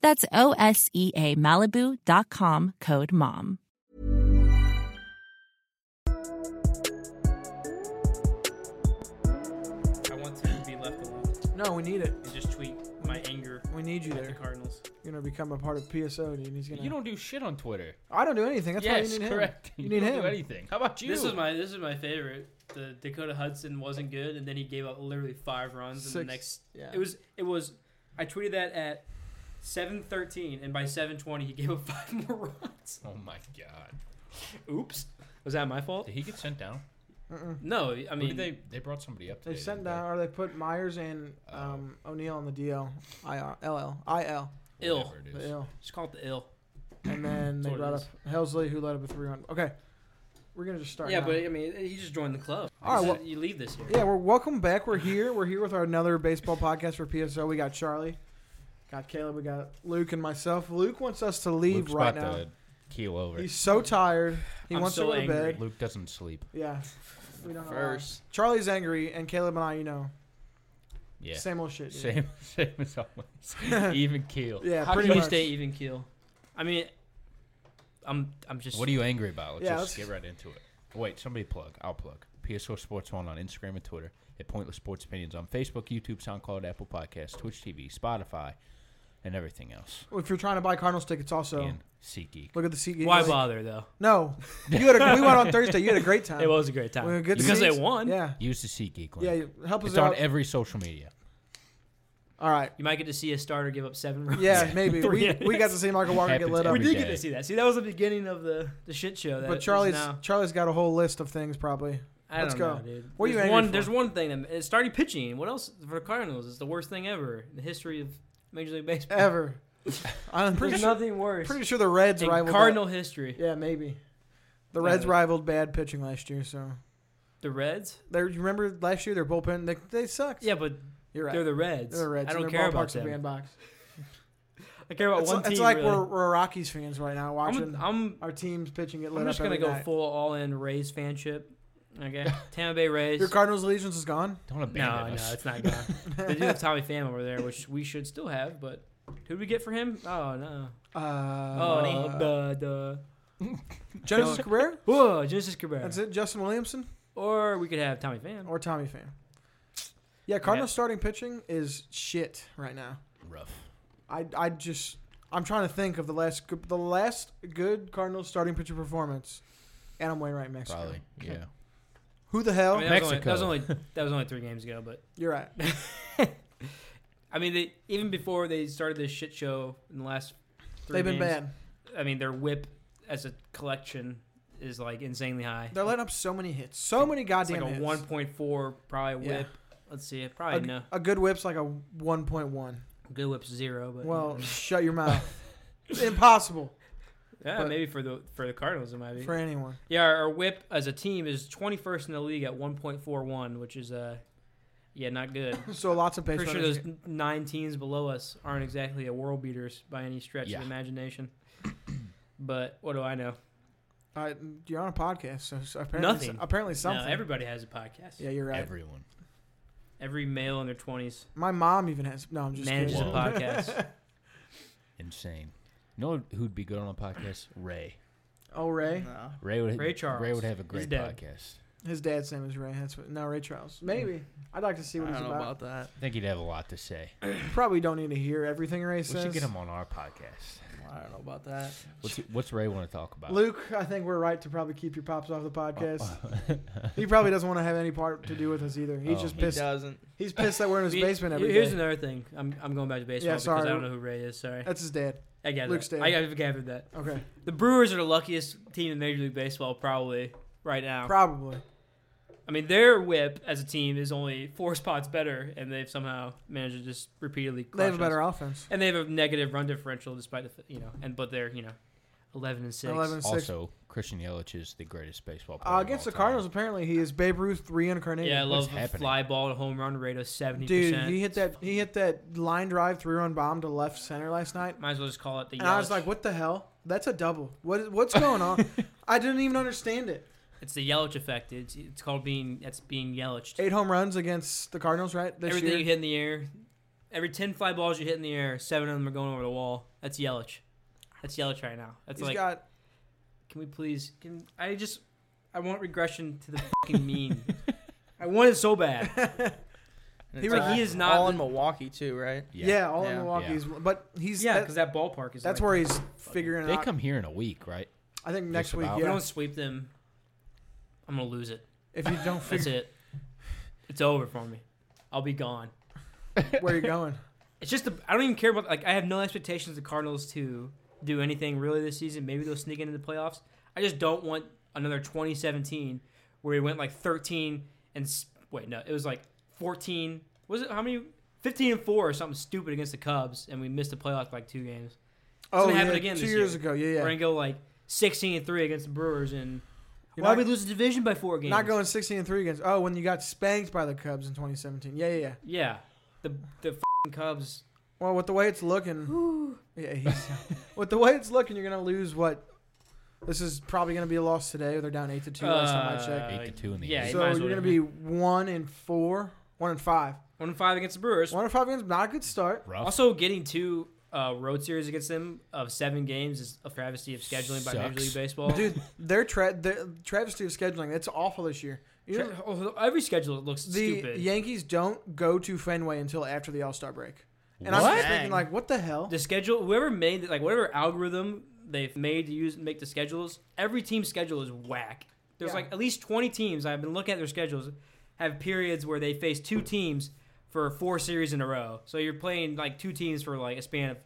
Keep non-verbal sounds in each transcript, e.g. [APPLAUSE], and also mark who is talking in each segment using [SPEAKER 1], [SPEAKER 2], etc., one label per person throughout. [SPEAKER 1] That's E O-S-E-A Malibu.com, code MOM.
[SPEAKER 2] I want to be left alone
[SPEAKER 3] No, we need it.
[SPEAKER 2] and just tweet my anger
[SPEAKER 3] We need you
[SPEAKER 2] at the
[SPEAKER 3] there.
[SPEAKER 2] Cardinals.
[SPEAKER 3] You're gonna become a part of PSO, dude. and He's gonna.
[SPEAKER 4] You don't do shit on Twitter.
[SPEAKER 3] I don't do anything. That's why you
[SPEAKER 4] yes,
[SPEAKER 3] need him.
[SPEAKER 4] correct.
[SPEAKER 3] You need
[SPEAKER 4] don't
[SPEAKER 3] him.
[SPEAKER 4] do anything. How about you?
[SPEAKER 2] This is my this is my favorite. The Dakota Hudson wasn't good, and then he gave up literally five runs in
[SPEAKER 3] Six,
[SPEAKER 2] the next.
[SPEAKER 3] yeah.
[SPEAKER 2] It was it was. I tweeted that at seven thirteen, and by seven twenty, he [LAUGHS] gave up five more runs.
[SPEAKER 4] oh my god.
[SPEAKER 2] Oops, was that my fault?
[SPEAKER 4] Did he get sent down?
[SPEAKER 2] No, I
[SPEAKER 4] I mean,
[SPEAKER 2] mean
[SPEAKER 4] they they brought somebody up.
[SPEAKER 3] They
[SPEAKER 4] Today,
[SPEAKER 3] sent
[SPEAKER 4] didn't
[SPEAKER 3] down, or they put Myers and um, O'Neill on the DL, IR, LL, IL,
[SPEAKER 2] ill.
[SPEAKER 4] Whatever it
[SPEAKER 3] the
[SPEAKER 4] is.
[SPEAKER 3] ill,
[SPEAKER 2] Just call it the ill.
[SPEAKER 3] and then they
[SPEAKER 2] what it
[SPEAKER 3] brought up
[SPEAKER 2] is.
[SPEAKER 3] Helsley, who led up a three run. Okay, we're gonna just start.
[SPEAKER 2] yeah,
[SPEAKER 3] now.
[SPEAKER 2] but I mean, he just joined the club.
[SPEAKER 3] All right,
[SPEAKER 2] He
[SPEAKER 3] well-
[SPEAKER 2] said, you leave this year.
[SPEAKER 3] yeah, we're welcome back. We're here. We're here with our another baseball podcast for PSO. We got Charlie, got Caleb, we got Luke and myself. Luke wants us to leave
[SPEAKER 4] Luke's
[SPEAKER 3] right now.
[SPEAKER 4] about to keel over.
[SPEAKER 3] He's so tired. He
[SPEAKER 2] I'm
[SPEAKER 3] wants
[SPEAKER 2] so
[SPEAKER 3] to go to
[SPEAKER 2] angry.
[SPEAKER 3] bed.
[SPEAKER 4] Luke doesn't sleep.
[SPEAKER 3] Yeah, we don't know. why.
[SPEAKER 2] First.
[SPEAKER 3] Charlie's angry, and Caleb and I, you know,
[SPEAKER 4] Yeah. [LAUGHS]
[SPEAKER 3] same old shit. dude.
[SPEAKER 4] Same, same as
[SPEAKER 3] [LAUGHS]
[SPEAKER 4] always. Even keel.
[SPEAKER 3] Yeah,
[SPEAKER 2] How
[SPEAKER 3] pretty
[SPEAKER 2] can you
[SPEAKER 3] much.
[SPEAKER 2] stay even keel? I mean, I'm I'm just.
[SPEAKER 4] What are you angry about? Let's
[SPEAKER 3] Yeah,
[SPEAKER 4] just
[SPEAKER 3] let's-
[SPEAKER 4] get right into it. Wait, somebody plug. I'll plug. PSO Sports One on Instagram and Twitter. At Pointless Sports Opinions on Facebook, YouTube, SoundCloud, Apple Podcasts, Twitch TV, Spotify, and everything else.
[SPEAKER 3] If you're trying to buy Cardinals tickets, also
[SPEAKER 4] And SeatGeek.
[SPEAKER 3] look at the seat.
[SPEAKER 2] Why bother though?
[SPEAKER 3] No, you had a, we went on Thursday. You had
[SPEAKER 2] [LAUGHS]
[SPEAKER 3] a great time.
[SPEAKER 2] It was a great time
[SPEAKER 3] We had good
[SPEAKER 2] because
[SPEAKER 3] seats.
[SPEAKER 2] they won.
[SPEAKER 3] Yeah,
[SPEAKER 4] Use the SeatGeek link.
[SPEAKER 3] yeah. you- Help us
[SPEAKER 4] it's
[SPEAKER 3] out.
[SPEAKER 4] on every social media.
[SPEAKER 3] All right.
[SPEAKER 2] You might get to see a starter give up seven runs. [LAUGHS]
[SPEAKER 3] Yeah, maybe
[SPEAKER 2] Three
[SPEAKER 3] we,
[SPEAKER 2] innings.
[SPEAKER 3] we got to see Michael Walker get
[SPEAKER 4] Happens
[SPEAKER 3] lit up.
[SPEAKER 2] We
[SPEAKER 4] every
[SPEAKER 2] did get
[SPEAKER 4] day.
[SPEAKER 2] to see that. See, that was the beginning of the, the shit show. That
[SPEAKER 3] But
[SPEAKER 2] is
[SPEAKER 3] Charlie's
[SPEAKER 2] now.
[SPEAKER 3] Charlie's got a whole list of things probably.
[SPEAKER 2] I
[SPEAKER 3] let's
[SPEAKER 2] don't
[SPEAKER 3] go.
[SPEAKER 2] know, dude.
[SPEAKER 3] What are you
[SPEAKER 2] there's
[SPEAKER 3] angry
[SPEAKER 2] one,
[SPEAKER 3] for?
[SPEAKER 2] There's one thing. That, it's starting pitching. What else for the Cardinals? It's the worst thing ever in the history of Major League [LAUGHS] Baseball.
[SPEAKER 3] Ever. I'm pretty
[SPEAKER 2] There's
[SPEAKER 3] sure,
[SPEAKER 2] nothing worse.
[SPEAKER 3] pretty sure the Reds
[SPEAKER 2] in
[SPEAKER 3] rivaled.
[SPEAKER 2] Cardinal history.
[SPEAKER 3] that. Yeah, maybe. The
[SPEAKER 2] Yeah.
[SPEAKER 3] Reds rivaled bad pitching last year, so
[SPEAKER 2] The Reds.
[SPEAKER 3] they you remember last year their bullpen they, they sucked.
[SPEAKER 2] Yeah, but
[SPEAKER 3] you're right.
[SPEAKER 2] they're the Reds.
[SPEAKER 3] They're the Reds.
[SPEAKER 2] I
[SPEAKER 3] and
[SPEAKER 2] don't
[SPEAKER 3] their
[SPEAKER 2] care about
[SPEAKER 3] ballpark's a
[SPEAKER 2] them.
[SPEAKER 3] bandbox.
[SPEAKER 2] I care about
[SPEAKER 3] It's,
[SPEAKER 2] one
[SPEAKER 3] it's
[SPEAKER 2] team.
[SPEAKER 3] like
[SPEAKER 2] really.
[SPEAKER 3] we're, we're Rockies fans right now watching
[SPEAKER 2] I'm, I'm
[SPEAKER 3] our teams pitching get lit
[SPEAKER 2] I'm just
[SPEAKER 3] up
[SPEAKER 2] gonna
[SPEAKER 3] every
[SPEAKER 2] go
[SPEAKER 3] night.
[SPEAKER 2] full all in Rays fanship. Okay,
[SPEAKER 3] [LAUGHS]
[SPEAKER 2] Tampa Bay Rays.
[SPEAKER 3] Your Cardinals allegiance is gone.
[SPEAKER 4] Don't
[SPEAKER 2] no,
[SPEAKER 4] abandon
[SPEAKER 2] no,
[SPEAKER 4] us.
[SPEAKER 2] it's not gone. [LAUGHS] they do have Tommy Pham over there, which we should still have. But who did we get for him? Oh no.
[SPEAKER 3] Uh,
[SPEAKER 2] Oh, the the
[SPEAKER 3] [LAUGHS] Genesis Cabrera.
[SPEAKER 2] whoa Genesis Cabrera.
[SPEAKER 3] That's it. Justin Williamson
[SPEAKER 2] Or we could have Tommy Pham.
[SPEAKER 3] or Tommy Pham. Yeah, Cardinals starting pitching is shit right now.
[SPEAKER 4] Rough.
[SPEAKER 3] I, I just I'm trying to think of the last good- the last good Cardinals starting pitcher performance, and I'm Wainwright Mexico.
[SPEAKER 4] Probably. Yeah.
[SPEAKER 3] Who the
[SPEAKER 2] I
[SPEAKER 3] hell?
[SPEAKER 2] mean, that, was only, that
[SPEAKER 4] Mexico.
[SPEAKER 2] was only that was only three games ago, but
[SPEAKER 3] You're right.
[SPEAKER 2] I mean, they, even before they started this shit show in the last, three
[SPEAKER 3] They've been
[SPEAKER 2] games,
[SPEAKER 3] bad.
[SPEAKER 2] I mean, their WHIP as a collection is like insanely high.
[SPEAKER 3] They're letting up so many hits, so many
[SPEAKER 2] it's
[SPEAKER 3] goddamn
[SPEAKER 2] like a
[SPEAKER 3] hits.
[SPEAKER 2] one point four probably
[SPEAKER 3] Yeah.
[SPEAKER 2] WHIP. Let's see,
[SPEAKER 3] A-
[SPEAKER 2] probably no.
[SPEAKER 3] a good whip's like a 1.1.
[SPEAKER 2] Good whip's zero, but
[SPEAKER 3] Well, [LAUGHS] shut your mouth. It's impossible
[SPEAKER 2] [LAUGHS] yeah,
[SPEAKER 3] but-
[SPEAKER 2] maybe for the for the Cardinals it might be.
[SPEAKER 3] for anyone.
[SPEAKER 2] yeah, our, our whip as a team is 21st in the league at 1.41, which is uh, yeah, not good.
[SPEAKER 3] So lots of base
[SPEAKER 2] Pretty sure
[SPEAKER 3] runners.
[SPEAKER 2] those n- nine teams below us aren't exactly a world beaters by any stretch
[SPEAKER 3] [CLEARS THROAT]
[SPEAKER 4] Yeah.
[SPEAKER 2] of the imagination. But what do I know?
[SPEAKER 3] Uh, you're on a podcast, so, so apparently,
[SPEAKER 2] Nothing.
[SPEAKER 3] apparently something.
[SPEAKER 2] No, everybody has a podcast.
[SPEAKER 3] yeah, you're right.
[SPEAKER 4] Everyone.
[SPEAKER 2] Every male in their twenties
[SPEAKER 3] My mom even has. No, I'm just
[SPEAKER 2] manages a
[SPEAKER 4] kidding. Whoa.
[SPEAKER 3] [LAUGHS]
[SPEAKER 2] podcast.
[SPEAKER 4] Insane. You know who'd be good on a podcast? Ray.
[SPEAKER 3] Oh, Ray.
[SPEAKER 5] No.
[SPEAKER 4] Ray would.
[SPEAKER 2] Ray Charles.
[SPEAKER 4] Ray would have a
[SPEAKER 2] He's
[SPEAKER 4] great
[SPEAKER 2] dead.
[SPEAKER 4] podcast.
[SPEAKER 3] His dad's name is Ray. That's what. No, Ray Charles. Maybe. I'd like to see
[SPEAKER 5] I
[SPEAKER 3] what
[SPEAKER 5] don't
[SPEAKER 3] he's
[SPEAKER 5] know
[SPEAKER 3] about.
[SPEAKER 5] about that.
[SPEAKER 4] I think he'd have a lot to say.
[SPEAKER 3] Probably don't need to hear everything Ray
[SPEAKER 4] We
[SPEAKER 3] says.
[SPEAKER 4] should get him on our podcast.
[SPEAKER 5] I don't know about that.
[SPEAKER 4] What's, what's Ray want to talk about?
[SPEAKER 3] Luke, I think we're right to probably keep your pops off the podcast. he probably doesn't want to have any part to do with us either. He's
[SPEAKER 4] Oh.
[SPEAKER 3] just
[SPEAKER 5] He
[SPEAKER 3] pissed.
[SPEAKER 5] doesn't.
[SPEAKER 3] He's pissed that we're in his
[SPEAKER 2] He-
[SPEAKER 3] basement every
[SPEAKER 2] Here's
[SPEAKER 3] day.
[SPEAKER 2] another thing. I'm, I'm going back to baseball
[SPEAKER 3] Yeah,
[SPEAKER 2] because I
[SPEAKER 3] sorry.
[SPEAKER 2] don't know who Ray is. Sorry,
[SPEAKER 3] That's his dad.
[SPEAKER 2] I gathered.
[SPEAKER 3] Luke's
[SPEAKER 2] that.
[SPEAKER 3] dead.
[SPEAKER 2] I have gathered that. [LAUGHS]
[SPEAKER 3] Okay,
[SPEAKER 2] The Brewers are the luckiest team in Major League Baseball probably right now.
[SPEAKER 3] probably.
[SPEAKER 2] I mean, their whip as a team is only four spots better, and they've somehow managed to just repeatedly.
[SPEAKER 3] They have a
[SPEAKER 2] crush
[SPEAKER 3] better
[SPEAKER 2] us.
[SPEAKER 3] offense.
[SPEAKER 2] and they have a negative run differential despite the f- you know, and but they're you know, eleven and six.
[SPEAKER 3] 11 6.
[SPEAKER 4] also, Christian Yelich is the greatest baseball player
[SPEAKER 3] Uh,
[SPEAKER 4] of
[SPEAKER 3] against the
[SPEAKER 4] all time.
[SPEAKER 3] Cardinals, apparently he is Babe Ruth reincarnated.
[SPEAKER 2] Yeah, I
[SPEAKER 4] What's
[SPEAKER 2] love a
[SPEAKER 4] happening?
[SPEAKER 2] fly ball to home run rate of seventy
[SPEAKER 3] Dude,
[SPEAKER 2] percent.
[SPEAKER 3] he hit that he hit that line drive three run bomb to left center last night,
[SPEAKER 2] Might as well just call it the.
[SPEAKER 3] and I was
[SPEAKER 2] Yelich-
[SPEAKER 3] like, "What the hell? That's a double. What is, what's
[SPEAKER 2] [LAUGHS]
[SPEAKER 3] going on? I didn't even understand it.
[SPEAKER 2] It's the Yelich effect. It's, it's called being. That's being Yeliched.
[SPEAKER 3] Eight home runs against the Cardinals, right? This
[SPEAKER 2] Everything
[SPEAKER 3] year.
[SPEAKER 2] you hit in the air, every ten fly balls you hit in the air, seven of them are going over the wall. That's Yelich. That's Yelich right now. That's
[SPEAKER 3] He's
[SPEAKER 2] like.
[SPEAKER 3] got
[SPEAKER 2] Can we please? Can I just? I want regression to the fucking mean. I want it so bad.
[SPEAKER 5] And
[SPEAKER 3] He
[SPEAKER 5] it's
[SPEAKER 3] was-
[SPEAKER 5] all-
[SPEAKER 2] he is not
[SPEAKER 5] all
[SPEAKER 2] the-
[SPEAKER 5] in Milwaukee too,
[SPEAKER 4] [LAUGHS]
[SPEAKER 5] right?
[SPEAKER 3] yeah,
[SPEAKER 4] Yeah.
[SPEAKER 3] all
[SPEAKER 5] Yeah.
[SPEAKER 3] in Milwaukee's, but he's
[SPEAKER 2] Yeah,
[SPEAKER 3] that-
[SPEAKER 2] because that ballpark is.
[SPEAKER 3] that's
[SPEAKER 2] like-
[SPEAKER 3] where he's figuring
[SPEAKER 4] They
[SPEAKER 3] out.
[SPEAKER 4] come here in a week, right?
[SPEAKER 3] I think next
[SPEAKER 4] just
[SPEAKER 3] week,
[SPEAKER 4] about.
[SPEAKER 2] If we
[SPEAKER 3] yeah.
[SPEAKER 2] don't sweep them, I'm gonna lose it.
[SPEAKER 3] If you don't
[SPEAKER 2] [LAUGHS] That's
[SPEAKER 3] figure
[SPEAKER 2] it. It's over for me. I'll be gone.
[SPEAKER 3] where you're going,
[SPEAKER 2] It's just the, I don't even care about like I have no expectations the Cardinals to do anything really this season. Maybe they'll sneak into the playoffs. I just don't want another 2017 where we went like 13 and s- wait no it was like 14 was it how many 15 and four or something stupid against the Cubs and we missed the playoffs by like two games.
[SPEAKER 3] oh,
[SPEAKER 2] gonna
[SPEAKER 3] yeah,
[SPEAKER 2] happen again
[SPEAKER 3] two
[SPEAKER 2] this
[SPEAKER 3] years
[SPEAKER 2] year.
[SPEAKER 3] ago, yeah,
[SPEAKER 2] We're
[SPEAKER 3] yeah.
[SPEAKER 2] gonna go like 16 and three against the Brewers and
[SPEAKER 3] You're
[SPEAKER 2] why
[SPEAKER 3] not-
[SPEAKER 2] we lose the division by four games?
[SPEAKER 3] Not going 16 and three against. Oh, when you got spanked by the Cubs in 2017, yeah, yeah, yeah.
[SPEAKER 2] Yeah, the the fing Cubs.
[SPEAKER 3] Well, with the way it's looking, yeah, he's, [LAUGHS] with the way it's looking, you're gonna lose what? This is probably gonna be a loss today. They're down eight to two last time I checked.
[SPEAKER 4] Eight to two in the
[SPEAKER 2] Uh, yeah,
[SPEAKER 4] eighth.
[SPEAKER 2] you
[SPEAKER 3] so
[SPEAKER 2] might as
[SPEAKER 3] you're
[SPEAKER 2] well
[SPEAKER 3] gonna be
[SPEAKER 2] win.
[SPEAKER 3] one and four, one and five,
[SPEAKER 2] one and five against the Brewers.
[SPEAKER 3] one and five games. Not a good start.
[SPEAKER 4] Rough.
[SPEAKER 2] Also, getting two uh, road series against them of seven games is a travesty of scheduling by Major
[SPEAKER 4] Sucks.
[SPEAKER 2] League Baseball.
[SPEAKER 3] Dude, their, tra- their travesty of scheduling. It's awful this year. You know,
[SPEAKER 2] Tra- oh, every schedule looks
[SPEAKER 3] the
[SPEAKER 2] stupid.
[SPEAKER 3] Yankees don't go to Fenway until after the All Star break, and I'm
[SPEAKER 5] What?
[SPEAKER 3] just thinking
[SPEAKER 5] Dang.
[SPEAKER 3] like, what the hell?
[SPEAKER 2] The schedule, whoever made it, like whatever algorithm they've made to use make the schedules, every team's schedule is whack. There's
[SPEAKER 3] Yeah.
[SPEAKER 2] like at least 20 teams. I've been looking at their schedules, have periods where they face two teams for four series in a row. So you're playing like two teams for like a span of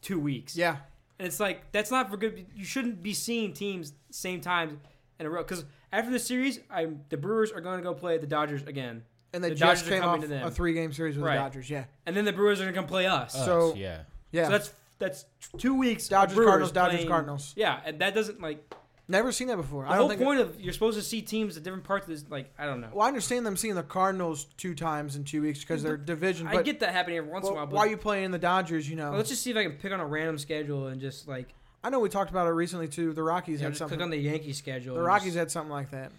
[SPEAKER 2] two weeks.
[SPEAKER 3] yeah,
[SPEAKER 2] And it's like that's not for good. You shouldn't be seeing teams same time in a row. Because after the series, I the Brewers are going to go play the Dodgers again,
[SPEAKER 3] and they
[SPEAKER 2] The Dodgers
[SPEAKER 3] just
[SPEAKER 2] are
[SPEAKER 3] came
[SPEAKER 2] coming
[SPEAKER 3] off
[SPEAKER 2] to them.
[SPEAKER 3] a three game series with
[SPEAKER 2] Right.
[SPEAKER 3] the Dodgers. Yeah,
[SPEAKER 2] and then the Brewers are going to come play us.
[SPEAKER 4] Us,
[SPEAKER 3] so-
[SPEAKER 4] yeah.
[SPEAKER 3] yeah.
[SPEAKER 2] So that's that's two weeks. of
[SPEAKER 3] Dodgers,
[SPEAKER 2] Brewers
[SPEAKER 3] Cardinals, Dodgers,
[SPEAKER 2] playing-
[SPEAKER 3] Cardinals.
[SPEAKER 2] Yeah, and that doesn't like the
[SPEAKER 3] Never seen that before. I don't
[SPEAKER 2] whole
[SPEAKER 3] think
[SPEAKER 2] point of you're supposed to see teams at different parts of this. Like I don't know.
[SPEAKER 3] Well, I understand them seeing the Cardinals two times in two weeks because they're division. But
[SPEAKER 2] I get that happening every once
[SPEAKER 3] well,
[SPEAKER 2] in a while. But
[SPEAKER 3] why are you playing the Dodgers? You know,
[SPEAKER 2] let's just see if I can pick on a random schedule and just like
[SPEAKER 3] I know we talked about it recently too. The Rockies
[SPEAKER 2] you know,
[SPEAKER 3] had
[SPEAKER 2] just
[SPEAKER 3] something.
[SPEAKER 2] click on the Yankee schedule.
[SPEAKER 3] the
[SPEAKER 2] and
[SPEAKER 3] Rockies
[SPEAKER 2] just-
[SPEAKER 3] had something like that.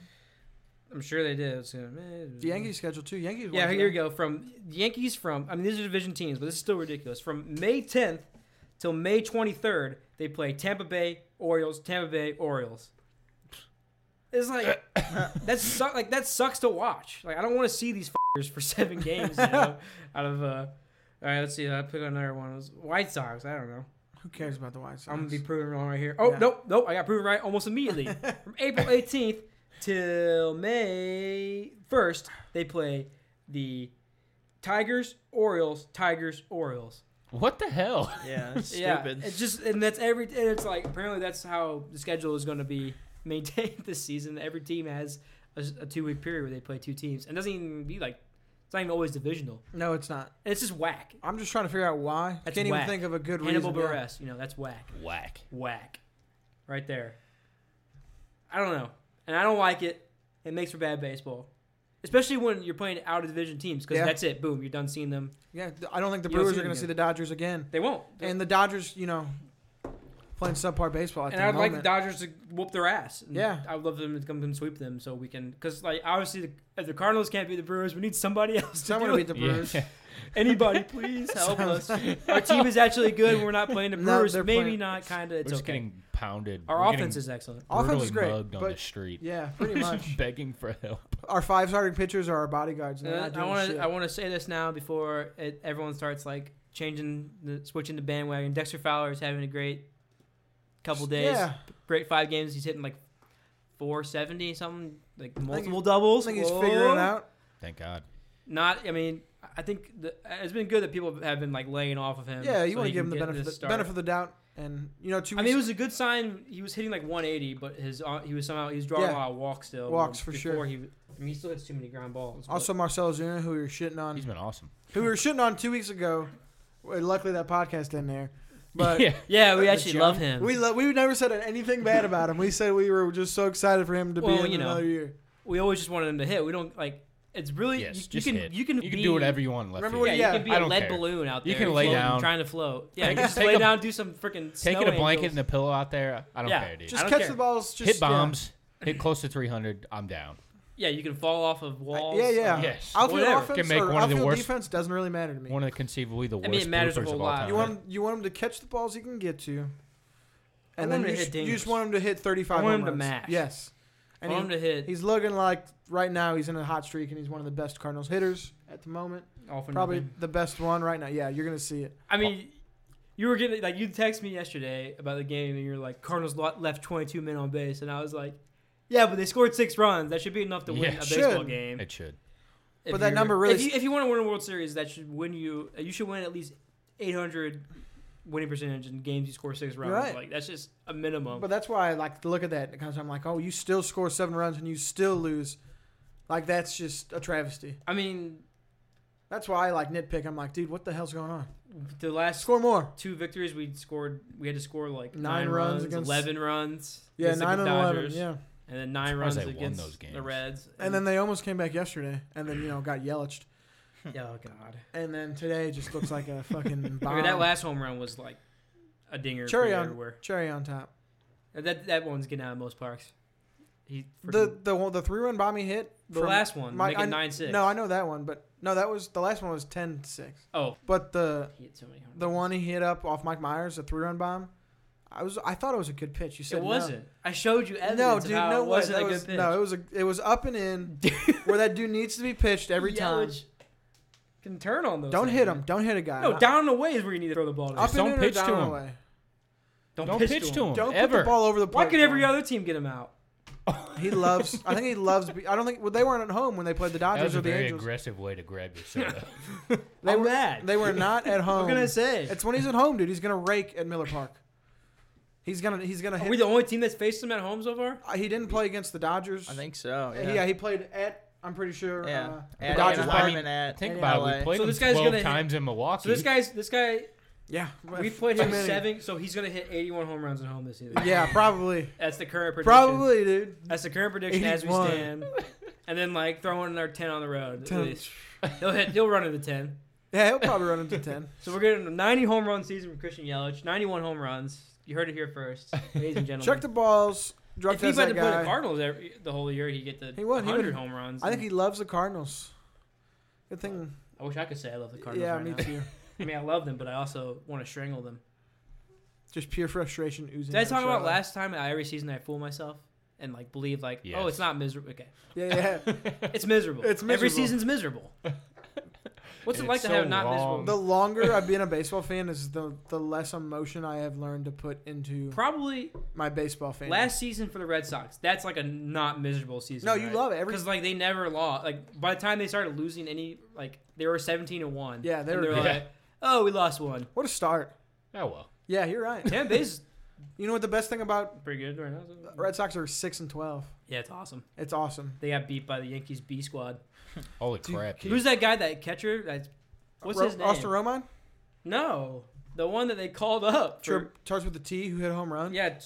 [SPEAKER 2] I'm sure they did. It's gonna- eh,
[SPEAKER 3] The Yankees schedule too. Yankees.
[SPEAKER 2] Yeah,
[SPEAKER 3] won
[SPEAKER 2] here we
[SPEAKER 3] today.
[SPEAKER 2] go. From Yankees from I mean these are division teams, but this is still ridiculous. From May 10th till May 23rd, they play Tampa Bay Orioles, Tampa Bay Orioles. It's like [COUGHS] that's su- like that sucks to watch. Like I don't want to see these f***ers for seven games you know, out of. uh all right, let's see. I pick another one. It was White Sox. I don't know.
[SPEAKER 3] Who cares about the White Sox?
[SPEAKER 2] I'm gonna be proven wrong right here. Oh
[SPEAKER 3] Yeah.
[SPEAKER 2] nope, nope. I got proven right almost
[SPEAKER 3] [LAUGHS]
[SPEAKER 2] immediately. From April 18th till May 1st, they play the Tigers, Orioles, Tigers, Orioles.
[SPEAKER 4] What the hell?
[SPEAKER 5] Yeah,
[SPEAKER 3] [LAUGHS]
[SPEAKER 5] that's stupid.
[SPEAKER 2] Yeah, it's just and that's every. And it's like apparently that's how the schedule is gonna be [LAUGHS] maintained this season. Every team has a, two week period where they play two teams, and it doesn't even be like it's not even always divisional.
[SPEAKER 3] No, it's not.
[SPEAKER 2] And it's just whack.
[SPEAKER 3] I'm just trying to figure out why. I
[SPEAKER 2] That's
[SPEAKER 3] can't
[SPEAKER 2] whack.
[SPEAKER 3] even think of a good
[SPEAKER 2] Hannibal
[SPEAKER 3] reason. yeah.
[SPEAKER 2] Buress, you know, that's whack.
[SPEAKER 4] Whack.
[SPEAKER 2] whack right there. I don't know. And I don't like it. It makes for bad baseball. Especially when you're playing out of division teams because
[SPEAKER 3] Yeah.
[SPEAKER 2] that's it. Boom, you're done seeing them.
[SPEAKER 3] Yeah, th- I don't think the
[SPEAKER 2] You don't
[SPEAKER 3] Brewers
[SPEAKER 2] see
[SPEAKER 3] are going
[SPEAKER 2] them
[SPEAKER 3] to see
[SPEAKER 2] again.
[SPEAKER 3] the Dodgers again.
[SPEAKER 2] They won't.
[SPEAKER 3] And the Dodgers, you know, playing subpar baseball at
[SPEAKER 2] And
[SPEAKER 3] the
[SPEAKER 2] I'd like
[SPEAKER 3] moment.
[SPEAKER 2] the Dodgers to whoop their ass. And
[SPEAKER 3] Yeah.
[SPEAKER 2] I would love them to come and sweep them so we can. Because, like, obviously, the, if the Cardinals can't beat the Brewers, we need somebody [LAUGHS] else to
[SPEAKER 3] Someone
[SPEAKER 2] do
[SPEAKER 3] to
[SPEAKER 2] it.
[SPEAKER 3] beat the [LAUGHS]
[SPEAKER 4] Yeah.
[SPEAKER 3] Brewers.
[SPEAKER 2] [LAUGHS] Anybody, please help [LAUGHS] us. Our team is actually good. We're not playing the
[SPEAKER 3] No,
[SPEAKER 2] Brewers.
[SPEAKER 3] they're
[SPEAKER 2] Maybe
[SPEAKER 3] playing-
[SPEAKER 2] not, kind of.
[SPEAKER 4] [LAUGHS] We're
[SPEAKER 2] It's
[SPEAKER 4] just
[SPEAKER 2] okay.
[SPEAKER 4] getting pounded.
[SPEAKER 2] Our
[SPEAKER 4] We're getting
[SPEAKER 2] offense is excellent.
[SPEAKER 3] Offense is
[SPEAKER 4] brutally
[SPEAKER 3] great,
[SPEAKER 4] mugged on
[SPEAKER 3] but- [LAUGHS]
[SPEAKER 4] the street.
[SPEAKER 3] Yeah,
[SPEAKER 4] [LAUGHS]
[SPEAKER 3] pretty much.
[SPEAKER 4] begging for help.
[SPEAKER 3] our five starting pitchers are our bodyguards. and they're
[SPEAKER 2] Uh,
[SPEAKER 3] not
[SPEAKER 2] I
[SPEAKER 3] doing
[SPEAKER 2] want
[SPEAKER 3] shit.
[SPEAKER 2] to I want to say this now before it, everyone starts like changing the switching the bandwagon. Dexter Fowler is having a great couple days.
[SPEAKER 3] Yeah.
[SPEAKER 2] Great five games. He's hitting like 470 something, like multiple
[SPEAKER 3] he- I
[SPEAKER 2] doubles.
[SPEAKER 3] think he's
[SPEAKER 2] Whoa.
[SPEAKER 3] figuring it out.
[SPEAKER 4] Thank God.
[SPEAKER 2] Not I mean I think the, it's been good that people have been like laying off of him.
[SPEAKER 3] Yeah, you
[SPEAKER 2] so
[SPEAKER 3] want
[SPEAKER 2] he
[SPEAKER 3] to
[SPEAKER 2] can
[SPEAKER 3] give him the
[SPEAKER 2] get
[SPEAKER 3] benefit,
[SPEAKER 2] this
[SPEAKER 3] of the
[SPEAKER 2] start.
[SPEAKER 3] benefit of the doubt, and you know, two
[SPEAKER 2] I mean, it
[SPEAKER 3] weeks-
[SPEAKER 2] was a good sign. He was hitting like 180, but his uh, he was somehow he was drawing
[SPEAKER 3] Yeah.
[SPEAKER 2] a lot of walks still.
[SPEAKER 3] Walks, for
[SPEAKER 2] before
[SPEAKER 3] sure.
[SPEAKER 2] He, I mean, he still hits too many ground balls. but-
[SPEAKER 3] also Marcelo Zuna, who we were shitting on,
[SPEAKER 4] He's been awesome.
[SPEAKER 3] who we were shitting on two weeks ago. Well, Luckily, that podcast in there, but
[SPEAKER 4] [LAUGHS] yeah.
[SPEAKER 2] [LAUGHS] yeah, we
[SPEAKER 3] But
[SPEAKER 2] actually
[SPEAKER 3] John-
[SPEAKER 2] love him.
[SPEAKER 3] we lo- we never said anything bad about him. We said we were just so excited for him to
[SPEAKER 2] Well,
[SPEAKER 3] be in
[SPEAKER 2] you know.
[SPEAKER 3] another year.
[SPEAKER 2] we always just wanted him to hit. We don't like. It's really
[SPEAKER 4] Yes.
[SPEAKER 2] you, you
[SPEAKER 4] just
[SPEAKER 2] can
[SPEAKER 4] hit.
[SPEAKER 2] you can
[SPEAKER 4] you
[SPEAKER 2] be,
[SPEAKER 4] can do whatever you want. in Left
[SPEAKER 3] Remember
[SPEAKER 4] field.
[SPEAKER 3] what
[SPEAKER 2] Yeah,
[SPEAKER 3] he- Yeah,
[SPEAKER 2] you can be
[SPEAKER 4] I
[SPEAKER 2] a
[SPEAKER 4] don't
[SPEAKER 2] lead
[SPEAKER 4] care.
[SPEAKER 2] balloon out
[SPEAKER 4] You
[SPEAKER 2] there.
[SPEAKER 4] can lay
[SPEAKER 2] floating,
[SPEAKER 4] down.
[SPEAKER 2] trying to float. Yeah,
[SPEAKER 4] Take
[SPEAKER 2] you
[SPEAKER 4] a-
[SPEAKER 2] just
[SPEAKER 4] take
[SPEAKER 2] lay
[SPEAKER 4] a-
[SPEAKER 2] down, do some freaking
[SPEAKER 4] Taking
[SPEAKER 2] snow
[SPEAKER 4] a blanket
[SPEAKER 2] angels.
[SPEAKER 4] and a pillow out there. I don't
[SPEAKER 2] Yeah.
[SPEAKER 4] care, dude.
[SPEAKER 3] Just
[SPEAKER 2] don't
[SPEAKER 3] catch
[SPEAKER 2] care.
[SPEAKER 3] the balls. Just
[SPEAKER 4] Hit bombs. Hit close to 300. I'm down.
[SPEAKER 2] yeah, you can fall off of
[SPEAKER 3] Yeah,
[SPEAKER 2] walls.
[SPEAKER 3] yeah. yeah.
[SPEAKER 2] Uh,
[SPEAKER 4] Yes.
[SPEAKER 3] Outfield
[SPEAKER 2] Whatever.
[SPEAKER 3] offense
[SPEAKER 4] Can make
[SPEAKER 3] or
[SPEAKER 4] one of the
[SPEAKER 3] outfield
[SPEAKER 4] worst-
[SPEAKER 3] defense doesn't really matter to me.
[SPEAKER 4] One of the conceivably the
[SPEAKER 2] I
[SPEAKER 4] worst.
[SPEAKER 2] mean, it matters a
[SPEAKER 4] bloopers
[SPEAKER 2] whole
[SPEAKER 4] of all
[SPEAKER 2] lot.
[SPEAKER 4] Time.
[SPEAKER 3] You want him, you want him to catch the balls he can get to, and
[SPEAKER 2] want
[SPEAKER 3] then
[SPEAKER 2] him to
[SPEAKER 3] you,
[SPEAKER 2] hit
[SPEAKER 3] just, you
[SPEAKER 2] dingers.
[SPEAKER 3] just want him to hit 35.
[SPEAKER 2] I want
[SPEAKER 3] home
[SPEAKER 2] him to
[SPEAKER 3] runs.
[SPEAKER 2] mash.
[SPEAKER 3] Yes,
[SPEAKER 2] I
[SPEAKER 3] and
[SPEAKER 2] want
[SPEAKER 3] he,
[SPEAKER 2] him to hit.
[SPEAKER 3] he's looking like right now he's in a hot streak, and he's one of the best Cardinals hitters at the moment.
[SPEAKER 2] off and
[SPEAKER 3] Probably
[SPEAKER 2] open.
[SPEAKER 3] the best one right now. Yeah, you're gonna see it.
[SPEAKER 2] I mean, you were getting like you texted me yesterday about the game, and you're like Cardinals lo- left 22 men on base, and I was like, yeah, but they scored six runs. That should be enough to win
[SPEAKER 4] Yeah,
[SPEAKER 2] a
[SPEAKER 4] it
[SPEAKER 2] baseball
[SPEAKER 3] should.
[SPEAKER 2] game.
[SPEAKER 4] It should.
[SPEAKER 2] If
[SPEAKER 3] But that
[SPEAKER 2] you're-
[SPEAKER 3] number really
[SPEAKER 2] If you,
[SPEAKER 3] st-
[SPEAKER 2] if you want to win a World Series, that should win you. You should win at least 800 winning percentage in games you score six runs.
[SPEAKER 3] right.
[SPEAKER 2] Like that's just a minimum.
[SPEAKER 3] But that's why I like to look at that because I'm like, oh, you still score seven runs and you still lose. Like that's just a travesty.
[SPEAKER 2] I mean,
[SPEAKER 3] That's why I like nitpick. I'm like, dude, what the hell's going on?
[SPEAKER 2] the last
[SPEAKER 3] Score more.
[SPEAKER 2] two victories we scored, we had to score like nine,
[SPEAKER 3] Nine
[SPEAKER 2] runs,
[SPEAKER 3] runs against-
[SPEAKER 2] eleven runs.
[SPEAKER 3] Yeah,
[SPEAKER 2] against the
[SPEAKER 3] nine and eleven.
[SPEAKER 2] Dodgers,
[SPEAKER 3] Yeah,
[SPEAKER 2] and then nine
[SPEAKER 4] Surprised
[SPEAKER 2] runs
[SPEAKER 4] they won
[SPEAKER 2] against
[SPEAKER 4] those games.
[SPEAKER 2] the Reds.
[SPEAKER 3] and then they almost came back yesterday, and then you know got yeliched,
[SPEAKER 2] yeah, [LAUGHS] oh god.
[SPEAKER 3] and then today just looks
[SPEAKER 2] [LAUGHS]
[SPEAKER 3] like a fucking bomb.
[SPEAKER 2] Okay, that last home run was like a dinger.
[SPEAKER 3] cherry
[SPEAKER 2] from
[SPEAKER 3] on
[SPEAKER 2] everywhere.
[SPEAKER 3] cherry on top.
[SPEAKER 2] That that one's getting out of most parks. He
[SPEAKER 3] The the one, the three run bomb he hit.
[SPEAKER 2] The
[SPEAKER 3] from
[SPEAKER 2] last one, make it
[SPEAKER 3] I-
[SPEAKER 2] 9-6.
[SPEAKER 3] No, I know that one, but no, that was the last one was 10-6.
[SPEAKER 2] oh,
[SPEAKER 3] But the
[SPEAKER 2] he hit so many. home
[SPEAKER 3] the one he hit up off Mike Myers, the three run bomb. I was I thought it was a good pitch. You said
[SPEAKER 2] It wasn't. I showed you
[SPEAKER 3] No,
[SPEAKER 2] evidence
[SPEAKER 3] no
[SPEAKER 2] of
[SPEAKER 3] dude,
[SPEAKER 2] how
[SPEAKER 3] no
[SPEAKER 2] it
[SPEAKER 3] way.
[SPEAKER 2] wasn't
[SPEAKER 3] That
[SPEAKER 2] a
[SPEAKER 3] was-
[SPEAKER 2] good pitch.
[SPEAKER 3] No, it was a, it was up
[SPEAKER 2] [LAUGHS]
[SPEAKER 3] and in where that dude needs to be pitched every time.
[SPEAKER 2] Yelich Can turn on those.
[SPEAKER 3] Don't
[SPEAKER 2] things,
[SPEAKER 3] hit
[SPEAKER 2] man.
[SPEAKER 3] him. Don't hit a guy.
[SPEAKER 2] No, down and away is where you need to throw the ball. To
[SPEAKER 3] up and
[SPEAKER 4] Don't
[SPEAKER 3] in or
[SPEAKER 4] pitch
[SPEAKER 3] down
[SPEAKER 4] to
[SPEAKER 3] or
[SPEAKER 4] him.
[SPEAKER 3] away.
[SPEAKER 4] Don't pitch to him.
[SPEAKER 3] Don't put
[SPEAKER 4] ever.
[SPEAKER 3] the ball over the plate.
[SPEAKER 2] Why could every
[SPEAKER 3] man.
[SPEAKER 2] other team get him out?
[SPEAKER 3] He loves. I think he loves. be- I don't think. Well, they weren't at home when they played the
[SPEAKER 4] That
[SPEAKER 3] Dodgers
[SPEAKER 4] was
[SPEAKER 3] or
[SPEAKER 4] a
[SPEAKER 3] the
[SPEAKER 4] very
[SPEAKER 3] Angels.
[SPEAKER 4] aggressive way
[SPEAKER 2] [LAUGHS]
[SPEAKER 4] to grab your soda.
[SPEAKER 3] They
[SPEAKER 2] I'm
[SPEAKER 3] were
[SPEAKER 2] mad.
[SPEAKER 3] They were not at home.
[SPEAKER 2] [LAUGHS] What can I say?
[SPEAKER 3] It's when he's at home, dude. He's gonna rake at Miller Park. He's gonna he's gonna
[SPEAKER 2] Are we
[SPEAKER 3] hit.
[SPEAKER 2] the only team that's faced him at home so far?
[SPEAKER 3] uh, he didn't play against the Dodgers.
[SPEAKER 5] I think so.
[SPEAKER 3] Yeah,
[SPEAKER 5] Yeah.
[SPEAKER 3] he played at. I'm pretty sure.
[SPEAKER 5] Yeah.
[SPEAKER 3] Uh,
[SPEAKER 5] At
[SPEAKER 3] the Dodgers.
[SPEAKER 5] Anaheim.
[SPEAKER 3] Park.
[SPEAKER 5] mean, at-
[SPEAKER 4] think
[SPEAKER 5] in
[SPEAKER 4] about it.
[SPEAKER 5] LA.
[SPEAKER 4] We played
[SPEAKER 2] So
[SPEAKER 4] him
[SPEAKER 2] this guy's
[SPEAKER 4] 12
[SPEAKER 2] gonna hit-
[SPEAKER 4] times in Milwaukee.
[SPEAKER 2] So this guy's this guy.
[SPEAKER 3] Yeah,
[SPEAKER 2] We played him
[SPEAKER 3] Too many.
[SPEAKER 2] seven, so he's gonna hit 81 home runs at home this season.
[SPEAKER 3] Yeah,
[SPEAKER 2] [LAUGHS]
[SPEAKER 3] probably.
[SPEAKER 2] That's the current prediction.
[SPEAKER 3] Probably, dude.
[SPEAKER 2] That's the current prediction as we
[SPEAKER 3] 81.
[SPEAKER 2] stand. And then like throwing another 10 on the road. At
[SPEAKER 3] Ten.
[SPEAKER 2] least. He'll hit. He'll run into 10.
[SPEAKER 3] Yeah, he'll probably run into
[SPEAKER 2] [LAUGHS]
[SPEAKER 3] ten.
[SPEAKER 2] So we're getting a 90 home run season from Christian Yelich. 91 home runs. You heard it here first, ladies
[SPEAKER 3] [LAUGHS]
[SPEAKER 2] and gentlemen.
[SPEAKER 3] Check the balls. Drug
[SPEAKER 2] if he
[SPEAKER 3] test
[SPEAKER 2] had to
[SPEAKER 3] that
[SPEAKER 2] play the
[SPEAKER 3] guy.
[SPEAKER 2] Cardinals every, the whole year, he'd get the
[SPEAKER 3] He would, he
[SPEAKER 2] 100
[SPEAKER 3] would.
[SPEAKER 2] home runs.
[SPEAKER 3] I think he loves the Cardinals. Good thing.
[SPEAKER 2] I wish I could say I love the Cardinals.
[SPEAKER 3] Yeah,
[SPEAKER 2] right
[SPEAKER 3] me
[SPEAKER 2] now.
[SPEAKER 3] too.
[SPEAKER 2] I mean, I love them, but I also want to strangle them.
[SPEAKER 3] Just pure frustration oozing.
[SPEAKER 2] Did I
[SPEAKER 3] out of
[SPEAKER 2] talk about
[SPEAKER 3] Charlotte.
[SPEAKER 2] last time? I, every season I fool myself and like believe like, oh,
[SPEAKER 4] Yes.
[SPEAKER 2] it's not miserable.
[SPEAKER 4] [LAUGHS]
[SPEAKER 2] Okay,
[SPEAKER 3] Yeah,
[SPEAKER 2] [LAUGHS]
[SPEAKER 3] yeah.
[SPEAKER 2] it's miserable.
[SPEAKER 3] It's
[SPEAKER 2] Every
[SPEAKER 3] miserable.
[SPEAKER 2] season's miserable.
[SPEAKER 4] [LAUGHS]
[SPEAKER 2] What's it
[SPEAKER 4] And
[SPEAKER 2] like
[SPEAKER 4] it's
[SPEAKER 2] to
[SPEAKER 4] so
[SPEAKER 2] have not miserable?
[SPEAKER 4] long.
[SPEAKER 3] The longer I've been a baseball fan, is the the less emotion I have learned to put into
[SPEAKER 2] Probably
[SPEAKER 3] my baseball fan.
[SPEAKER 2] last season for the Red Sox. That's like a not miserable season.
[SPEAKER 3] No, you love it. Every-
[SPEAKER 2] because like they never lost. Like by the time they started losing any, like they were seventeen and one.
[SPEAKER 3] Yeah, they
[SPEAKER 2] And
[SPEAKER 4] [LAUGHS]
[SPEAKER 3] were
[SPEAKER 4] good.
[SPEAKER 2] like, oh, we lost one.
[SPEAKER 3] what a start!
[SPEAKER 4] oh well.
[SPEAKER 3] Yeah, you're right.
[SPEAKER 2] Tampa Bay's
[SPEAKER 3] you know what the best thing about
[SPEAKER 2] pretty good right now. so-
[SPEAKER 3] Red Sox are six and twelve.
[SPEAKER 2] Yeah, it's awesome.
[SPEAKER 3] It's awesome.
[SPEAKER 2] They got beat by the Yankees B squad.
[SPEAKER 4] Holy crap! dude.
[SPEAKER 2] Who's that guy? That catcher? That's what's
[SPEAKER 3] Ro-
[SPEAKER 2] his name?
[SPEAKER 3] Austin Romine
[SPEAKER 2] No, the one that they called up.
[SPEAKER 3] sure,
[SPEAKER 2] For,
[SPEAKER 3] starts with the T. Who hit a home run?
[SPEAKER 2] yeah, t-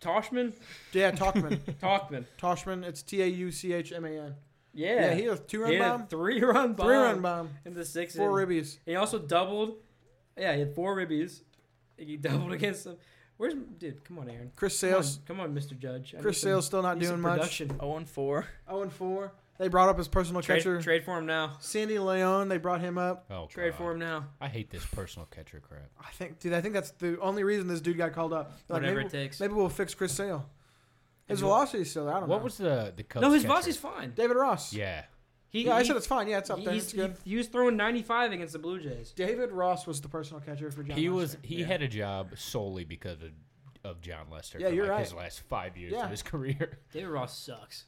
[SPEAKER 2] Toshman,
[SPEAKER 3] [LAUGHS]
[SPEAKER 2] [LAUGHS]
[SPEAKER 3] yeah, Talkman.
[SPEAKER 2] Talkman.
[SPEAKER 3] Toshman. It's T A U C H M A N.
[SPEAKER 2] Yeah,
[SPEAKER 3] Yeah, he had a two run
[SPEAKER 2] He had a
[SPEAKER 3] bomb,
[SPEAKER 2] three-run bomb,
[SPEAKER 3] three run bomb,
[SPEAKER 2] in the sixth.
[SPEAKER 3] four
[SPEAKER 2] inning.
[SPEAKER 3] ribbies.
[SPEAKER 2] And he also doubled. [LAUGHS] Yeah, he had four ribbies. He doubled against them. Where's dude? Come on, Aaron.
[SPEAKER 3] Chris
[SPEAKER 2] Come on,
[SPEAKER 3] Sales.
[SPEAKER 2] come on, Mr. Judge. I
[SPEAKER 3] Chris
[SPEAKER 2] need some-
[SPEAKER 3] Sale's still not
[SPEAKER 2] need some
[SPEAKER 3] doing much.
[SPEAKER 2] production.
[SPEAKER 5] 0 and 4.
[SPEAKER 3] 0 and 4. They brought up his personal catcher.
[SPEAKER 2] Trade, trade for him now.
[SPEAKER 3] Sandy Leone, they brought him up.
[SPEAKER 4] Oh,
[SPEAKER 2] Trade
[SPEAKER 4] God.
[SPEAKER 2] for him now.
[SPEAKER 4] I hate this personal catcher crap.
[SPEAKER 3] I think, dude, I think that's the only reason this dude got called up. They're
[SPEAKER 2] Whatever
[SPEAKER 3] maybe,
[SPEAKER 2] it takes.
[SPEAKER 3] Maybe we'll fix Chris Sale. His
[SPEAKER 2] Maybe-
[SPEAKER 3] velocity's still there. I don't know.
[SPEAKER 4] What was the the Cubs?
[SPEAKER 2] no, his
[SPEAKER 4] catcher?
[SPEAKER 2] velocity's fine.
[SPEAKER 3] David Ross?
[SPEAKER 4] Yeah,
[SPEAKER 2] He,
[SPEAKER 3] yeah, I
[SPEAKER 2] he-
[SPEAKER 3] said it's fine. Yeah, it's up there.
[SPEAKER 2] he's-
[SPEAKER 3] It's good.
[SPEAKER 2] He, he was throwing 95 against the Blue Jays.
[SPEAKER 3] David Ross was the personal catcher for John.
[SPEAKER 4] he was.
[SPEAKER 3] Lester.
[SPEAKER 4] He had a job solely because of, of John Lester.
[SPEAKER 3] Yeah,
[SPEAKER 4] for
[SPEAKER 3] you're
[SPEAKER 4] like His
[SPEAKER 3] right.
[SPEAKER 4] last five years
[SPEAKER 3] Yeah.
[SPEAKER 4] of his [LAUGHS] career.
[SPEAKER 2] David Ross sucks.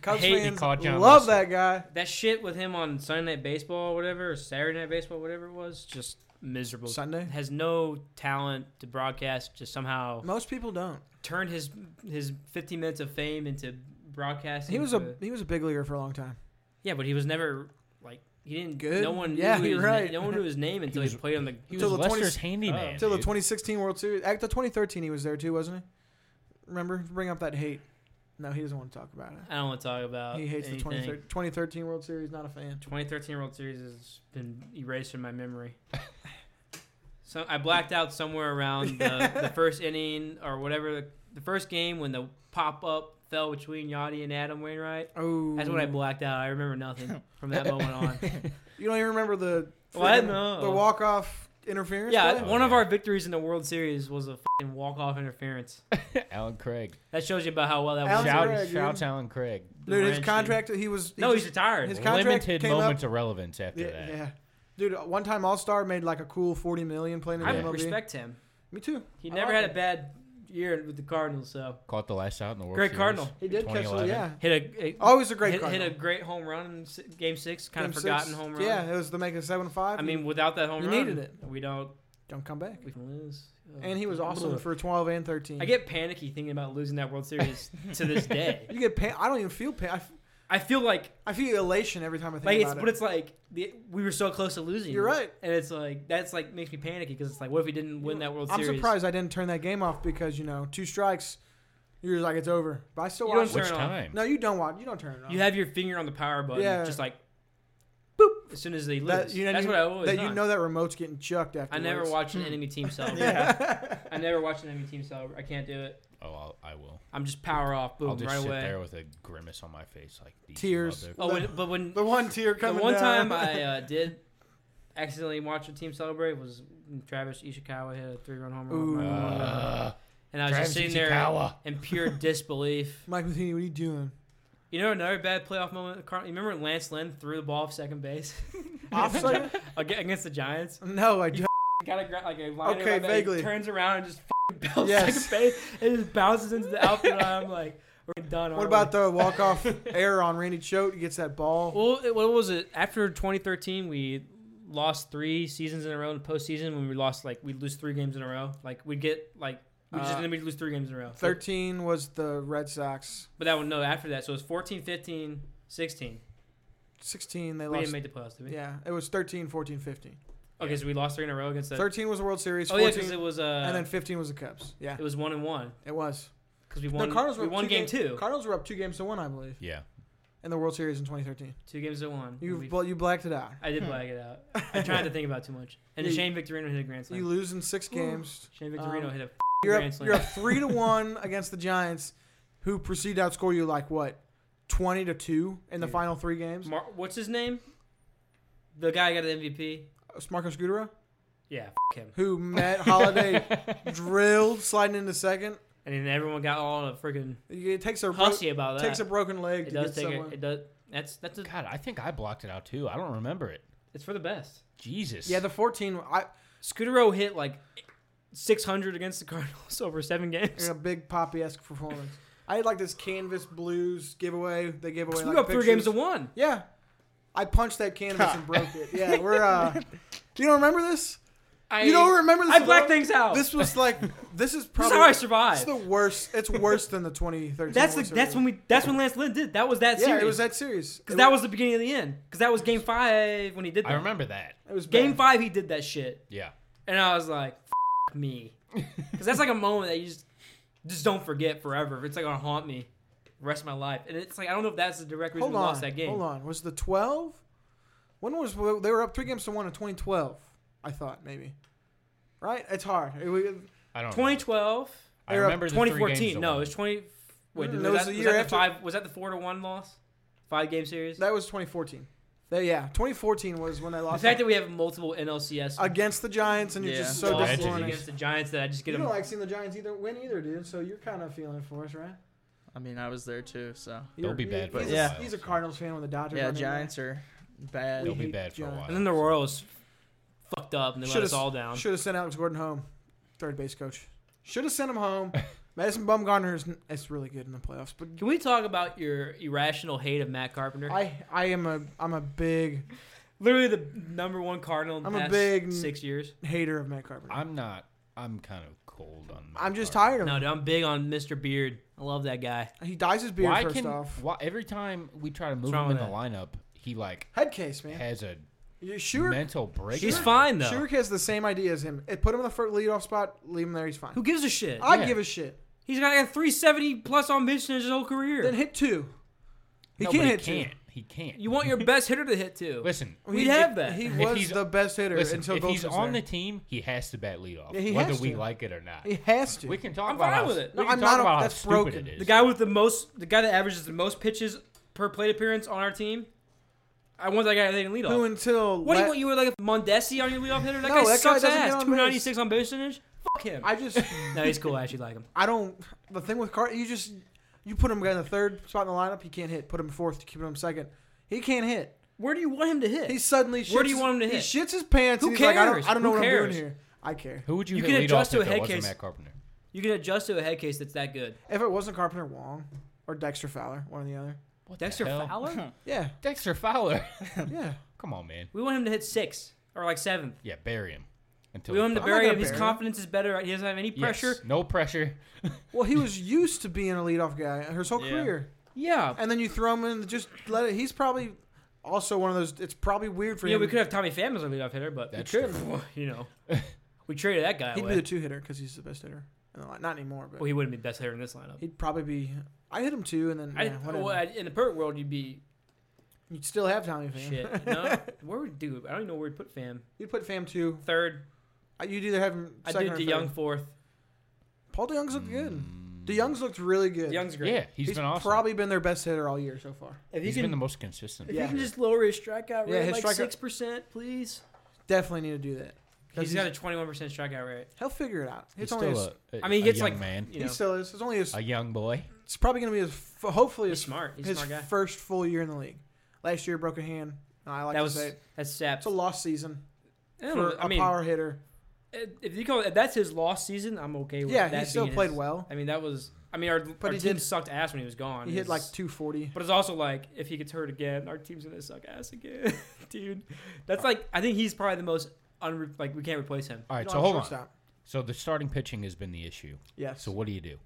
[SPEAKER 3] Cubs
[SPEAKER 4] hate he
[SPEAKER 3] fans
[SPEAKER 4] called John
[SPEAKER 3] love
[SPEAKER 4] Lester.
[SPEAKER 3] that guy.
[SPEAKER 2] That shit with him on Sunday Night Baseball or whatever, or Saturday Night Baseball, whatever it was, just miserable.
[SPEAKER 3] Sunday?
[SPEAKER 2] has no talent to broadcast. Just somehow
[SPEAKER 3] Most people don't.
[SPEAKER 2] turned his his 15 minutes of fame into broadcasting.
[SPEAKER 3] He was a
[SPEAKER 2] to-
[SPEAKER 3] he was a big leaguer for a long time.
[SPEAKER 2] yeah, but he was never like he didn't.
[SPEAKER 3] Good.
[SPEAKER 2] No one.
[SPEAKER 3] Yeah,
[SPEAKER 2] knew
[SPEAKER 3] you're
[SPEAKER 2] his,
[SPEAKER 3] right.
[SPEAKER 2] No one knew his
[SPEAKER 3] [LAUGHS]
[SPEAKER 2] name until he,
[SPEAKER 4] was-
[SPEAKER 2] played on the.
[SPEAKER 4] He was
[SPEAKER 3] Till the 20
[SPEAKER 4] Lester's handyman.
[SPEAKER 2] Oh.
[SPEAKER 3] Till the
[SPEAKER 4] dude.
[SPEAKER 3] 2016 World Series. Act the 2013 he was there too, wasn't he? Remember, bring up that hate. No, he doesn't want to talk about it.
[SPEAKER 2] I don't want to talk about.
[SPEAKER 3] He hates
[SPEAKER 2] Uh, anything.
[SPEAKER 3] the 23- 2013 World Series. Not a fan.
[SPEAKER 2] 2013 World Series has been erased from my memory. so I blacked out somewhere around the,
[SPEAKER 3] [LAUGHS]
[SPEAKER 2] the first inning or whatever, the, the first game when the pop up fell between Yachty and Adam Wainwright.
[SPEAKER 3] Oh,
[SPEAKER 2] That's when I blacked out. I remember
[SPEAKER 3] [LAUGHS]
[SPEAKER 2] nothing from that moment on.
[SPEAKER 3] You don't even remember the
[SPEAKER 2] Well, I
[SPEAKER 3] friggin-
[SPEAKER 2] know.
[SPEAKER 3] the walk off interference.
[SPEAKER 2] Yeah,
[SPEAKER 3] play?
[SPEAKER 2] one of our victories in the World Series was a fing walk off interference.
[SPEAKER 4] [LAUGHS] Alan Craig.
[SPEAKER 2] That shows you about how well that
[SPEAKER 3] Alan
[SPEAKER 2] was.
[SPEAKER 4] Shout,
[SPEAKER 3] Craig, dude.
[SPEAKER 4] shouts Alan Craig.
[SPEAKER 3] dude, his
[SPEAKER 2] Durant,
[SPEAKER 3] contract. He was he
[SPEAKER 2] No, he's
[SPEAKER 3] just-
[SPEAKER 2] retired.
[SPEAKER 3] His contract
[SPEAKER 4] Limited
[SPEAKER 3] came up-
[SPEAKER 4] moments of relevance after
[SPEAKER 3] Yeah,
[SPEAKER 4] that.
[SPEAKER 3] yeah. dude. One time All Star made like a cool 40 million playing in the
[SPEAKER 2] I
[SPEAKER 3] MLB.
[SPEAKER 2] respect him.
[SPEAKER 3] Me too.
[SPEAKER 2] He
[SPEAKER 3] I
[SPEAKER 2] never
[SPEAKER 3] like
[SPEAKER 2] had a
[SPEAKER 3] it.
[SPEAKER 2] bad year with the Cardinals, so
[SPEAKER 4] Caught the last out in the World
[SPEAKER 2] Great
[SPEAKER 4] Series.
[SPEAKER 2] Cardinal.
[SPEAKER 3] He did catch it.
[SPEAKER 4] 2011.
[SPEAKER 3] Yeah.
[SPEAKER 2] hit a, a
[SPEAKER 3] Always a great
[SPEAKER 2] hit, hit
[SPEAKER 3] Cardinal.
[SPEAKER 2] a great home run in si- game six, kind
[SPEAKER 3] Game
[SPEAKER 2] of
[SPEAKER 3] six.
[SPEAKER 2] forgotten home run.
[SPEAKER 3] Yeah, it was the make it seven five.
[SPEAKER 2] I mean, without that home
[SPEAKER 3] You
[SPEAKER 2] run,
[SPEAKER 3] needed it.
[SPEAKER 2] We don't.
[SPEAKER 3] don't come back.
[SPEAKER 2] We can lose. Ugh.
[SPEAKER 3] And he was awesome
[SPEAKER 2] Ugh.
[SPEAKER 3] for 12 and 13.
[SPEAKER 2] I get panicky thinking about losing that World
[SPEAKER 3] [LAUGHS]
[SPEAKER 2] Series to this day.
[SPEAKER 3] you get pain. I don't even feel pain. I, f-
[SPEAKER 2] I feel like
[SPEAKER 3] I feel elation every time I think
[SPEAKER 2] like it's
[SPEAKER 3] about
[SPEAKER 2] but
[SPEAKER 3] it.
[SPEAKER 2] it's like the, we were so close to losing.
[SPEAKER 3] You're
[SPEAKER 2] it.
[SPEAKER 3] right.
[SPEAKER 2] and it's like that's like makes me panicky because it's like what if we didn't win that World
[SPEAKER 3] I'm
[SPEAKER 2] Series?
[SPEAKER 3] surprised I didn't turn that game off because you know two strikes, you're like it's over. But I still
[SPEAKER 2] You
[SPEAKER 3] watch.
[SPEAKER 2] don't
[SPEAKER 4] Which
[SPEAKER 2] Turn it on.
[SPEAKER 4] time?
[SPEAKER 3] No, you don't watch. You don't turn it off.
[SPEAKER 2] You have your finger on the power button,
[SPEAKER 3] Yeah.
[SPEAKER 2] just like boop as soon as they lose.
[SPEAKER 3] that, you know,
[SPEAKER 2] that's
[SPEAKER 3] you,
[SPEAKER 2] what I always.
[SPEAKER 3] that you
[SPEAKER 2] done.
[SPEAKER 3] know Hmm. that remote's getting chucked after.
[SPEAKER 2] I never watch an enemy
[SPEAKER 3] [LAUGHS]
[SPEAKER 2] team celebrate. I never watch an enemy team celebrate. I can't do it.
[SPEAKER 4] Oh, I'll, I will.
[SPEAKER 2] I'm just power off, boom,
[SPEAKER 4] I'll just
[SPEAKER 2] right
[SPEAKER 4] sit
[SPEAKER 2] away.
[SPEAKER 4] there with a grimace on my face, like these
[SPEAKER 3] Tears.
[SPEAKER 2] [LAUGHS]
[SPEAKER 4] mother-
[SPEAKER 2] Oh, when, but when
[SPEAKER 3] the one tear
[SPEAKER 2] the
[SPEAKER 3] coming.
[SPEAKER 2] one
[SPEAKER 3] down.
[SPEAKER 2] time I uh, did accidentally watch a team celebrate was when Travis Ishikawa hit a three-run home run,
[SPEAKER 3] Ooh.
[SPEAKER 4] Uh,
[SPEAKER 2] and I was just
[SPEAKER 4] Travis
[SPEAKER 2] sitting there
[SPEAKER 4] Ishikawa.
[SPEAKER 2] in
[SPEAKER 4] [LAUGHS]
[SPEAKER 2] pure disbelief.
[SPEAKER 3] [LAUGHS] Mike Matheny, what are you doing?
[SPEAKER 2] You know another bad playoff moment. Carl, you remember Lance Lynn threw the ball off second base [LAUGHS]
[SPEAKER 3] [LAUGHS] Offside?
[SPEAKER 2] Aga- against the Giants?
[SPEAKER 3] no, I don't.
[SPEAKER 2] Got a gra- like a liner
[SPEAKER 3] Okay,
[SPEAKER 2] like that, he
[SPEAKER 3] vaguely.
[SPEAKER 2] turns around and just [LAUGHS] f***ing belts
[SPEAKER 3] Yes.
[SPEAKER 2] second base. It just bounces into the
[SPEAKER 3] [LAUGHS]
[SPEAKER 2] outfield. and I'm like, we're done.
[SPEAKER 3] What
[SPEAKER 2] aren't
[SPEAKER 3] about
[SPEAKER 2] we?
[SPEAKER 3] the walk off [LAUGHS] error on Randy Choate? He gets that ball.
[SPEAKER 2] Well, it- what was it? After 2013, we lost three seasons in a row in the postseason. When we lost, like we'd lose three games in a row. Like we'd get like we just
[SPEAKER 3] Uh,
[SPEAKER 2] didn't we'd lose three games in a row.
[SPEAKER 3] Thirteen was the Red Sox.
[SPEAKER 2] But that one, no, after that, so it was 14, 15, 16.
[SPEAKER 3] Sixteen they
[SPEAKER 2] We
[SPEAKER 3] lost.
[SPEAKER 2] didn't make the playoffs, did we?
[SPEAKER 3] yeah, it was 13, 14, 15.
[SPEAKER 2] Okay, so we lost three in a row against the.
[SPEAKER 3] 13 was the World Series.
[SPEAKER 2] oh
[SPEAKER 3] 14,
[SPEAKER 2] yeah, because it was uh,
[SPEAKER 3] and then 15 was the Cubs. Yeah,
[SPEAKER 2] it was one and one
[SPEAKER 3] it was.
[SPEAKER 2] because we won.
[SPEAKER 3] no, Cardinals were
[SPEAKER 2] we
[SPEAKER 3] up
[SPEAKER 2] won
[SPEAKER 3] two
[SPEAKER 2] game
[SPEAKER 3] games-
[SPEAKER 2] two,
[SPEAKER 3] Cardinals were up two games to one, I believe,
[SPEAKER 4] Yeah.
[SPEAKER 3] in the World Series in 2013.
[SPEAKER 2] two games to one.
[SPEAKER 3] You
[SPEAKER 2] We-
[SPEAKER 3] bl- you blacked it out.
[SPEAKER 2] I did blag it out. I tried to think about it too much. And
[SPEAKER 3] You-
[SPEAKER 2] Shane Victorino hit a grand
[SPEAKER 3] You
[SPEAKER 2] slam.
[SPEAKER 3] lose in six games.
[SPEAKER 2] Shane Victorino
[SPEAKER 3] um,
[SPEAKER 2] hit a f-
[SPEAKER 3] You're
[SPEAKER 2] grand
[SPEAKER 3] up,
[SPEAKER 2] slam.
[SPEAKER 3] you're up three to one [LAUGHS] against the Giants, who proceed to outscore you like what, twenty to two in the final three games.
[SPEAKER 2] Mar- what's his name? The guy who got an MVP.
[SPEAKER 3] Marcos Gudera,
[SPEAKER 2] Yeah, f- him.
[SPEAKER 3] Uh, who met [LAUGHS] Holiday, drilled sliding into second.
[SPEAKER 2] And then everyone got all a freaking
[SPEAKER 3] It takes a bro-
[SPEAKER 2] hussy about that.
[SPEAKER 3] takes a broken leg
[SPEAKER 2] it
[SPEAKER 3] to
[SPEAKER 2] does
[SPEAKER 3] get
[SPEAKER 2] take a,
[SPEAKER 3] someone.
[SPEAKER 2] it does. That's that's a,
[SPEAKER 4] God, I think I blocked it out too. I don't remember it.
[SPEAKER 2] it's for the best.
[SPEAKER 4] Jesus.
[SPEAKER 3] yeah, the fourteen. I
[SPEAKER 2] Scudero hit like 600 against the Cardinals [LAUGHS] over seven games.
[SPEAKER 3] in a big poppy esque performance. I had like this canvas blues giveaway. They gave away.
[SPEAKER 2] We
[SPEAKER 3] like,
[SPEAKER 2] got three games
[SPEAKER 3] pictures.
[SPEAKER 2] to one.
[SPEAKER 3] Yeah. I punched that canvas and broke it.
[SPEAKER 2] [LAUGHS]
[SPEAKER 3] Yeah, we're uh Do you don't remember this?
[SPEAKER 2] I,
[SPEAKER 3] You don't remember this?
[SPEAKER 2] I
[SPEAKER 3] at
[SPEAKER 2] black
[SPEAKER 3] all?
[SPEAKER 2] things out.
[SPEAKER 3] This was like this
[SPEAKER 2] [LAUGHS]
[SPEAKER 3] is
[SPEAKER 2] This
[SPEAKER 3] probably
[SPEAKER 2] is how I
[SPEAKER 3] It's
[SPEAKER 2] survived.
[SPEAKER 3] the worst. It's worse than the 2013.
[SPEAKER 2] That's the
[SPEAKER 3] World
[SPEAKER 2] that's
[SPEAKER 3] Series.
[SPEAKER 2] when we that's when Lance Lynn did. That was that
[SPEAKER 3] Yeah,
[SPEAKER 2] series.
[SPEAKER 3] it was that series.
[SPEAKER 2] because that was the beginning of the end. Because that was game five when he did that.
[SPEAKER 4] I remember that.
[SPEAKER 3] it was
[SPEAKER 2] Game
[SPEAKER 3] bad.
[SPEAKER 2] five, he did that shit.
[SPEAKER 4] Yeah.
[SPEAKER 2] And I was like, F-
[SPEAKER 3] [LAUGHS]
[SPEAKER 2] me. Because that's like a moment that you just just don't forget forever. It's like gonna haunt me the rest of my life. And it's like I don't know if that's the direct reason
[SPEAKER 3] Hold
[SPEAKER 2] we
[SPEAKER 3] on.
[SPEAKER 2] lost that game.
[SPEAKER 3] Hold on. Was the 12? When was they were up 3 games to 1 in 2012? I thought maybe. Right? It's hard. It- we-
[SPEAKER 4] I don't. know.
[SPEAKER 2] 2012.
[SPEAKER 4] I
[SPEAKER 2] or
[SPEAKER 4] remember the three games
[SPEAKER 2] 2014.
[SPEAKER 4] that
[SPEAKER 2] no,
[SPEAKER 4] won.
[SPEAKER 2] it was 20. Wait,
[SPEAKER 3] No,
[SPEAKER 2] did
[SPEAKER 3] it
[SPEAKER 2] that,
[SPEAKER 3] was
[SPEAKER 2] was,
[SPEAKER 3] the
[SPEAKER 2] that
[SPEAKER 3] year
[SPEAKER 2] the
[SPEAKER 3] after-
[SPEAKER 2] five? Was that the four to one loss? Five game series.
[SPEAKER 3] That was 2014. That, yeah, 2014 was when they
[SPEAKER 2] the
[SPEAKER 3] lost
[SPEAKER 2] fact that we have multiple NLCS
[SPEAKER 3] against the Giants, and you're
[SPEAKER 5] Yeah.
[SPEAKER 3] just so
[SPEAKER 4] Well,
[SPEAKER 2] losses
[SPEAKER 4] that's just
[SPEAKER 3] disappointed.
[SPEAKER 2] against the Giants that I just get
[SPEAKER 3] You
[SPEAKER 2] them.
[SPEAKER 3] don't like seeing the Giants either win either, dude. So you're kind of feeling for us, right?
[SPEAKER 5] [LAUGHS] I mean, I was there too, so.
[SPEAKER 4] They'll
[SPEAKER 3] You're-
[SPEAKER 4] be bad for
[SPEAKER 3] He's,
[SPEAKER 5] a
[SPEAKER 3] a,
[SPEAKER 4] while.
[SPEAKER 3] he's a Cardinals fan with the Dodgers.
[SPEAKER 5] Yeah,
[SPEAKER 3] running back.
[SPEAKER 5] Giants are bad.
[SPEAKER 4] They'll
[SPEAKER 3] We
[SPEAKER 4] be
[SPEAKER 3] hate
[SPEAKER 4] bad for a
[SPEAKER 3] Giants.
[SPEAKER 4] while.
[SPEAKER 2] and then the Royals fucked up and they let
[SPEAKER 3] Should've-
[SPEAKER 2] us all down.
[SPEAKER 3] Should have sent Alex Gordon home, third base coach. Should have sent him home. [LAUGHS] Madison Bumgarner is, is really good in the playoffs, but
[SPEAKER 2] Can we talk about your irrational hate of Matt Carpenter?
[SPEAKER 3] I I am a I'm a big
[SPEAKER 2] Literally the number one Cardinal in the
[SPEAKER 3] I'm a
[SPEAKER 2] past
[SPEAKER 3] big-
[SPEAKER 2] six years.
[SPEAKER 3] hater of Matt Carpenter.
[SPEAKER 4] I'm not. I'm kind of cold on. Matt
[SPEAKER 3] I'm just
[SPEAKER 4] Carpenter.
[SPEAKER 3] tired of
[SPEAKER 2] No,
[SPEAKER 3] him.
[SPEAKER 2] dude, I'm big on Mr. Beard. I love that guy.
[SPEAKER 3] He dyes his beard
[SPEAKER 4] Why
[SPEAKER 3] first
[SPEAKER 4] can
[SPEAKER 3] off.
[SPEAKER 4] why, every time we try to move
[SPEAKER 2] wrong
[SPEAKER 4] him in
[SPEAKER 2] with
[SPEAKER 4] the lineup, he like
[SPEAKER 3] Head case, man.
[SPEAKER 4] has a
[SPEAKER 3] You- Shurik
[SPEAKER 4] mental breakdown.
[SPEAKER 2] He's fine though.
[SPEAKER 3] Shurik has the same idea as him. Eh, Put him in the first leadoff spot. Leave him there. He's fine.
[SPEAKER 2] Who gives a shit?
[SPEAKER 3] I
[SPEAKER 4] Yeah.
[SPEAKER 3] give a shit.
[SPEAKER 2] He's got like a 370 plus on base in his whole career.
[SPEAKER 3] Then hit two. He
[SPEAKER 4] No,
[SPEAKER 3] can't
[SPEAKER 4] but
[SPEAKER 3] hit
[SPEAKER 4] he
[SPEAKER 3] two.
[SPEAKER 4] can't. He can't.
[SPEAKER 2] You
[SPEAKER 3] [LAUGHS]
[SPEAKER 2] want your best hitter to hit too.
[SPEAKER 4] listen.
[SPEAKER 2] we
[SPEAKER 3] He-
[SPEAKER 2] have that.
[SPEAKER 3] He
[SPEAKER 2] If
[SPEAKER 3] was
[SPEAKER 4] he's-
[SPEAKER 3] the best hitter
[SPEAKER 4] Listen,
[SPEAKER 3] until
[SPEAKER 4] if he's
[SPEAKER 3] Bosa was
[SPEAKER 4] on
[SPEAKER 3] there.
[SPEAKER 4] the team, he has to bat leadoff,
[SPEAKER 3] Yeah, he
[SPEAKER 4] whether
[SPEAKER 3] has
[SPEAKER 4] we
[SPEAKER 3] to.
[SPEAKER 4] like it or not.
[SPEAKER 3] He has to.
[SPEAKER 4] We can talk
[SPEAKER 2] I'm
[SPEAKER 4] about
[SPEAKER 2] fine
[SPEAKER 4] how,
[SPEAKER 2] with it.
[SPEAKER 3] No,
[SPEAKER 4] We can
[SPEAKER 3] I'm
[SPEAKER 4] talk
[SPEAKER 3] not-
[SPEAKER 4] about
[SPEAKER 3] that's
[SPEAKER 4] how stupid
[SPEAKER 3] broken.
[SPEAKER 4] it is.
[SPEAKER 2] the guy with the most, the guy that averages the most pitches per plate appearance on our team, I want that guy to lead
[SPEAKER 3] Who
[SPEAKER 2] off.
[SPEAKER 3] until
[SPEAKER 2] What do you
[SPEAKER 3] la-
[SPEAKER 2] want? You were like a Mondesi on your leadoff hitter. That
[SPEAKER 3] No,
[SPEAKER 2] guy
[SPEAKER 3] that guy
[SPEAKER 2] sucks
[SPEAKER 3] doesn't get
[SPEAKER 2] ass.
[SPEAKER 3] on base.
[SPEAKER 2] 296 on base percentage. Fuck him.
[SPEAKER 3] I just
[SPEAKER 2] [LAUGHS] no, he's cool. I actually like him.
[SPEAKER 3] I don't. The thing with Carter, you just you put him in the third spot in the lineup, he can't hit. Put him fourth, keep him second, he can't hit.
[SPEAKER 2] Where do you want him to hit?
[SPEAKER 3] He suddenly shits
[SPEAKER 2] Where do you want him to
[SPEAKER 3] his-
[SPEAKER 2] hit?
[SPEAKER 3] He shits his pants.
[SPEAKER 2] Who
[SPEAKER 3] and he's like, I
[SPEAKER 2] cares?
[SPEAKER 3] don't, I don't know
[SPEAKER 2] Who
[SPEAKER 3] what I'm
[SPEAKER 2] cares?
[SPEAKER 3] doing here. I care.
[SPEAKER 4] Who would you,
[SPEAKER 2] You
[SPEAKER 4] hit
[SPEAKER 2] can
[SPEAKER 4] lead
[SPEAKER 2] adjust
[SPEAKER 4] off
[SPEAKER 2] to a
[SPEAKER 4] if it
[SPEAKER 2] head
[SPEAKER 4] wasn't
[SPEAKER 2] case.
[SPEAKER 4] Matt Carpenter?
[SPEAKER 2] you can adjust to a head case that's that good.
[SPEAKER 3] If it wasn't Carpenter, Wong or Dexter Fowler, one or the other.
[SPEAKER 4] What the
[SPEAKER 2] Dexter
[SPEAKER 4] hell?
[SPEAKER 2] Fowler.
[SPEAKER 3] Yeah,
[SPEAKER 4] Dexter Fowler. [LAUGHS]
[SPEAKER 3] yeah.
[SPEAKER 2] [LAUGHS]
[SPEAKER 4] Come on, man.
[SPEAKER 2] we want him to hit six or like seventh.
[SPEAKER 4] Yeah, bury him. Until
[SPEAKER 2] We want him to
[SPEAKER 4] fucks-
[SPEAKER 3] not
[SPEAKER 2] bury
[SPEAKER 3] gonna
[SPEAKER 2] him. His
[SPEAKER 3] bury him.
[SPEAKER 2] confidence is better. He doesn't have any
[SPEAKER 4] Yes,
[SPEAKER 2] pressure.
[SPEAKER 4] No pressure.
[SPEAKER 3] Well, he was used to being a leadoff guy his whole
[SPEAKER 5] Yeah.
[SPEAKER 3] career,
[SPEAKER 2] Yeah.
[SPEAKER 3] and then you throw him in, just let it. He's probably also one of those. It's probably weird for
[SPEAKER 2] Yeah,
[SPEAKER 3] him.
[SPEAKER 2] we could have Tommy Pham as our leadoff hitter, but
[SPEAKER 4] That's
[SPEAKER 2] we traded, him, [LAUGHS] you
[SPEAKER 4] [LAUGHS]
[SPEAKER 2] know, we traded that guy
[SPEAKER 3] He'd
[SPEAKER 2] away.
[SPEAKER 3] be the two hitter because he's the best hitter. In the line. Not anymore, but
[SPEAKER 2] well, he wouldn't be the best hitter in this lineup.
[SPEAKER 3] he'd probably be. I hit him two, and then
[SPEAKER 2] I,
[SPEAKER 3] yeah, whatever.
[SPEAKER 2] well, I, in the perfect world, you'd be
[SPEAKER 3] You'd still have Tommy Pham.
[SPEAKER 2] shit.
[SPEAKER 3] [LAUGHS]
[SPEAKER 2] No, where would dude? I don't even know where we'd put Pham.
[SPEAKER 3] You'd put Pham two.
[SPEAKER 2] Third,
[SPEAKER 3] Uh, You'd either have him.
[SPEAKER 2] I
[SPEAKER 3] Second
[SPEAKER 2] did
[SPEAKER 3] or
[SPEAKER 2] the
[SPEAKER 3] third.
[SPEAKER 2] young fourth.
[SPEAKER 3] Paul DeYoung's looked good. DeYoung's looked really good.
[SPEAKER 2] The young's great.
[SPEAKER 4] Yeah,
[SPEAKER 3] he's
[SPEAKER 4] Mm. he's been awesome.
[SPEAKER 3] probably been their best hitter all year so far.
[SPEAKER 2] if he
[SPEAKER 4] he's
[SPEAKER 2] can,
[SPEAKER 4] been the most consistent.
[SPEAKER 2] if
[SPEAKER 3] Yeah.
[SPEAKER 2] he can just lower his strikeout
[SPEAKER 3] Yeah,
[SPEAKER 2] rate like
[SPEAKER 3] his strikeout-
[SPEAKER 2] six percent, please.
[SPEAKER 3] Definitely need to do that. 'Cause
[SPEAKER 2] he's got a twenty-one percent strikeout rate.
[SPEAKER 3] he'll figure it out.
[SPEAKER 4] He's
[SPEAKER 3] It's only.
[SPEAKER 4] still
[SPEAKER 3] his-
[SPEAKER 4] a,
[SPEAKER 2] I mean, he
[SPEAKER 4] a
[SPEAKER 2] gets
[SPEAKER 4] young
[SPEAKER 2] like
[SPEAKER 4] man,
[SPEAKER 2] You know,
[SPEAKER 3] he still is. It's only his.
[SPEAKER 4] a young boy.
[SPEAKER 3] It's probably going to be his. f- Hopefully,
[SPEAKER 2] He's
[SPEAKER 3] his,
[SPEAKER 2] smart. He's a
[SPEAKER 3] his
[SPEAKER 2] smart guy.
[SPEAKER 3] first full year in the league. Last year broke a hand. and I like
[SPEAKER 2] that
[SPEAKER 3] to
[SPEAKER 2] was
[SPEAKER 3] say it.
[SPEAKER 2] that's sapped.
[SPEAKER 3] it's a lost season
[SPEAKER 2] I don't know,
[SPEAKER 3] for
[SPEAKER 2] I mean,
[SPEAKER 3] a power hitter.
[SPEAKER 2] if you call it, if that's his lost season, I'm okay with
[SPEAKER 3] Yeah,
[SPEAKER 2] that.
[SPEAKER 3] he still
[SPEAKER 2] being
[SPEAKER 3] played
[SPEAKER 2] his-
[SPEAKER 3] well.
[SPEAKER 2] I mean, that was. I mean, our, our
[SPEAKER 3] he
[SPEAKER 2] team
[SPEAKER 3] did-
[SPEAKER 2] sucked ass when he was gone.
[SPEAKER 3] He hit like
[SPEAKER 2] It's-
[SPEAKER 3] 240.
[SPEAKER 2] But it's also like if he gets hurt again, our team's gonna suck ass again, [LAUGHS] dude. That's like I think he's probably the most unre- like we can't replace him.
[SPEAKER 4] All
[SPEAKER 3] You
[SPEAKER 4] right,
[SPEAKER 3] don't
[SPEAKER 4] so
[SPEAKER 3] have a
[SPEAKER 4] hold on.
[SPEAKER 3] shortstop.
[SPEAKER 4] So the starting pitching has been the issue.
[SPEAKER 3] Yes.
[SPEAKER 4] So what do you do?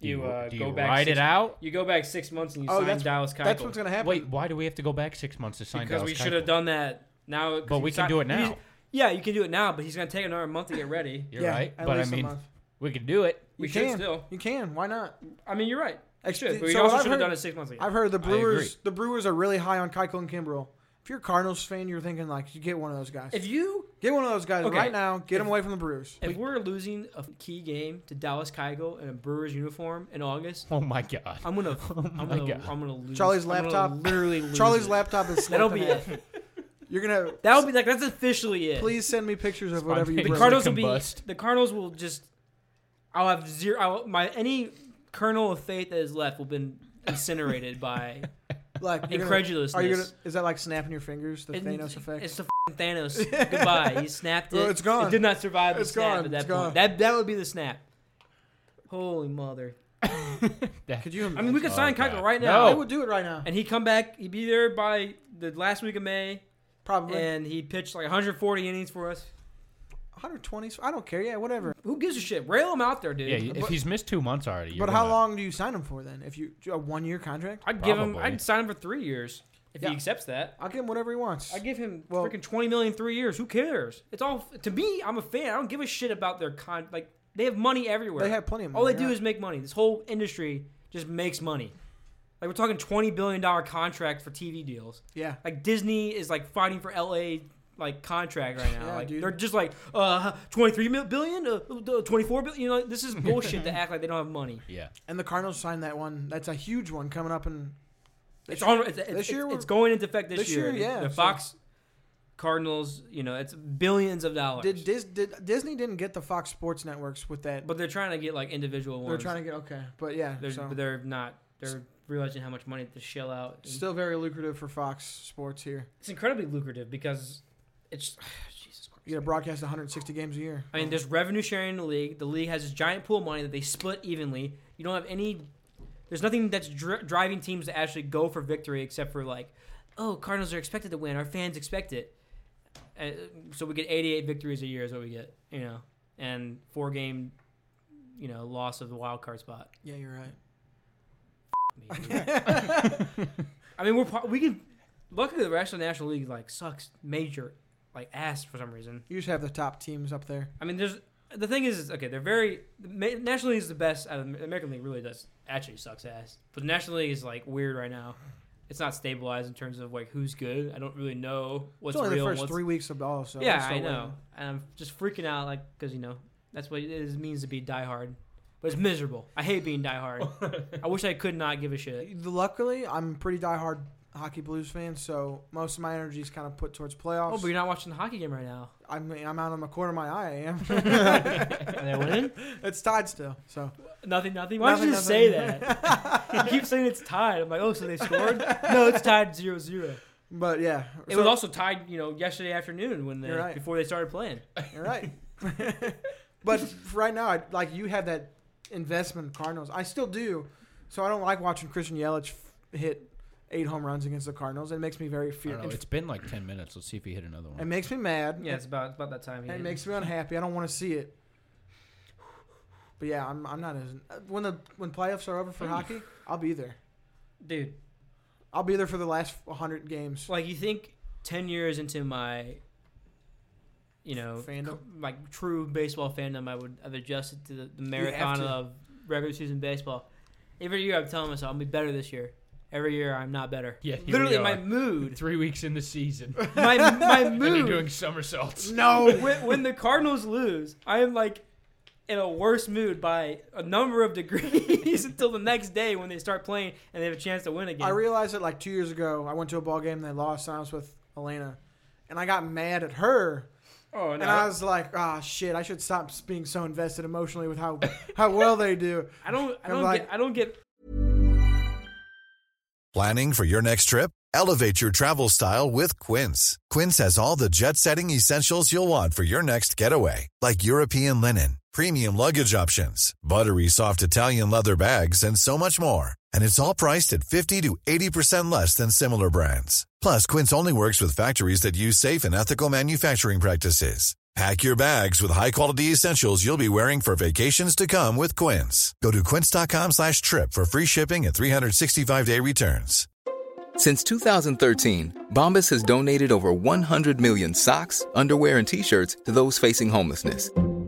[SPEAKER 4] Do
[SPEAKER 2] You, uh,
[SPEAKER 4] do
[SPEAKER 2] go
[SPEAKER 4] you
[SPEAKER 2] back
[SPEAKER 4] ride
[SPEAKER 2] six-
[SPEAKER 4] it out?
[SPEAKER 2] You go back six months and you
[SPEAKER 3] oh,
[SPEAKER 2] sign
[SPEAKER 3] that's
[SPEAKER 2] Dallas Keuchel.
[SPEAKER 3] That's what's going to happen.
[SPEAKER 4] Wait, why do we have to go back six months to sign?
[SPEAKER 2] because we
[SPEAKER 4] Dallas
[SPEAKER 2] should have
[SPEAKER 4] Keuchel?
[SPEAKER 2] done that now. 'cause
[SPEAKER 4] But
[SPEAKER 2] he
[SPEAKER 4] we can
[SPEAKER 2] signed-
[SPEAKER 4] do it now.
[SPEAKER 2] he's- Yeah, you can do it now, but he's gonna take another month to get
[SPEAKER 4] [LAUGHS]
[SPEAKER 2] ready.
[SPEAKER 4] You're
[SPEAKER 3] Yeah,
[SPEAKER 4] right,
[SPEAKER 3] at
[SPEAKER 4] but I
[SPEAKER 3] least a
[SPEAKER 4] mean,
[SPEAKER 3] month.
[SPEAKER 4] we can do it.
[SPEAKER 2] We
[SPEAKER 3] you
[SPEAKER 2] should
[SPEAKER 3] can
[SPEAKER 2] still.
[SPEAKER 3] You can. Why not?
[SPEAKER 2] I mean, you're right. We
[SPEAKER 3] Ex-
[SPEAKER 2] should, but we
[SPEAKER 3] so what
[SPEAKER 2] also
[SPEAKER 3] I've
[SPEAKER 2] should have
[SPEAKER 3] heard-
[SPEAKER 2] done it six months ago.
[SPEAKER 3] I've heard the
[SPEAKER 4] agree.
[SPEAKER 3] Brewers. The Brewers are really high on Keuchel and Kimbrel. If you're a Cardinals fan, you're thinking like, you get one of those guys.
[SPEAKER 2] if you
[SPEAKER 3] get one of those guys
[SPEAKER 2] Okay.
[SPEAKER 3] right now. Get him away from the Brewers.
[SPEAKER 2] if we're losing a key game to Dallas Keuchel in a Brewers uniform in August,
[SPEAKER 4] [LAUGHS] Oh my god!
[SPEAKER 2] I'm
[SPEAKER 4] [LAUGHS]
[SPEAKER 2] gonna, I'm gonna,
[SPEAKER 4] Oh God.
[SPEAKER 2] I'm gonna lose.
[SPEAKER 3] Charlie's
[SPEAKER 2] I'm gonna
[SPEAKER 3] laptop.
[SPEAKER 2] literally lose
[SPEAKER 3] Charlie's
[SPEAKER 2] it.
[SPEAKER 3] laptop
[SPEAKER 2] [LAUGHS]
[SPEAKER 3] is.
[SPEAKER 2] That'll
[SPEAKER 3] snapped in
[SPEAKER 2] be
[SPEAKER 3] half.
[SPEAKER 2] it.
[SPEAKER 3] You're gonna.
[SPEAKER 2] That'll be like that's officially it.
[SPEAKER 3] Please send me pictures of whatever you
[SPEAKER 4] The
[SPEAKER 3] bring.
[SPEAKER 4] Cardinal-
[SPEAKER 2] Cardinals will be
[SPEAKER 4] combust.
[SPEAKER 2] the Cardinals will just. I'll have zero. I'll, my any kernel of faith that is left will been incinerated by.
[SPEAKER 3] like you're gonna-
[SPEAKER 2] incredulousness.
[SPEAKER 3] Are you gonna? Is that like snapping your fingers? [LAUGHS] The
[SPEAKER 2] and
[SPEAKER 3] Thanos effect.
[SPEAKER 2] It's the f***ing Thanos. Goodbye. He snapped it.
[SPEAKER 3] Well, it's gone.
[SPEAKER 2] It did not survive the
[SPEAKER 3] It's
[SPEAKER 2] snap
[SPEAKER 3] gone.
[SPEAKER 2] at that
[SPEAKER 3] It's
[SPEAKER 2] point.
[SPEAKER 3] gone.
[SPEAKER 2] That that would be the snap. Holy mother!
[SPEAKER 3] Could you?
[SPEAKER 2] I mean, we could sign Keuchel
[SPEAKER 4] Oh God.
[SPEAKER 2] right
[SPEAKER 4] No.
[SPEAKER 2] now,
[SPEAKER 3] I would do it right now.
[SPEAKER 2] and he'd come back. He'd be there by the last week of May,
[SPEAKER 3] Probably.
[SPEAKER 2] and he pitched like 140 innings for us.
[SPEAKER 3] 120. I don't care. Yeah, whatever.
[SPEAKER 2] Who gives a shit? Rail him out there, dude.
[SPEAKER 4] yeah, if he's missed two months already. you're
[SPEAKER 3] But how
[SPEAKER 4] gonna-
[SPEAKER 3] long do you sign him for then? If you a one year contract,
[SPEAKER 2] I'd give him.
[SPEAKER 4] Probably.
[SPEAKER 2] I'd sign him for three years if
[SPEAKER 3] Yeah.
[SPEAKER 2] he accepts that.
[SPEAKER 3] I'll give him whatever he wants.
[SPEAKER 2] I give him
[SPEAKER 3] Well-
[SPEAKER 2] freaking twenty million in three years. Who cares? It's all to me. I'm a fan. I don't give a shit about their con. Like they have money everywhere.
[SPEAKER 3] They have plenty of
[SPEAKER 2] All
[SPEAKER 3] money,
[SPEAKER 2] they do
[SPEAKER 3] right.
[SPEAKER 2] is make money. This whole industry just makes money. Like we're talking twenty billion dollar contract for TV deals.
[SPEAKER 3] Yeah.
[SPEAKER 2] Like Disney is like fighting for L.A. like contract right now.
[SPEAKER 3] Yeah,
[SPEAKER 2] like
[SPEAKER 3] dude.
[SPEAKER 2] they're just like uh 23 mil- billion, uh, uh, 24 billion. You know, this
[SPEAKER 3] [LAUGHS]
[SPEAKER 2] is bullshit to act like they don't have money.
[SPEAKER 4] Yeah.
[SPEAKER 3] And the Cardinals signed that one. That's a huge one coming up in
[SPEAKER 2] It's on. It's, it's,
[SPEAKER 3] this year
[SPEAKER 2] it's,
[SPEAKER 3] we're-
[SPEAKER 2] it's going into effect this,
[SPEAKER 3] this year, yeah,
[SPEAKER 2] The
[SPEAKER 3] so-
[SPEAKER 2] Fox Cardinals. You know, it's billions of dollars.
[SPEAKER 3] did, Dis, did Disney didn't get the Fox Sports networks with that.
[SPEAKER 2] but they're trying to get like individual ones.
[SPEAKER 3] they're trying to get okay, but yeah,
[SPEAKER 2] They're,
[SPEAKER 3] so
[SPEAKER 2] but they're not. They're realizing how much money to shell out. and-
[SPEAKER 3] still very lucrative for Fox Sports here.
[SPEAKER 2] it's incredibly lucrative because it's Jesus Christ.
[SPEAKER 3] You got to broadcast 160 games a year.
[SPEAKER 2] I mean, there's revenue sharing in the league. The league has this giant pool of money that they split evenly. You don't have any. There's nothing that's dri- driving teams to actually go for victory except for like, oh, Cardinals are expected to win. Our fans expect it. Uh, so we get 88 victories a year is what we get, you know, and four game, you know, loss of the wild card spot.
[SPEAKER 3] Yeah, you're right.
[SPEAKER 2] I mean, I mean, we're pro- we can. Luckily, the rest of the National League like sucks major, like ass for some reason.
[SPEAKER 3] You just have the top teams up there.
[SPEAKER 2] I mean, there's the thing is, is okay. They're very the Ma- National League is the best. Out of, the American League really does actually sucks ass, but the National League is like weird right now. It's not stabilized in terms of like who's good. I don't really know what's
[SPEAKER 3] it's only
[SPEAKER 2] real.
[SPEAKER 3] the
[SPEAKER 2] and
[SPEAKER 3] first
[SPEAKER 2] what's,
[SPEAKER 3] three weeks of ball, so
[SPEAKER 2] yeah,
[SPEAKER 3] it's still
[SPEAKER 2] I know,
[SPEAKER 3] waiting.
[SPEAKER 2] and I'm just freaking out like because you know that's what it is, means to be diehard, but it's miserable. I hate being diehard.
[SPEAKER 3] [LAUGHS]
[SPEAKER 2] I wish I could not give a shit.
[SPEAKER 3] The- Luckily, I'm a pretty diehard hockey blues fan, so most of my energy is kind of put towards playoffs.
[SPEAKER 2] Oh, but you're not watching the hockey game right now.
[SPEAKER 3] I mean, I'm out on the corner of my eye. I
[SPEAKER 2] [LAUGHS]
[SPEAKER 3] am. [LAUGHS]
[SPEAKER 2] Are they winning?
[SPEAKER 3] it's tied still, so
[SPEAKER 2] [LAUGHS] Nothing, nothing. Why did
[SPEAKER 3] Nothing,
[SPEAKER 2] you just say that? you keep saying it's tied. I'm like, oh, so they
[SPEAKER 3] [LAUGHS]
[SPEAKER 2] scored? no, it's tied 0 0.
[SPEAKER 3] but yeah,
[SPEAKER 2] It
[SPEAKER 3] so-
[SPEAKER 2] was also tied, you know, yesterday afternoon when they,
[SPEAKER 3] You're right.
[SPEAKER 2] before they started playing. [LAUGHS]
[SPEAKER 3] You're right. [LAUGHS] but for right now, I, like you have that investment in Cardinals. I still do. So I don't like watching Christian Yelich f- hit eight home runs against the Cardinals. It makes me very
[SPEAKER 4] I
[SPEAKER 3] fear.
[SPEAKER 4] don't know.
[SPEAKER 3] It,
[SPEAKER 4] It's been like 10 minutes. Let's see if he hit another one.
[SPEAKER 3] makes me mad.
[SPEAKER 2] Yeah, it's about about that time.
[SPEAKER 3] It, it makes me unhappy. I don't want to see it. But yeah, I'm, I'm not as uh, when the when playoffs are over for
[SPEAKER 2] Mm.
[SPEAKER 3] hockey, I'll be there.
[SPEAKER 2] dude,
[SPEAKER 3] I'll be there for the last 100 games.
[SPEAKER 2] like you think ten years into my, you know,
[SPEAKER 3] Fandom?
[SPEAKER 2] c- like true baseball fandom, I would have adjusted to the, the
[SPEAKER 3] have
[SPEAKER 2] marathon
[SPEAKER 3] to.
[SPEAKER 2] of regular season baseball. Every year, I'm telling myself I'll be better this year. Every year, I'm not better.
[SPEAKER 4] Yeah, here we
[SPEAKER 2] literally, my
[SPEAKER 4] are. [LAUGHS]
[SPEAKER 2] mood,
[SPEAKER 4] Three weeks in the season.
[SPEAKER 2] my my
[SPEAKER 4] and they're
[SPEAKER 2] mood
[SPEAKER 4] doing somersaults. [LAUGHS]
[SPEAKER 3] no.
[SPEAKER 2] when, when the Cardinals lose, I am like in a worse mood by a number of degrees [LAUGHS] until the next day when they start playing and they have a chance to win again.
[SPEAKER 3] I realized that like two years ago, I went to a ball game and they lost, and I was with Elena, and I got mad at her.
[SPEAKER 2] oh
[SPEAKER 3] And I was like, ah, shit, I should stop being so invested emotionally with how how well they do.
[SPEAKER 2] [LAUGHS] I don't. I
[SPEAKER 3] I'm
[SPEAKER 2] don't
[SPEAKER 3] like-
[SPEAKER 2] get. I don't get.
[SPEAKER 6] Planning for your next trip? Elevate your travel style with Quince. Quince has all the jet setting essentials you'll want for your next getaway, like European linen, premium luggage options, buttery soft Italian leather bags, and so much more. And it's all priced at 50 to 80% less than similar brands. Plus, Quince only works with factories that use safe and ethical manufacturing practices. Pack your bags with high-quality essentials you'll be wearing for vacations to come with Quince. Go to quince.com slash trip for free shipping and 365-day returns.
[SPEAKER 7] Since 2013, Bombas has donated over 100 million socks, underwear, and t shirts to those facing homelessness.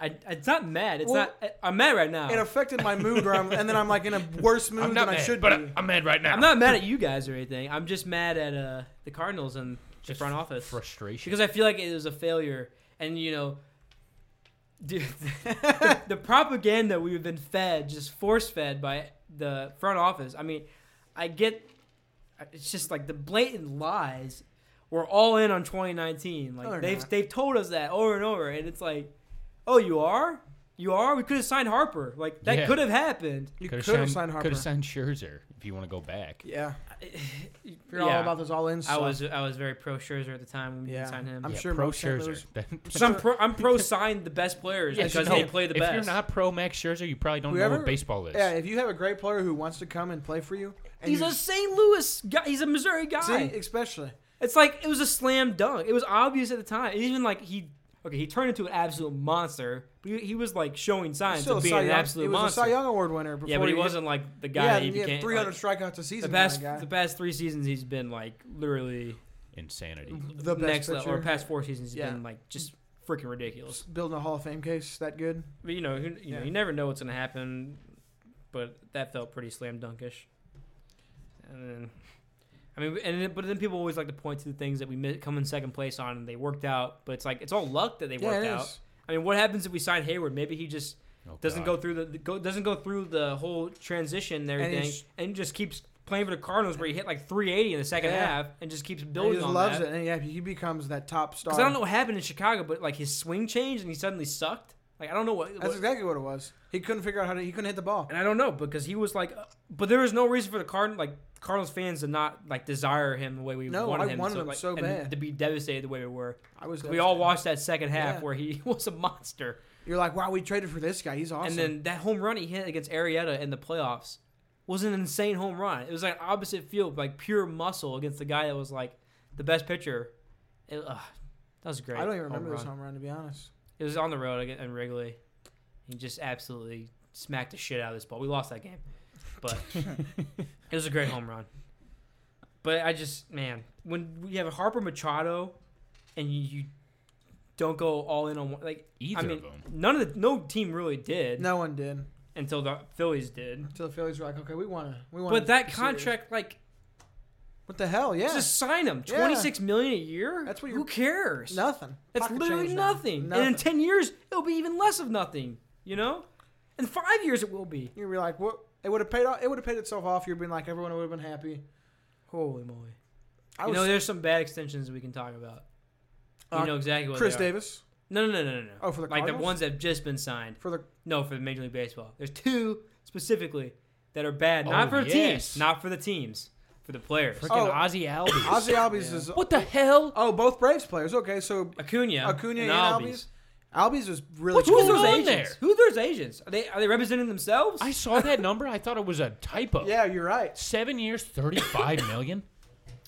[SPEAKER 2] I, it's not mad. It's not. I, am mad right now.
[SPEAKER 3] It affected my mood, where I'm, and then I'm
[SPEAKER 2] [LAUGHS]
[SPEAKER 3] like in a worse mood
[SPEAKER 4] I'm not
[SPEAKER 3] than
[SPEAKER 4] mad,
[SPEAKER 3] I should
[SPEAKER 4] but
[SPEAKER 3] be.
[SPEAKER 4] I, I'm mad right now.
[SPEAKER 2] I'm not mad at you guys or anything. I'm just mad at uh, the Cardinals and the front office
[SPEAKER 4] Frustration.
[SPEAKER 2] because I feel like it was a failure. And you know, [LAUGHS]
[SPEAKER 3] [LAUGHS]
[SPEAKER 2] dude, the, the propaganda we've been fed, just force fed by the front office. I mean, I get it's just like the blatant lies. We're all in on 2019. Like
[SPEAKER 3] No, they're
[SPEAKER 2] they've
[SPEAKER 3] not.
[SPEAKER 2] they've told us that over and over, and it's like, oh, you are, you are. We could have signed Harper. Like that
[SPEAKER 4] Yeah.
[SPEAKER 2] could have happened.
[SPEAKER 3] you could
[SPEAKER 4] Could've
[SPEAKER 3] have signed Harper.
[SPEAKER 4] Could have signed Scherzer if you want to go back.
[SPEAKER 2] [SIGHS]
[SPEAKER 3] yeah, if you're all
[SPEAKER 2] Yeah.
[SPEAKER 3] about those all-in
[SPEAKER 2] I
[SPEAKER 3] stuff.
[SPEAKER 2] was I was very pro Scherzer at the time when we
[SPEAKER 3] yeah.
[SPEAKER 2] signed him.
[SPEAKER 3] I'm
[SPEAKER 4] Yeah,
[SPEAKER 3] sure
[SPEAKER 4] pro
[SPEAKER 3] most St.
[SPEAKER 4] Scherzer.
[SPEAKER 3] Louis-
[SPEAKER 4] [LAUGHS]
[SPEAKER 3] [LAUGHS]
[SPEAKER 2] So I'm pro, I'm pro signed the best players
[SPEAKER 4] Yeah,
[SPEAKER 2] because
[SPEAKER 4] no,
[SPEAKER 2] they play the
[SPEAKER 4] if
[SPEAKER 2] best.
[SPEAKER 4] you're not pro Max Scherzer, you probably don't know
[SPEAKER 3] whoever
[SPEAKER 4] what baseball is.
[SPEAKER 3] Yeah, if you have a great player who wants to come and play for you, and
[SPEAKER 2] he's
[SPEAKER 3] you,
[SPEAKER 2] a St. Louis guy. He's a Missouri guy.
[SPEAKER 3] see, especially
[SPEAKER 2] it's like it was a slam dunk. It was obvious at the time. Even like he okay, he turned into an absolute monster, but he, he was like showing signs
[SPEAKER 3] Still
[SPEAKER 2] of
[SPEAKER 3] a
[SPEAKER 2] being
[SPEAKER 3] Cy
[SPEAKER 2] an
[SPEAKER 3] Young-
[SPEAKER 2] absolute
[SPEAKER 3] he was
[SPEAKER 2] monster.
[SPEAKER 3] a Cy Young Award winner. Before
[SPEAKER 2] yeah, but he
[SPEAKER 3] hit-
[SPEAKER 2] wasn't like the guy
[SPEAKER 3] yeah,
[SPEAKER 2] that he
[SPEAKER 3] yeah,
[SPEAKER 2] became.
[SPEAKER 3] 300
[SPEAKER 2] like,
[SPEAKER 3] strikeouts a
[SPEAKER 2] the
[SPEAKER 3] season.
[SPEAKER 2] past
[SPEAKER 3] kind
[SPEAKER 2] the
[SPEAKER 3] of guy.
[SPEAKER 2] past three seasons, he's been like literally
[SPEAKER 4] Insanity.
[SPEAKER 3] the best
[SPEAKER 2] next level,
[SPEAKER 3] pitcher.
[SPEAKER 2] or past four seasons, he's
[SPEAKER 5] Yeah.
[SPEAKER 2] been like just freaking ridiculous.
[SPEAKER 3] building a Hall of Fame case that good.
[SPEAKER 2] But you know, who, you know, you never know what's gonna happen. But that felt pretty slam dunkish. And then, I mean, and then, but then people always like to point to the things that we mi- come in second place on, and they worked out. But it's like it's all luck that they
[SPEAKER 3] Yeah,
[SPEAKER 2] worked
[SPEAKER 3] it
[SPEAKER 2] out.
[SPEAKER 3] is.
[SPEAKER 2] I mean, what happens if we sign Hayward? Maybe he just
[SPEAKER 4] Oh,
[SPEAKER 2] doesn't go
[SPEAKER 4] God.
[SPEAKER 2] through the, the go, doesn't go through the whole transition and everything, and,
[SPEAKER 3] he's-
[SPEAKER 2] just keeps playing for the Cardinals where he hit like 380 in the second
[SPEAKER 3] Yeah.
[SPEAKER 2] half and just keeps
[SPEAKER 3] And
[SPEAKER 2] building
[SPEAKER 3] he just
[SPEAKER 2] on
[SPEAKER 3] loves
[SPEAKER 2] that.
[SPEAKER 3] it, and yeah, he becomes that top star.
[SPEAKER 2] Because I don't know what happened in Chicago, but like his swing changed and he suddenly sucked. Like I don't know what.
[SPEAKER 3] That's
[SPEAKER 2] what-
[SPEAKER 3] exactly what it was. He couldn't figure out how to. He couldn't hit the ball.
[SPEAKER 2] and I don't know because he was like, uh, but there was no reason for the Card like Cardinals fans to not like desire him the way we
[SPEAKER 3] No,
[SPEAKER 2] wanted
[SPEAKER 3] I
[SPEAKER 2] him.
[SPEAKER 3] wanted him
[SPEAKER 2] like,
[SPEAKER 3] so
[SPEAKER 2] and
[SPEAKER 3] bad.
[SPEAKER 2] to be devastated the way we were.
[SPEAKER 3] I was.
[SPEAKER 2] We all
[SPEAKER 3] devastated.
[SPEAKER 2] watched that second half
[SPEAKER 3] Yeah.
[SPEAKER 2] where he [LAUGHS] was a monster,
[SPEAKER 3] You're like, wow, we traded for this guy. He's awesome.
[SPEAKER 2] and then that home run he hit against Arietta in the playoffs was an insane home run. It was like opposite field, like pure muscle against the guy that was like the best pitcher. It, uh, that was great.
[SPEAKER 3] I don't even
[SPEAKER 2] home
[SPEAKER 3] remember this
[SPEAKER 2] run.
[SPEAKER 3] home run to be honest.
[SPEAKER 2] It was on the road again in Wrigley. He just absolutely smacked the shit out of this ball. We lost that game, but
[SPEAKER 4] [LAUGHS]
[SPEAKER 2] it was a great home run. But I just man, when we have Harper Machado, and you, you don't go all in on one, like
[SPEAKER 4] Either
[SPEAKER 2] I
[SPEAKER 4] of
[SPEAKER 2] mean,
[SPEAKER 4] them.
[SPEAKER 2] none of the no team really did
[SPEAKER 3] No one did
[SPEAKER 2] until the Phillies did.
[SPEAKER 3] until the Phillies were like, okay, we want to. We want.
[SPEAKER 2] But that contract, like,
[SPEAKER 3] What the hell? Yeah.
[SPEAKER 2] just sign him.
[SPEAKER 3] Yeah.
[SPEAKER 2] Twenty six million a year.
[SPEAKER 3] That's what
[SPEAKER 2] Who
[SPEAKER 3] you're-
[SPEAKER 2] cares?
[SPEAKER 3] nothing.
[SPEAKER 2] That's
[SPEAKER 3] Pocket
[SPEAKER 2] literally
[SPEAKER 3] change now.
[SPEAKER 2] nothing.
[SPEAKER 3] Nothing.
[SPEAKER 2] And in 10 years, it'll be even less of nothing, you know? In five years, it will be.
[SPEAKER 3] You'd be like, what? It would have paid. off It would have paid itself off. You'd been like, everyone would have been happy.
[SPEAKER 2] Holy moly.
[SPEAKER 3] I
[SPEAKER 2] you
[SPEAKER 3] was
[SPEAKER 2] know, there's some bad extensions we can talk about. You
[SPEAKER 3] Uh,
[SPEAKER 2] know exactly what
[SPEAKER 3] Chris
[SPEAKER 2] they are.
[SPEAKER 3] Davis
[SPEAKER 2] No, no, no, no, no, no.
[SPEAKER 3] Oh, for the
[SPEAKER 2] Like the
[SPEAKER 3] Cardinals?
[SPEAKER 2] ones that have just been signed.
[SPEAKER 3] for the.
[SPEAKER 2] No, for the Major League Baseball. There's two specifically that are bad.
[SPEAKER 4] Oh,
[SPEAKER 2] Not for the
[SPEAKER 4] yes.
[SPEAKER 2] teams. Not for the teams. For the players.
[SPEAKER 4] Freaking
[SPEAKER 3] Oh.
[SPEAKER 4] Ozzy
[SPEAKER 3] [COUGHS]
[SPEAKER 4] Albies.
[SPEAKER 3] Ozzy Albies is.
[SPEAKER 4] What the hell?
[SPEAKER 3] Oh, both Braves players. Okay, so
[SPEAKER 2] Acuna.
[SPEAKER 3] Acuna and
[SPEAKER 2] Albies.
[SPEAKER 3] Albies. Albies was really.
[SPEAKER 4] What's
[SPEAKER 3] good.
[SPEAKER 2] Who's
[SPEAKER 4] going
[SPEAKER 2] those
[SPEAKER 4] on
[SPEAKER 2] agents?
[SPEAKER 4] there?
[SPEAKER 2] Who are those agents? Are they, are they representing themselves?
[SPEAKER 4] I
[SPEAKER 3] [LAUGHS]
[SPEAKER 4] saw that number. I thought it was a typo.
[SPEAKER 3] Yeah, you're right.
[SPEAKER 4] Seven years, thirty-five
[SPEAKER 2] [LAUGHS]
[SPEAKER 4] million.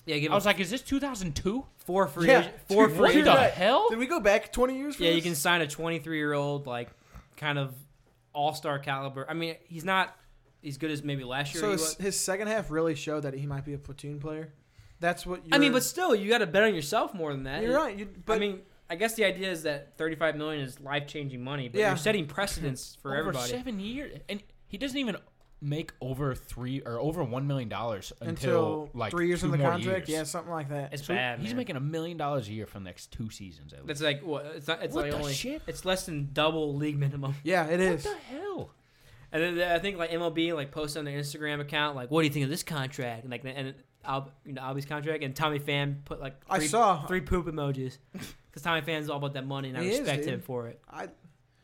[SPEAKER 2] yeah, give
[SPEAKER 4] I was
[SPEAKER 2] them
[SPEAKER 4] like, is this 2002?
[SPEAKER 2] four free,
[SPEAKER 3] Yeah,
[SPEAKER 2] agent- four
[SPEAKER 3] dude,
[SPEAKER 2] free
[SPEAKER 4] What
[SPEAKER 3] you're
[SPEAKER 2] agents.
[SPEAKER 4] the
[SPEAKER 3] right.
[SPEAKER 4] hell?
[SPEAKER 3] Did we go back 20 years? For
[SPEAKER 2] Yeah, you
[SPEAKER 3] this?
[SPEAKER 2] can sign a 23 year old, like, kind of all star caliber. I mean, he's not as good as maybe last year.
[SPEAKER 3] So
[SPEAKER 2] he
[SPEAKER 3] his,
[SPEAKER 2] was.
[SPEAKER 3] his second half really showed that he might be a platoon player. That's what you.
[SPEAKER 2] I mean, but still, you got to bet on yourself more than that.
[SPEAKER 3] you're right. You, but
[SPEAKER 2] I mean, I guess the idea is that 35 million is life changing money, but
[SPEAKER 3] Yeah.
[SPEAKER 2] you're setting precedents for
[SPEAKER 4] over
[SPEAKER 2] everybody.
[SPEAKER 4] seven years, and he doesn't even make over three or over one million dollars until,
[SPEAKER 3] until
[SPEAKER 4] like
[SPEAKER 3] three years
[SPEAKER 4] two
[SPEAKER 3] in the
[SPEAKER 4] more
[SPEAKER 3] contract,
[SPEAKER 4] years.
[SPEAKER 3] yeah, something like that.
[SPEAKER 2] It's
[SPEAKER 4] So
[SPEAKER 2] bad.
[SPEAKER 4] he's
[SPEAKER 2] man.
[SPEAKER 4] making a million dollars a year for the next two seasons at least.
[SPEAKER 2] That's like what? It's not. It's
[SPEAKER 4] What
[SPEAKER 2] like
[SPEAKER 4] the
[SPEAKER 2] only.
[SPEAKER 4] shit?
[SPEAKER 2] It's less than double league minimum.
[SPEAKER 3] yeah, it
[SPEAKER 4] what
[SPEAKER 3] is.
[SPEAKER 4] the hell?
[SPEAKER 2] And then I think like MLB like posted on their Instagram account like, "What do you think of this contract?" And like and Al, you know, Albie's contract and Tommy Pham put like
[SPEAKER 3] I
[SPEAKER 2] three,
[SPEAKER 3] saw.
[SPEAKER 2] three poop
[SPEAKER 3] [LAUGHS]
[SPEAKER 2] emojis because Tommy Pham's all about that money and I
[SPEAKER 3] He is,
[SPEAKER 2] respect
[SPEAKER 3] dude.
[SPEAKER 2] him for it.
[SPEAKER 3] I,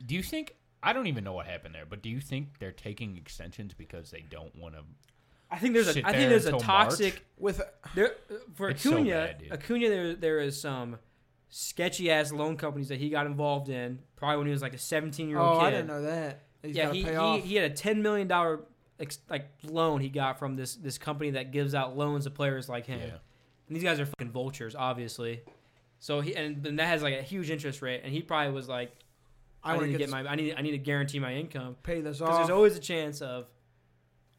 [SPEAKER 4] Do you think? I don't even know what happened there, but do you think they're taking extensions because they don't want to?
[SPEAKER 2] I think there's a
[SPEAKER 4] Sit
[SPEAKER 2] I
[SPEAKER 4] there
[SPEAKER 2] think there's a
[SPEAKER 4] until
[SPEAKER 2] toxic
[SPEAKER 3] with
[SPEAKER 2] there for
[SPEAKER 4] It's so
[SPEAKER 2] Acuna
[SPEAKER 4] bad, dude.
[SPEAKER 2] Acuna there there is some sketchy ass loan companies that he got involved in probably when he was like a 17 year old
[SPEAKER 3] oh,
[SPEAKER 2] kid.
[SPEAKER 3] I didn't know that. He's
[SPEAKER 2] yeah,
[SPEAKER 3] gotta
[SPEAKER 2] he,
[SPEAKER 3] pay
[SPEAKER 2] he,
[SPEAKER 3] off.
[SPEAKER 2] he had a ten million dollar ex- like loan he got from this this company that gives out loans to players like him.
[SPEAKER 4] Yeah.
[SPEAKER 2] And these guys are fucking vultures, obviously. So he and then that has like a huge interest rate, and he probably was like,
[SPEAKER 3] I
[SPEAKER 2] I,
[SPEAKER 3] want
[SPEAKER 2] need
[SPEAKER 3] to
[SPEAKER 2] to get my I need I need to guarantee my income
[SPEAKER 3] pay this
[SPEAKER 2] because
[SPEAKER 3] off.
[SPEAKER 2] there's always a chance of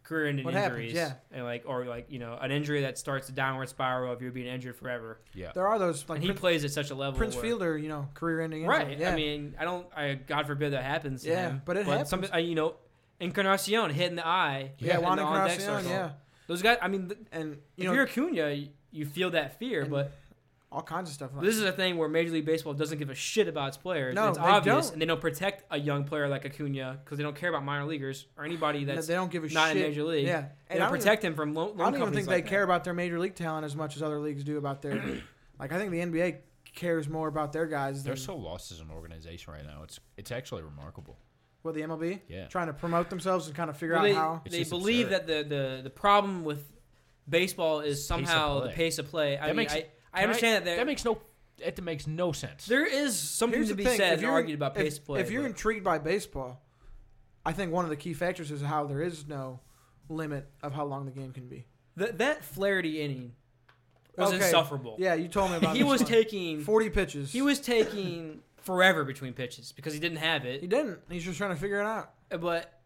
[SPEAKER 2] career-ending
[SPEAKER 3] What happens,
[SPEAKER 2] injuries,
[SPEAKER 3] yeah.
[SPEAKER 2] and like or like you know an injury that starts a downward spiral of you being injured forever.
[SPEAKER 4] Yeah,
[SPEAKER 3] there are those like
[SPEAKER 2] and he
[SPEAKER 3] Prince,
[SPEAKER 2] plays at such a level,
[SPEAKER 3] Prince
[SPEAKER 2] where-
[SPEAKER 3] Fielder, you know, career-ending. injury.
[SPEAKER 2] Right.
[SPEAKER 3] Yeah.
[SPEAKER 2] I mean, I don't. I God forbid that happens. To
[SPEAKER 3] Yeah,
[SPEAKER 2] him,
[SPEAKER 3] but it
[SPEAKER 2] some-
[SPEAKER 3] happens.
[SPEAKER 2] uh, you know, Encarnacion hit in the eye. [LAUGHS]
[SPEAKER 3] yeah,
[SPEAKER 2] in
[SPEAKER 3] Juan
[SPEAKER 2] the on-deck
[SPEAKER 3] Encarnacion,
[SPEAKER 2] circle.
[SPEAKER 3] yeah,
[SPEAKER 2] Those guys. I mean, th-
[SPEAKER 3] and
[SPEAKER 2] if
[SPEAKER 3] you know
[SPEAKER 2] you're Acuna, you, you feel that fear.
[SPEAKER 3] And-
[SPEAKER 2] But
[SPEAKER 3] all kinds of stuff. Like
[SPEAKER 2] this is a thing where Major League Baseball doesn't give a shit about its players.
[SPEAKER 3] No,
[SPEAKER 2] and it's
[SPEAKER 3] they
[SPEAKER 2] obvious,
[SPEAKER 3] don't.
[SPEAKER 2] and they don't protect a young player like Acuna because they don't care about minor leaguers or anybody
[SPEAKER 3] that
[SPEAKER 2] that's
[SPEAKER 3] they don't give a
[SPEAKER 2] not
[SPEAKER 3] shit.
[SPEAKER 2] in Major League.
[SPEAKER 3] Yeah,
[SPEAKER 2] they don't
[SPEAKER 3] I don't even-
[SPEAKER 2] protect him from lo- loan
[SPEAKER 3] I don't even
[SPEAKER 2] companies
[SPEAKER 3] think
[SPEAKER 2] like
[SPEAKER 3] they
[SPEAKER 2] that.
[SPEAKER 3] care about their major league talent as much as other leagues do
[SPEAKER 2] [CLEARS THROAT]
[SPEAKER 3] about their. like I think the NBA cares more about their guys
[SPEAKER 4] they're
[SPEAKER 3] than
[SPEAKER 4] so lost as an organization right now. It's it's actually remarkable.
[SPEAKER 3] well the MLB.
[SPEAKER 4] Yeah.
[SPEAKER 3] Trying to promote themselves and kind of figure
[SPEAKER 2] Well,
[SPEAKER 3] out
[SPEAKER 2] they,
[SPEAKER 3] how.
[SPEAKER 4] It's
[SPEAKER 2] they
[SPEAKER 4] just
[SPEAKER 2] believe
[SPEAKER 4] absurd.
[SPEAKER 2] that the, the, the problem with baseball is
[SPEAKER 4] of
[SPEAKER 2] somehow the
[SPEAKER 4] play.
[SPEAKER 2] pace of play. I
[SPEAKER 4] That
[SPEAKER 2] mean,
[SPEAKER 4] makes-
[SPEAKER 2] I, I
[SPEAKER 4] Can
[SPEAKER 2] understand that. they're-
[SPEAKER 4] that makes no that makes no sense.
[SPEAKER 2] There is something
[SPEAKER 3] Here's
[SPEAKER 2] to be
[SPEAKER 3] the thing,
[SPEAKER 2] said
[SPEAKER 3] if
[SPEAKER 2] and
[SPEAKER 3] you're
[SPEAKER 2] argued about
[SPEAKER 3] if,
[SPEAKER 2] pace play.
[SPEAKER 3] If you're
[SPEAKER 2] but-
[SPEAKER 3] intrigued by baseball, I think one of the key factors is how there is no limit of how long the game can be.
[SPEAKER 2] Th- that Flaherty inning was
[SPEAKER 3] Okay.
[SPEAKER 2] insufferable.
[SPEAKER 3] Yeah, you told me about.
[SPEAKER 2] he
[SPEAKER 3] this
[SPEAKER 2] was
[SPEAKER 3] one.
[SPEAKER 2] taking
[SPEAKER 3] forty pitches.
[SPEAKER 2] he was taking forever between pitches because he didn't have
[SPEAKER 3] He
[SPEAKER 2] it.
[SPEAKER 3] didn't. He's just trying to figure it out.
[SPEAKER 2] But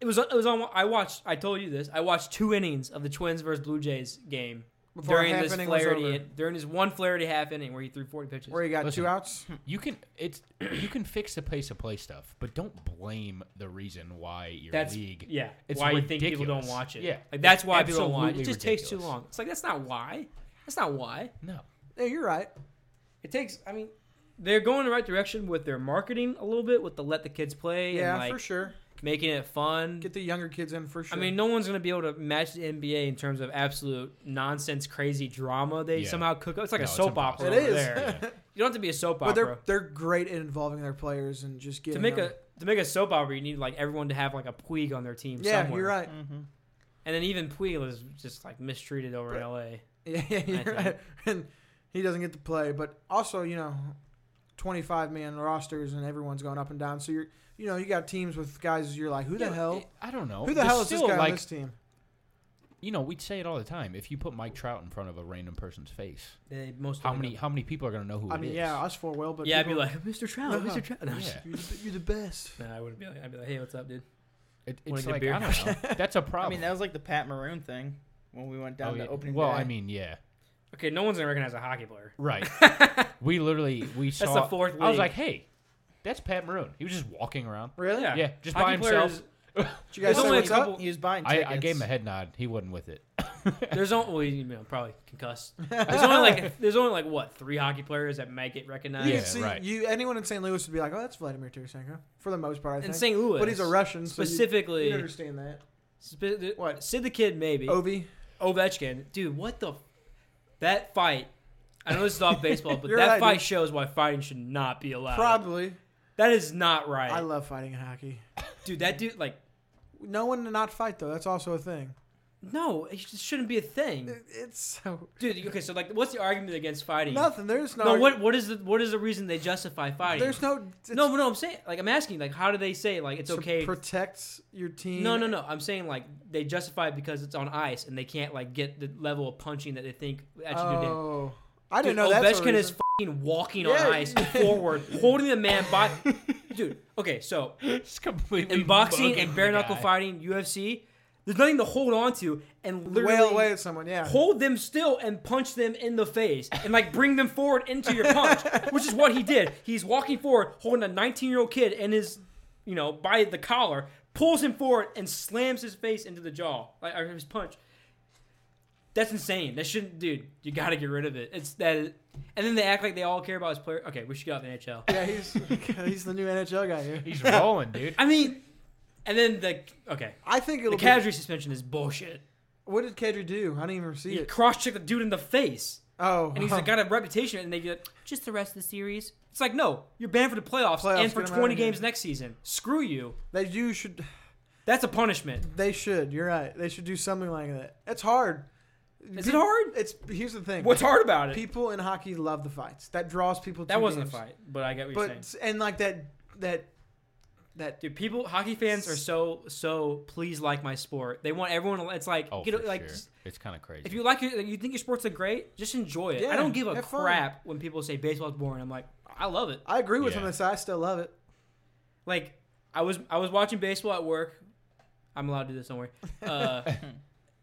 [SPEAKER 2] it was it was on. I watched. I told you this. I watched two innings of the Twins versus Blue Jays game
[SPEAKER 3] Before
[SPEAKER 2] during
[SPEAKER 3] half
[SPEAKER 2] this
[SPEAKER 3] inning was
[SPEAKER 2] Flaherty
[SPEAKER 3] over.
[SPEAKER 2] in- during his one Flaherty half inning where he threw forty pitches.
[SPEAKER 3] Where he got
[SPEAKER 4] Listen.
[SPEAKER 3] two outs.
[SPEAKER 4] You can it's you can fix the pace of play stuff, but don't blame the reason why your
[SPEAKER 2] that's
[SPEAKER 4] league.
[SPEAKER 2] yeah.
[SPEAKER 4] it's
[SPEAKER 2] why
[SPEAKER 4] ridiculous.
[SPEAKER 2] you think people don't watch it?
[SPEAKER 4] Yeah,
[SPEAKER 2] like that's why people don't
[SPEAKER 4] Absolutely
[SPEAKER 2] watch it. It just takes too
[SPEAKER 4] ridiculous.
[SPEAKER 2] long. It's like that's not why. That's not why.
[SPEAKER 4] No,
[SPEAKER 3] Yeah, you're right.
[SPEAKER 2] It takes. I mean, they're going the right direction with their marketing a little bit with the let the kids play.
[SPEAKER 3] Yeah,
[SPEAKER 2] and like
[SPEAKER 3] for sure.
[SPEAKER 2] Making it fun.
[SPEAKER 3] Get the younger kids in for sure.
[SPEAKER 2] I mean, no one's gonna be able to match the NBA in terms of absolute nonsense, crazy drama they
[SPEAKER 4] Yeah.
[SPEAKER 2] somehow cook up. It's like a
[SPEAKER 4] No, it's
[SPEAKER 2] soap opera.
[SPEAKER 3] it
[SPEAKER 4] impossible.
[SPEAKER 2] over
[SPEAKER 3] is.
[SPEAKER 4] [LAUGHS]
[SPEAKER 2] There. You don't have to be a soap
[SPEAKER 3] but
[SPEAKER 2] opera
[SPEAKER 3] [LAUGHS] they're they're great at involving their players and just
[SPEAKER 2] to
[SPEAKER 3] getting
[SPEAKER 2] make
[SPEAKER 3] them-
[SPEAKER 2] a to make a soap opera. You need like everyone to have like a Puig on their team.
[SPEAKER 3] Yeah,
[SPEAKER 2] somewhere.
[SPEAKER 3] you're right.
[SPEAKER 2] And then even Puig is just like mistreated over in L.A.
[SPEAKER 3] [LAUGHS] Yeah, yeah,
[SPEAKER 2] I
[SPEAKER 3] you're
[SPEAKER 2] think.
[SPEAKER 3] right. And he doesn't get to play, but also you know, 25 man rosters and everyone's going up and down. So you're you know you got teams with guys you're like, who the
[SPEAKER 4] Yeah,
[SPEAKER 3] hell?
[SPEAKER 4] I don't know.
[SPEAKER 3] Who the hell
[SPEAKER 4] There's
[SPEAKER 3] is this
[SPEAKER 4] still,
[SPEAKER 3] guy
[SPEAKER 4] like,
[SPEAKER 3] on this team?
[SPEAKER 4] You know, we'd say it all the time. If you put Mike Trout in front of a random person's face,
[SPEAKER 2] They most
[SPEAKER 4] how many how many people are gonna know who
[SPEAKER 3] I
[SPEAKER 4] it
[SPEAKER 3] mean,
[SPEAKER 4] is?
[SPEAKER 3] yeah, us four will, but
[SPEAKER 2] Yeah, I'd be
[SPEAKER 3] people-
[SPEAKER 2] like [LAUGHS]
[SPEAKER 3] [LAUGHS]
[SPEAKER 2] Mr. Trout, Mr. Trout. No, I'm just-
[SPEAKER 4] Yeah.
[SPEAKER 3] you're the, you're the best.
[SPEAKER 2] Nah, I wouldn't be like. I'd be like, hey, what's up, dude?
[SPEAKER 4] It,
[SPEAKER 2] Wanna
[SPEAKER 4] it's
[SPEAKER 2] get a
[SPEAKER 4] like
[SPEAKER 2] beer?
[SPEAKER 4] I don't know. That's a
[SPEAKER 5] I
[SPEAKER 4] problem.
[SPEAKER 5] mean, that was like the Pat Maroon thing when we went down
[SPEAKER 4] Oh,
[SPEAKER 5] to
[SPEAKER 4] yeah.
[SPEAKER 5] opening
[SPEAKER 4] well,
[SPEAKER 5] day.
[SPEAKER 4] I mean, yeah,
[SPEAKER 2] Okay, no one's gonna recognize a hockey player.
[SPEAKER 4] right. we literally we saw.
[SPEAKER 2] the fourth
[SPEAKER 4] I was
[SPEAKER 2] league.
[SPEAKER 4] like, hey, that's Pat Maroon. He was just walking around.
[SPEAKER 3] Really?
[SPEAKER 2] Yeah,
[SPEAKER 4] Yeah, just by
[SPEAKER 2] Hockey
[SPEAKER 4] himself.
[SPEAKER 2] players-
[SPEAKER 3] Did you guys
[SPEAKER 2] There's
[SPEAKER 3] say
[SPEAKER 2] only a
[SPEAKER 3] what's up?
[SPEAKER 2] couple-
[SPEAKER 5] he was buying
[SPEAKER 4] I,
[SPEAKER 5] tickets.
[SPEAKER 4] I gave him a head nod. He wasn't with it. [LAUGHS]
[SPEAKER 2] There's only well, you know, probably concussed. There's only like there's only like what three hockey players that might get recognized.
[SPEAKER 3] You
[SPEAKER 4] Yeah,
[SPEAKER 3] can see
[SPEAKER 4] right.
[SPEAKER 3] you anyone in St. Louis would be like, oh, that's Vladimir Tarasenko for the most part. I
[SPEAKER 2] In
[SPEAKER 3] think.
[SPEAKER 2] St. Louis,
[SPEAKER 3] but he's a Russian, so you-
[SPEAKER 2] specifically.
[SPEAKER 3] you understand that.
[SPEAKER 2] spe-
[SPEAKER 3] What? Oh.
[SPEAKER 2] Sid the Kid maybe
[SPEAKER 3] Ovi,
[SPEAKER 2] Ovechkin, dude. What the f- that fight? I know this is
[SPEAKER 3] [LAUGHS]
[SPEAKER 2] off baseball, but that
[SPEAKER 3] You're right,
[SPEAKER 2] fight
[SPEAKER 3] dude.
[SPEAKER 2] shows why fighting should not be allowed.
[SPEAKER 3] probably.
[SPEAKER 2] That is not right,
[SPEAKER 3] I love fighting in hockey.
[SPEAKER 2] dude. That dude, like,
[SPEAKER 3] No one to not fight though. That's also a thing.
[SPEAKER 2] no, it just shouldn't be a
[SPEAKER 3] Uh,
[SPEAKER 2] thing,
[SPEAKER 3] It's so
[SPEAKER 2] dude. Okay, so like, what's the argument against fighting?
[SPEAKER 3] nothing. There's no.
[SPEAKER 2] Mm. No, what what is the what is the reason they justify fighting?
[SPEAKER 3] There's no. it's-
[SPEAKER 2] no, but no. I'm saying like I'm asking like how do they say like it's
[SPEAKER 3] to
[SPEAKER 2] okay?
[SPEAKER 3] Protects your team.
[SPEAKER 2] No, no, no. I'm saying like they justify it because it's on ice and they can't like get the level of punching that they think would actually do damage.
[SPEAKER 3] Oh, I didn't
[SPEAKER 2] Dude,
[SPEAKER 3] know that's a
[SPEAKER 2] Ovechkin is
[SPEAKER 3] reason.
[SPEAKER 2] fucking walking
[SPEAKER 3] Yeah.
[SPEAKER 2] on ice
[SPEAKER 3] [LAUGHS]
[SPEAKER 2] forward, holding the man by. Dude, okay, so
[SPEAKER 4] Just completely
[SPEAKER 2] in boxing
[SPEAKER 4] mugging
[SPEAKER 2] and bare
[SPEAKER 4] the
[SPEAKER 2] knuckle
[SPEAKER 4] guy.
[SPEAKER 2] fighting, UFC, there's nothing to hold on to and literally
[SPEAKER 3] wail away at someone. Yeah.
[SPEAKER 2] hold them still and punch them in the face and like bring them forward into your
[SPEAKER 3] [LAUGHS]
[SPEAKER 2] punch, which is what he did. He's walking forward, holding a 19 year old kid in his, you know, by the collar, pulls him forward and slams his face into the jaw, like or his punch. That's insane. That shouldn't, dude. You got to get rid of it. It's that, is- and then they act like they all care about his player. Okay, we should get out the NHL.
[SPEAKER 3] Yeah, he's [LAUGHS] he's the new NHL guy here.
[SPEAKER 4] He's
[SPEAKER 2] [LAUGHS]
[SPEAKER 4] rolling, dude.
[SPEAKER 2] I mean, and then the okay,
[SPEAKER 3] I think
[SPEAKER 2] the
[SPEAKER 3] it'll. be,
[SPEAKER 2] Kadri suspension is bullshit.
[SPEAKER 3] what did Kadri do? I didn't even see
[SPEAKER 2] He
[SPEAKER 3] it.
[SPEAKER 2] cross checked the dude in the face.
[SPEAKER 3] Oh,
[SPEAKER 2] and he's like, got a reputation, and they get just the rest of the series. It's like, no, you're banned for the playoffs,
[SPEAKER 3] Playoffs,
[SPEAKER 2] and for
[SPEAKER 3] get
[SPEAKER 2] 20
[SPEAKER 3] 'em outta here.
[SPEAKER 2] games next season. Screw you.
[SPEAKER 3] they do should.
[SPEAKER 2] That's a punishment.
[SPEAKER 3] They should. You're right. They should do something like that. It's hard.
[SPEAKER 2] Is it hard?
[SPEAKER 3] It's here's the thing.
[SPEAKER 2] What's hard about it?
[SPEAKER 3] People in hockey love the fights. That draws people. to
[SPEAKER 2] that wasn't
[SPEAKER 3] games.
[SPEAKER 2] a fight, but I get what you're saying.
[SPEAKER 3] But and like that that that
[SPEAKER 2] Dude, people, hockey fans are so so. Please like my sport. They want everyone. to- It's like,
[SPEAKER 4] Oh,
[SPEAKER 2] you know,
[SPEAKER 4] for
[SPEAKER 2] like
[SPEAKER 4] sure.
[SPEAKER 2] just-
[SPEAKER 4] It's kind of crazy.
[SPEAKER 2] if you like your, you think your sports are great, just enjoy it. I
[SPEAKER 3] Yeah,
[SPEAKER 2] don't give a
[SPEAKER 3] have fun.
[SPEAKER 2] crap when people say baseball's boring. I'm like, I love it.
[SPEAKER 3] I agree with
[SPEAKER 4] Yeah.
[SPEAKER 3] him. This I still love it.
[SPEAKER 2] like I was I was watching baseball at work. I'm allowed to do this,
[SPEAKER 3] [LAUGHS]
[SPEAKER 2] don't worry. Uh,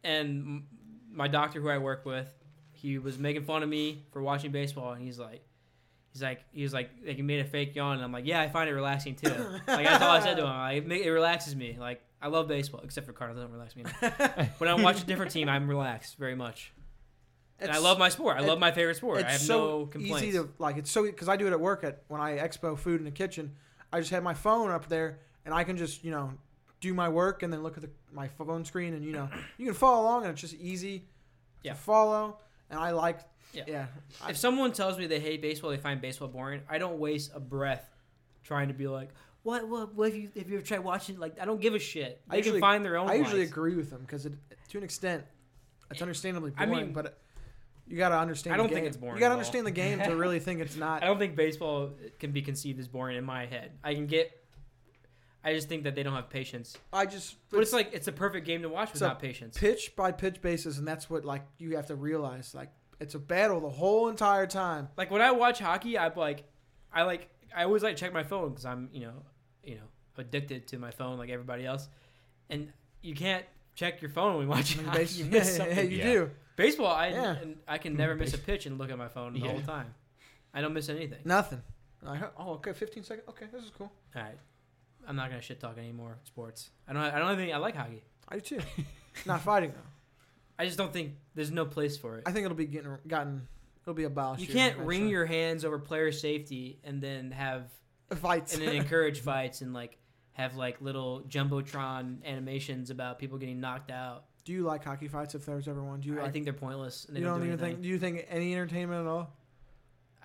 [SPEAKER 2] and m- my doctor, who I work with, he was making fun of me for watching baseball, and he's like, he's like, he was like, like he made a fake yawn, and I'm like, yeah, I find it relaxing too. like that's all I said to him. Like, it, ma- it relaxes me. Like I love baseball, except for Cardinals, doesn't relax me.
[SPEAKER 3] [LAUGHS]
[SPEAKER 2] now. when I watch a different team, I'm relaxed very much, and I
[SPEAKER 3] It's-
[SPEAKER 2] love my sport. I
[SPEAKER 3] it-
[SPEAKER 2] love my favorite sport. I have no complaints.
[SPEAKER 3] easy to like. It's so because I do it at work at when I expo food in the kitchen. I just have my phone up there, and I can just you know do my work and then look at the, my phone screen, and you know you can follow along, and it's just easy
[SPEAKER 2] Yeah.
[SPEAKER 3] to follow. And I like
[SPEAKER 2] Yeah.
[SPEAKER 3] yeah. yeah. I-
[SPEAKER 2] if someone tells me they hate baseball, they find baseball boring, I don't waste a breath trying to be like, what, what, what have you, have you ever tried watching? Like, I don't give a shit. They
[SPEAKER 3] I
[SPEAKER 2] can
[SPEAKER 3] usually-
[SPEAKER 2] find their own.
[SPEAKER 3] I usually
[SPEAKER 2] lives.
[SPEAKER 3] agree with them because to an extent, it's understandably
[SPEAKER 2] I
[SPEAKER 3] boring,
[SPEAKER 2] mean-
[SPEAKER 3] but. You gotta understand.
[SPEAKER 2] I
[SPEAKER 3] the
[SPEAKER 2] don't think
[SPEAKER 3] game.
[SPEAKER 2] it's boring
[SPEAKER 3] You gotta
[SPEAKER 2] at all.
[SPEAKER 3] understand the game to really
[SPEAKER 2] [LAUGHS]
[SPEAKER 3] think it's not.
[SPEAKER 2] I don't think baseball can be conceived as boring in my head. I can get, I just think that they don't have patience.
[SPEAKER 3] I just.
[SPEAKER 2] But it's like it's a perfect game to watch
[SPEAKER 3] it's a
[SPEAKER 2] without patience.
[SPEAKER 3] Pitch by pitch basis, and that's what like you have
[SPEAKER 2] [LAUGHS]
[SPEAKER 3] to realize. Like it's a battle the whole entire time.
[SPEAKER 2] Like when I watch hockey, I'm like, I like I always like to check my phone because I'm you know you know addicted to my phone like everybody else, and you can't check your phone when you watch
[SPEAKER 3] You
[SPEAKER 2] it. [LAUGHS]
[SPEAKER 3] base-
[SPEAKER 2] you miss
[SPEAKER 3] [LAUGHS] yeah,
[SPEAKER 2] something.
[SPEAKER 3] you
[SPEAKER 4] Yeah.
[SPEAKER 3] do.
[SPEAKER 2] Baseball, I
[SPEAKER 3] Yeah.
[SPEAKER 2] and I
[SPEAKER 3] Mm,
[SPEAKER 2] can never miss a pitch and look at my phone the
[SPEAKER 4] Yeah.
[SPEAKER 2] whole time. I don't miss anything.
[SPEAKER 3] Nothing. Like, oh, okay, 15 seconds. Okay, this is cool.
[SPEAKER 2] All right, I'm not gonna shit talk anymore. Sports. I don't. I don't think I like hockey.
[SPEAKER 3] I do too.
[SPEAKER 2] [LAUGHS]
[SPEAKER 3] Not fighting though.
[SPEAKER 2] I just don't think there's no place for it.
[SPEAKER 3] I think it'll be getting gotten. It'll be abolished.
[SPEAKER 2] you
[SPEAKER 3] here
[SPEAKER 2] can't wring
[SPEAKER 3] eventually.
[SPEAKER 2] your hands over player safety and then have
[SPEAKER 3] fights. [LAUGHS]
[SPEAKER 2] and then encourage fights and like have like little jumbotron animations about people getting knocked out.
[SPEAKER 3] do you like hockey fights? If there's ever one, do you?
[SPEAKER 2] I
[SPEAKER 3] like,
[SPEAKER 2] think they're pointless. And they
[SPEAKER 3] you don't,
[SPEAKER 2] do
[SPEAKER 3] even
[SPEAKER 2] anything.
[SPEAKER 3] think. Do you think any entertainment at all?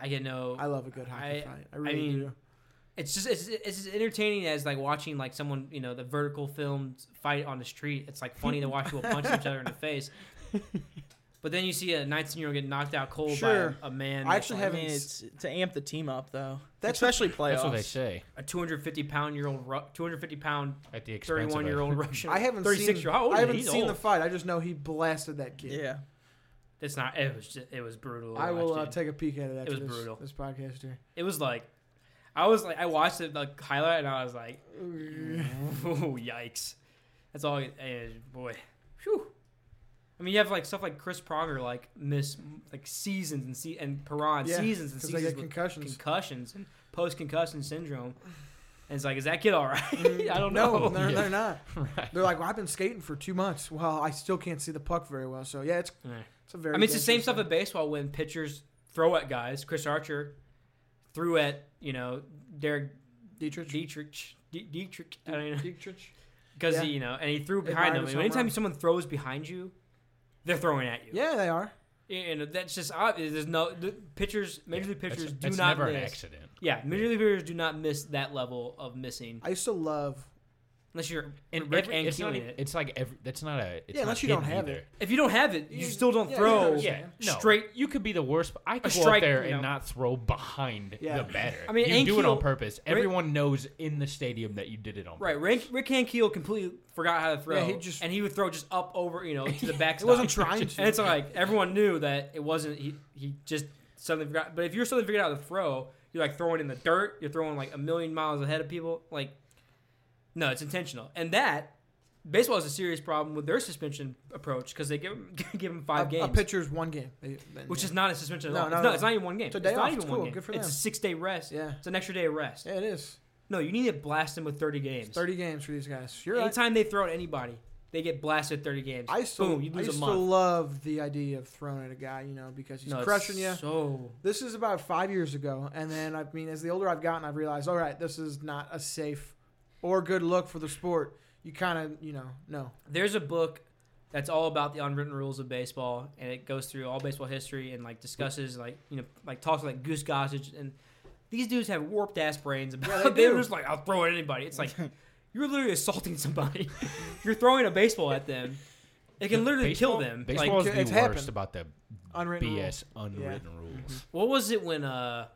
[SPEAKER 2] I get no.
[SPEAKER 3] I love a good hockey
[SPEAKER 2] I-
[SPEAKER 3] fight. I
[SPEAKER 2] I
[SPEAKER 3] really
[SPEAKER 2] mean,
[SPEAKER 3] do.
[SPEAKER 2] it's just it's, it's as entertaining as like watching like someone you know the vertical filmed fight on the street. It's like funny to watch people punch each other in the
[SPEAKER 3] [LAUGHS]
[SPEAKER 2] face. But then you see a 19 year old get knocked out cold
[SPEAKER 3] Sure.
[SPEAKER 2] by a, a man.
[SPEAKER 3] I
[SPEAKER 2] that's,
[SPEAKER 3] actually
[SPEAKER 2] like,
[SPEAKER 5] I mean,
[SPEAKER 3] haven't
[SPEAKER 5] it's to amp the team up though,
[SPEAKER 3] That's what-
[SPEAKER 5] especially playoffs.
[SPEAKER 4] That's what they say.
[SPEAKER 2] a 250 pound year old, Ru- 250 pound,
[SPEAKER 4] At the expense of
[SPEAKER 2] 31 year
[SPEAKER 4] a- [LAUGHS]
[SPEAKER 2] old Russian.
[SPEAKER 3] I haven't
[SPEAKER 2] 36
[SPEAKER 3] seen.
[SPEAKER 2] year old.
[SPEAKER 3] I haven't
[SPEAKER 2] He's
[SPEAKER 3] seen
[SPEAKER 2] old.
[SPEAKER 3] the fight. I just know he blasted that kid.
[SPEAKER 5] Yeah,
[SPEAKER 2] It's not. It was. Just, it was brutal. to
[SPEAKER 3] I will
[SPEAKER 2] watch,
[SPEAKER 3] uh,
[SPEAKER 2] dude.
[SPEAKER 3] take a peek at it. After
[SPEAKER 2] was
[SPEAKER 3] this,
[SPEAKER 2] brutal.
[SPEAKER 3] This podcast here.
[SPEAKER 2] It was like, I was like, I watched it like highlight, and I was like, [LAUGHS] oh yikes! That's all. eh, boy, Whew. I mean, you have like stuff like Chris Pronger, like miss like seasons and see and Perron
[SPEAKER 3] Yeah,
[SPEAKER 2] seasons and
[SPEAKER 3] 'cause
[SPEAKER 2] seasons
[SPEAKER 3] they get
[SPEAKER 2] with
[SPEAKER 3] concussions.
[SPEAKER 2] concussions and post concussion syndrome. And it's like, is that kid all [LAUGHS] right? I don't know.
[SPEAKER 3] Mm-hmm. No, they're,
[SPEAKER 4] Yeah.
[SPEAKER 3] they're
[SPEAKER 2] [LAUGHS]
[SPEAKER 3] not. They're like, well, I've been skating for two months. Well, I still can't see the puck very well. So yeah, it's
[SPEAKER 2] Yeah.
[SPEAKER 3] it's a very.
[SPEAKER 2] I mean, it's the same
[SPEAKER 3] dangerous
[SPEAKER 2] stuff at baseball when pitchers throw at guys. Chris Archer threw at you know Derek Dietrich. Dietrich. D- Dietrich. I don't know.
[SPEAKER 3] thing. Dietrich.
[SPEAKER 2] Because
[SPEAKER 3] Yeah.
[SPEAKER 2] he, you know, and he threw
[SPEAKER 3] It
[SPEAKER 2] behind him.
[SPEAKER 3] minus
[SPEAKER 2] And
[SPEAKER 3] home
[SPEAKER 2] anytime
[SPEAKER 3] run.
[SPEAKER 2] someone throws behind you, they're throwing at you.
[SPEAKER 3] Yeah, they are.
[SPEAKER 2] and that's just obvious. There's no the pitchers, major league pitchers
[SPEAKER 4] It's-
[SPEAKER 2] do
[SPEAKER 4] it's
[SPEAKER 2] not
[SPEAKER 4] never
[SPEAKER 2] miss.
[SPEAKER 4] an accident.
[SPEAKER 2] Yeah, major league pitchers do not miss that level of missing
[SPEAKER 3] I used to love.
[SPEAKER 2] unless you're
[SPEAKER 4] And
[SPEAKER 2] Rick
[SPEAKER 4] every-
[SPEAKER 2] and
[SPEAKER 4] it's, not,
[SPEAKER 2] Keeling
[SPEAKER 4] e-
[SPEAKER 2] it.
[SPEAKER 4] it's like every. That's not a. It's
[SPEAKER 3] Yeah, unless
[SPEAKER 4] not
[SPEAKER 3] you don't
[SPEAKER 4] hidden
[SPEAKER 3] have
[SPEAKER 4] either.
[SPEAKER 3] it.
[SPEAKER 2] If you don't have it, you,
[SPEAKER 3] You-
[SPEAKER 2] still don't
[SPEAKER 3] yeah, you
[SPEAKER 2] throw.
[SPEAKER 3] understand.
[SPEAKER 4] Yeah, no.
[SPEAKER 2] Straight-
[SPEAKER 4] You could be the worst. I could go out
[SPEAKER 2] strike,
[SPEAKER 4] there
[SPEAKER 2] you know.
[SPEAKER 4] and not throw behind
[SPEAKER 3] Yeah.
[SPEAKER 4] the batter.
[SPEAKER 2] I mean,
[SPEAKER 4] you do it on
[SPEAKER 2] Ankiel-
[SPEAKER 4] purpose. Everyone knows in the stadium that you did it on
[SPEAKER 2] Right,
[SPEAKER 4] purpose. [LAUGHS]
[SPEAKER 2] Rick, Rick Hankiel completely forgot how to throw.
[SPEAKER 3] he just-
[SPEAKER 2] and he would throw just up over, you know, to the back.
[SPEAKER 3] It wasn't trying to.
[SPEAKER 2] And it's like everyone knew that it wasn't. He he just suddenly forgot. But if you're suddenly figuring out how to throw, you're like throwing in the dirt. You're throwing like a million miles ahead of people. Like, no, it's intentional. And that baseball has a serious problem with their suspension approach because they give [LAUGHS] 'em- give them
[SPEAKER 3] a,
[SPEAKER 2] five games,
[SPEAKER 3] a pitcher's one game. They, they-
[SPEAKER 2] which
[SPEAKER 3] yeah.
[SPEAKER 2] is not a suspension at
[SPEAKER 3] No,
[SPEAKER 2] all.
[SPEAKER 3] no,
[SPEAKER 2] it's,
[SPEAKER 3] no.
[SPEAKER 2] not, it's not even one game.
[SPEAKER 3] It's a day
[SPEAKER 2] not
[SPEAKER 3] off.
[SPEAKER 2] even
[SPEAKER 3] It's
[SPEAKER 2] one
[SPEAKER 3] cool.
[SPEAKER 2] game.
[SPEAKER 3] Good for
[SPEAKER 2] it's a
[SPEAKER 3] them.
[SPEAKER 2] six day rest.
[SPEAKER 3] Yeah.
[SPEAKER 2] it's an extra day of rest.
[SPEAKER 3] Yeah, it is.
[SPEAKER 2] No, you need to blast them with thirty games.
[SPEAKER 3] Thirty games for these guys. You're right.
[SPEAKER 2] Anytime they throw at anybody, they get blasted 30 games.
[SPEAKER 3] I still,
[SPEAKER 2] Boom, you
[SPEAKER 3] I
[SPEAKER 2] lose a
[SPEAKER 3] used to
[SPEAKER 2] month.
[SPEAKER 3] love the idea of throwing at a guy, you know, because he's
[SPEAKER 2] No, it's
[SPEAKER 3] crushing you.
[SPEAKER 2] So
[SPEAKER 3] this is about five years ago, and then I mean, as the older I've gotten, I've realized, all right, this is not a safe or good look for the sport. You kind of, you know, no.
[SPEAKER 2] there's a book that's all about the unwritten rules of baseball, and it goes through all baseball history and like discusses like you know like talks like Goose Gossage and these dudes have warped ass brains. About, [LAUGHS]
[SPEAKER 3] they
[SPEAKER 2] they are
[SPEAKER 3] do.
[SPEAKER 2] just like I'll throw at anybody. It's like you're literally assaulting somebody. [LAUGHS] you're throwing a baseball at them. It can literally
[SPEAKER 4] Baseball-
[SPEAKER 2] kill them. Like
[SPEAKER 4] Baseball is the
[SPEAKER 3] it's
[SPEAKER 4] worst
[SPEAKER 3] happened.
[SPEAKER 4] about the
[SPEAKER 3] Unwritten
[SPEAKER 4] BS unwritten rules.
[SPEAKER 2] what was it when uh.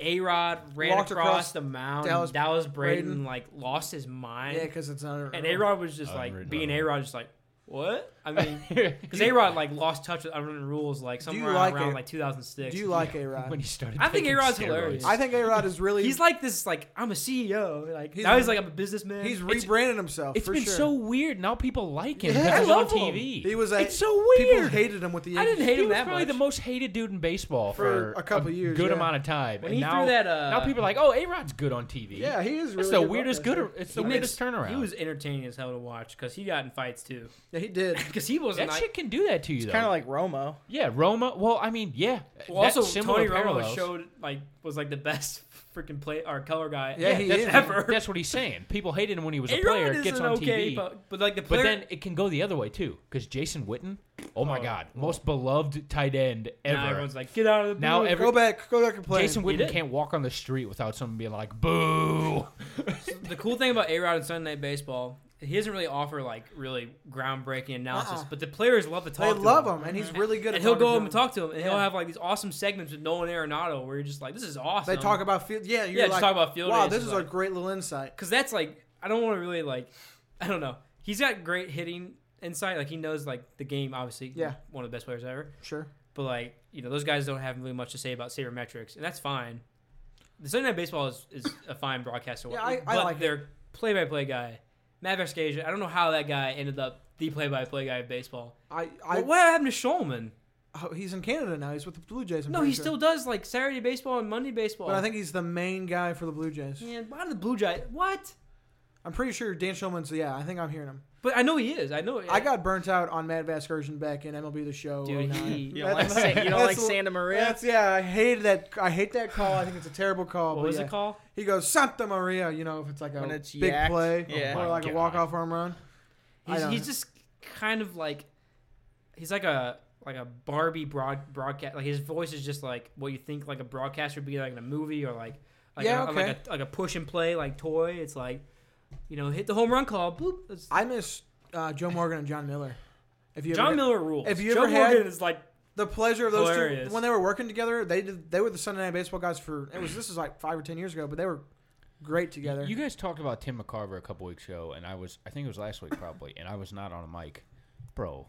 [SPEAKER 2] A Rod ran
[SPEAKER 3] Walked
[SPEAKER 2] across,
[SPEAKER 3] across
[SPEAKER 2] the mound. Dallas,
[SPEAKER 3] Dallas
[SPEAKER 2] Dallas Braden,
[SPEAKER 3] Braden.
[SPEAKER 2] like lost his mind.
[SPEAKER 3] Yeah, because it's not.
[SPEAKER 2] And A Rod was just like
[SPEAKER 4] Unwritten
[SPEAKER 2] being A
[SPEAKER 4] rule.
[SPEAKER 2] Rod, just like what?
[SPEAKER 3] [LAUGHS]
[SPEAKER 2] I mean, because A Rod like lost touch with unwritten rules like somewhere
[SPEAKER 3] like
[SPEAKER 2] around
[SPEAKER 3] it?
[SPEAKER 2] like 2006.
[SPEAKER 3] Do you
[SPEAKER 2] [LAUGHS]
[SPEAKER 3] like A
[SPEAKER 4] When
[SPEAKER 3] Rod?
[SPEAKER 4] he started,
[SPEAKER 2] I think
[SPEAKER 4] taking
[SPEAKER 2] A-Rod's
[SPEAKER 4] steroids.
[SPEAKER 2] hilarious.
[SPEAKER 3] I think A Rod is really.
[SPEAKER 2] He's like this like I'm a CEO. Like
[SPEAKER 3] He's-
[SPEAKER 2] now he's like I'm a businessman.
[SPEAKER 3] he's
[SPEAKER 2] It's-
[SPEAKER 3] rebranded himself.
[SPEAKER 4] It's
[SPEAKER 3] for
[SPEAKER 4] been
[SPEAKER 3] sure.
[SPEAKER 4] so weird. Now people like him
[SPEAKER 3] Yeah,
[SPEAKER 4] because
[SPEAKER 3] I
[SPEAKER 4] he's
[SPEAKER 2] love
[SPEAKER 4] on
[SPEAKER 2] him.
[SPEAKER 4] TV.
[SPEAKER 3] He was. A,
[SPEAKER 4] it's so weird.
[SPEAKER 3] People hated him with the.
[SPEAKER 2] I didn't hate
[SPEAKER 4] he
[SPEAKER 2] him
[SPEAKER 4] was
[SPEAKER 2] that
[SPEAKER 4] probably
[SPEAKER 2] much.
[SPEAKER 4] the most hated dude in baseball
[SPEAKER 3] For
[SPEAKER 4] for,
[SPEAKER 3] a couple years,
[SPEAKER 4] good
[SPEAKER 3] yeah.
[SPEAKER 4] amount of time.
[SPEAKER 2] When
[SPEAKER 4] and
[SPEAKER 2] he threw
[SPEAKER 4] now,
[SPEAKER 2] that, uh,
[SPEAKER 4] now people are like, oh, A Rod's good on TV.
[SPEAKER 3] Yeah, he is. Really
[SPEAKER 4] it's the
[SPEAKER 3] good about
[SPEAKER 4] weirdest
[SPEAKER 3] that
[SPEAKER 4] good.
[SPEAKER 3] shit.
[SPEAKER 4] It's
[SPEAKER 2] he
[SPEAKER 4] the weirdest
[SPEAKER 2] makes-
[SPEAKER 4] turnaround.
[SPEAKER 2] He was entertaining as hell to watch because he got in fights too.
[SPEAKER 3] Yeah, he did.
[SPEAKER 2] [LAUGHS] Because he wasn't.
[SPEAKER 4] that
[SPEAKER 2] Like,
[SPEAKER 4] shit can do that to you. though.
[SPEAKER 5] kind of like Romo.
[SPEAKER 4] yeah, Roma. Well, I mean, yeah.
[SPEAKER 2] well,
[SPEAKER 4] that's
[SPEAKER 2] also
[SPEAKER 4] similar
[SPEAKER 2] Tony Romo
[SPEAKER 4] parallels.
[SPEAKER 2] showed like was like the best [LAUGHS] freaking play or color guy.
[SPEAKER 3] Yeah, he
[SPEAKER 2] that's
[SPEAKER 3] is.
[SPEAKER 2] ever.
[SPEAKER 4] That's what he's saying. People hated him when he was a
[SPEAKER 2] A-Rod
[SPEAKER 4] player.
[SPEAKER 2] is
[SPEAKER 4] Gets
[SPEAKER 2] an
[SPEAKER 4] on
[SPEAKER 2] okay,
[SPEAKER 4] TV.
[SPEAKER 2] but, but like the player,
[SPEAKER 4] But then it can go the other way too, because Jason Witten, oh my God, most beloved tight end ever.
[SPEAKER 2] now everyone's like get out of the
[SPEAKER 4] Now
[SPEAKER 2] booth.
[SPEAKER 4] every-
[SPEAKER 3] go back. Go back and play.
[SPEAKER 4] Jason Witten
[SPEAKER 2] did.
[SPEAKER 4] can't walk on the street without someone being like, "Boo!"
[SPEAKER 2] the cool thing about A Rod and Sunday Night Baseball, he doesn't really offer like really groundbreaking analysis,
[SPEAKER 3] Uh-uh.
[SPEAKER 2] but the players love to talk.
[SPEAKER 3] They
[SPEAKER 2] to
[SPEAKER 3] love him, and he's really good.
[SPEAKER 2] and
[SPEAKER 3] at
[SPEAKER 2] he'll
[SPEAKER 3] what
[SPEAKER 2] go
[SPEAKER 3] he's
[SPEAKER 2] up and
[SPEAKER 3] doing.
[SPEAKER 2] talk to him, and he'll
[SPEAKER 3] Yeah.
[SPEAKER 2] have like these awesome segments with Nolan Arenado, where you're just like, "This is awesome."
[SPEAKER 3] They talk about field. Yeah, you're
[SPEAKER 2] Yeah, just
[SPEAKER 3] like,
[SPEAKER 2] talk about field
[SPEAKER 3] Wow,
[SPEAKER 2] days
[SPEAKER 3] this
[SPEAKER 2] is
[SPEAKER 3] is a
[SPEAKER 2] like-
[SPEAKER 3] great little insight.
[SPEAKER 2] because that's like I don't want to really like I don't know. He's got great hitting insight. Like he knows like the game, obviously.
[SPEAKER 3] Yeah.
[SPEAKER 2] one of the best players ever.
[SPEAKER 3] Sure.
[SPEAKER 2] But like you know, those guys don't have really much to say about sabermetrics, and that's fine. The Sunday Night Baseball is, is a fine broadcast award.
[SPEAKER 3] Yeah, I- I
[SPEAKER 2] but
[SPEAKER 3] like it.
[SPEAKER 2] their play-by-play guy, Matt Vascasia. I don't know how that guy ended up the play-by-play guy of baseball.
[SPEAKER 3] I, I
[SPEAKER 2] But what happened to Shulman?
[SPEAKER 3] oh, he's in Canada now. He's with the Blue Jays. I'm
[SPEAKER 2] No,
[SPEAKER 3] pretty
[SPEAKER 2] he
[SPEAKER 3] sure.
[SPEAKER 2] still does like Saturday baseball and Monday baseball.
[SPEAKER 3] But I think he's the main guy for the Blue Jays.
[SPEAKER 2] man, why do the Blue Jays? What?
[SPEAKER 3] I'm pretty sure Dan Shulman's. Yeah, I think I'm hearing him.
[SPEAKER 2] But I know he is. I know.
[SPEAKER 3] I got burnt out on Matt Vasgersian back in MLB The Show.
[SPEAKER 2] dude.
[SPEAKER 3] 09.
[SPEAKER 2] He,
[SPEAKER 5] [LAUGHS] You don't like, Sa- you don't
[SPEAKER 3] That's
[SPEAKER 5] like
[SPEAKER 3] a-
[SPEAKER 5] Santa Maria?
[SPEAKER 3] That's yeah. I hated that. I hate that call. I think it's a terrible call.
[SPEAKER 2] what
[SPEAKER 3] but
[SPEAKER 2] was
[SPEAKER 3] yeah.
[SPEAKER 2] it called?
[SPEAKER 3] He goes Santa Maria. You know, if it's like a
[SPEAKER 5] When it's
[SPEAKER 3] big
[SPEAKER 5] yacked,
[SPEAKER 3] play
[SPEAKER 5] yeah.
[SPEAKER 3] or
[SPEAKER 4] Oh
[SPEAKER 3] like
[SPEAKER 4] my
[SPEAKER 3] a
[SPEAKER 4] God.
[SPEAKER 3] walk off home run. I
[SPEAKER 2] He's,
[SPEAKER 3] don't
[SPEAKER 2] he's
[SPEAKER 3] know.
[SPEAKER 2] just kind of like he's like a like a Barbie broad broadcast. Like his voice is just like what you think like a broadcaster would be like in a movie or like like
[SPEAKER 3] Yeah,
[SPEAKER 2] a,
[SPEAKER 3] okay.
[SPEAKER 2] like a like a push and play like toy. It's like you know hit the home run call. Boop. It's-
[SPEAKER 3] I miss uh, Joe Morgan and John Miller. If you
[SPEAKER 2] John
[SPEAKER 3] ever,
[SPEAKER 2] Miller rules.
[SPEAKER 3] if you
[SPEAKER 2] Joe
[SPEAKER 3] ever had-
[SPEAKER 2] Morgan is like
[SPEAKER 3] the pleasure of those
[SPEAKER 2] Hilarious.
[SPEAKER 3] two when they were working together, they did, they were the Sunday Night Baseball guys for it was this is like five or ten years ago, but they were great together.
[SPEAKER 4] You guys talked about Tim McCarver a couple weeks ago, and I was, I think it was last week probably, and I was not on a mic. Bro,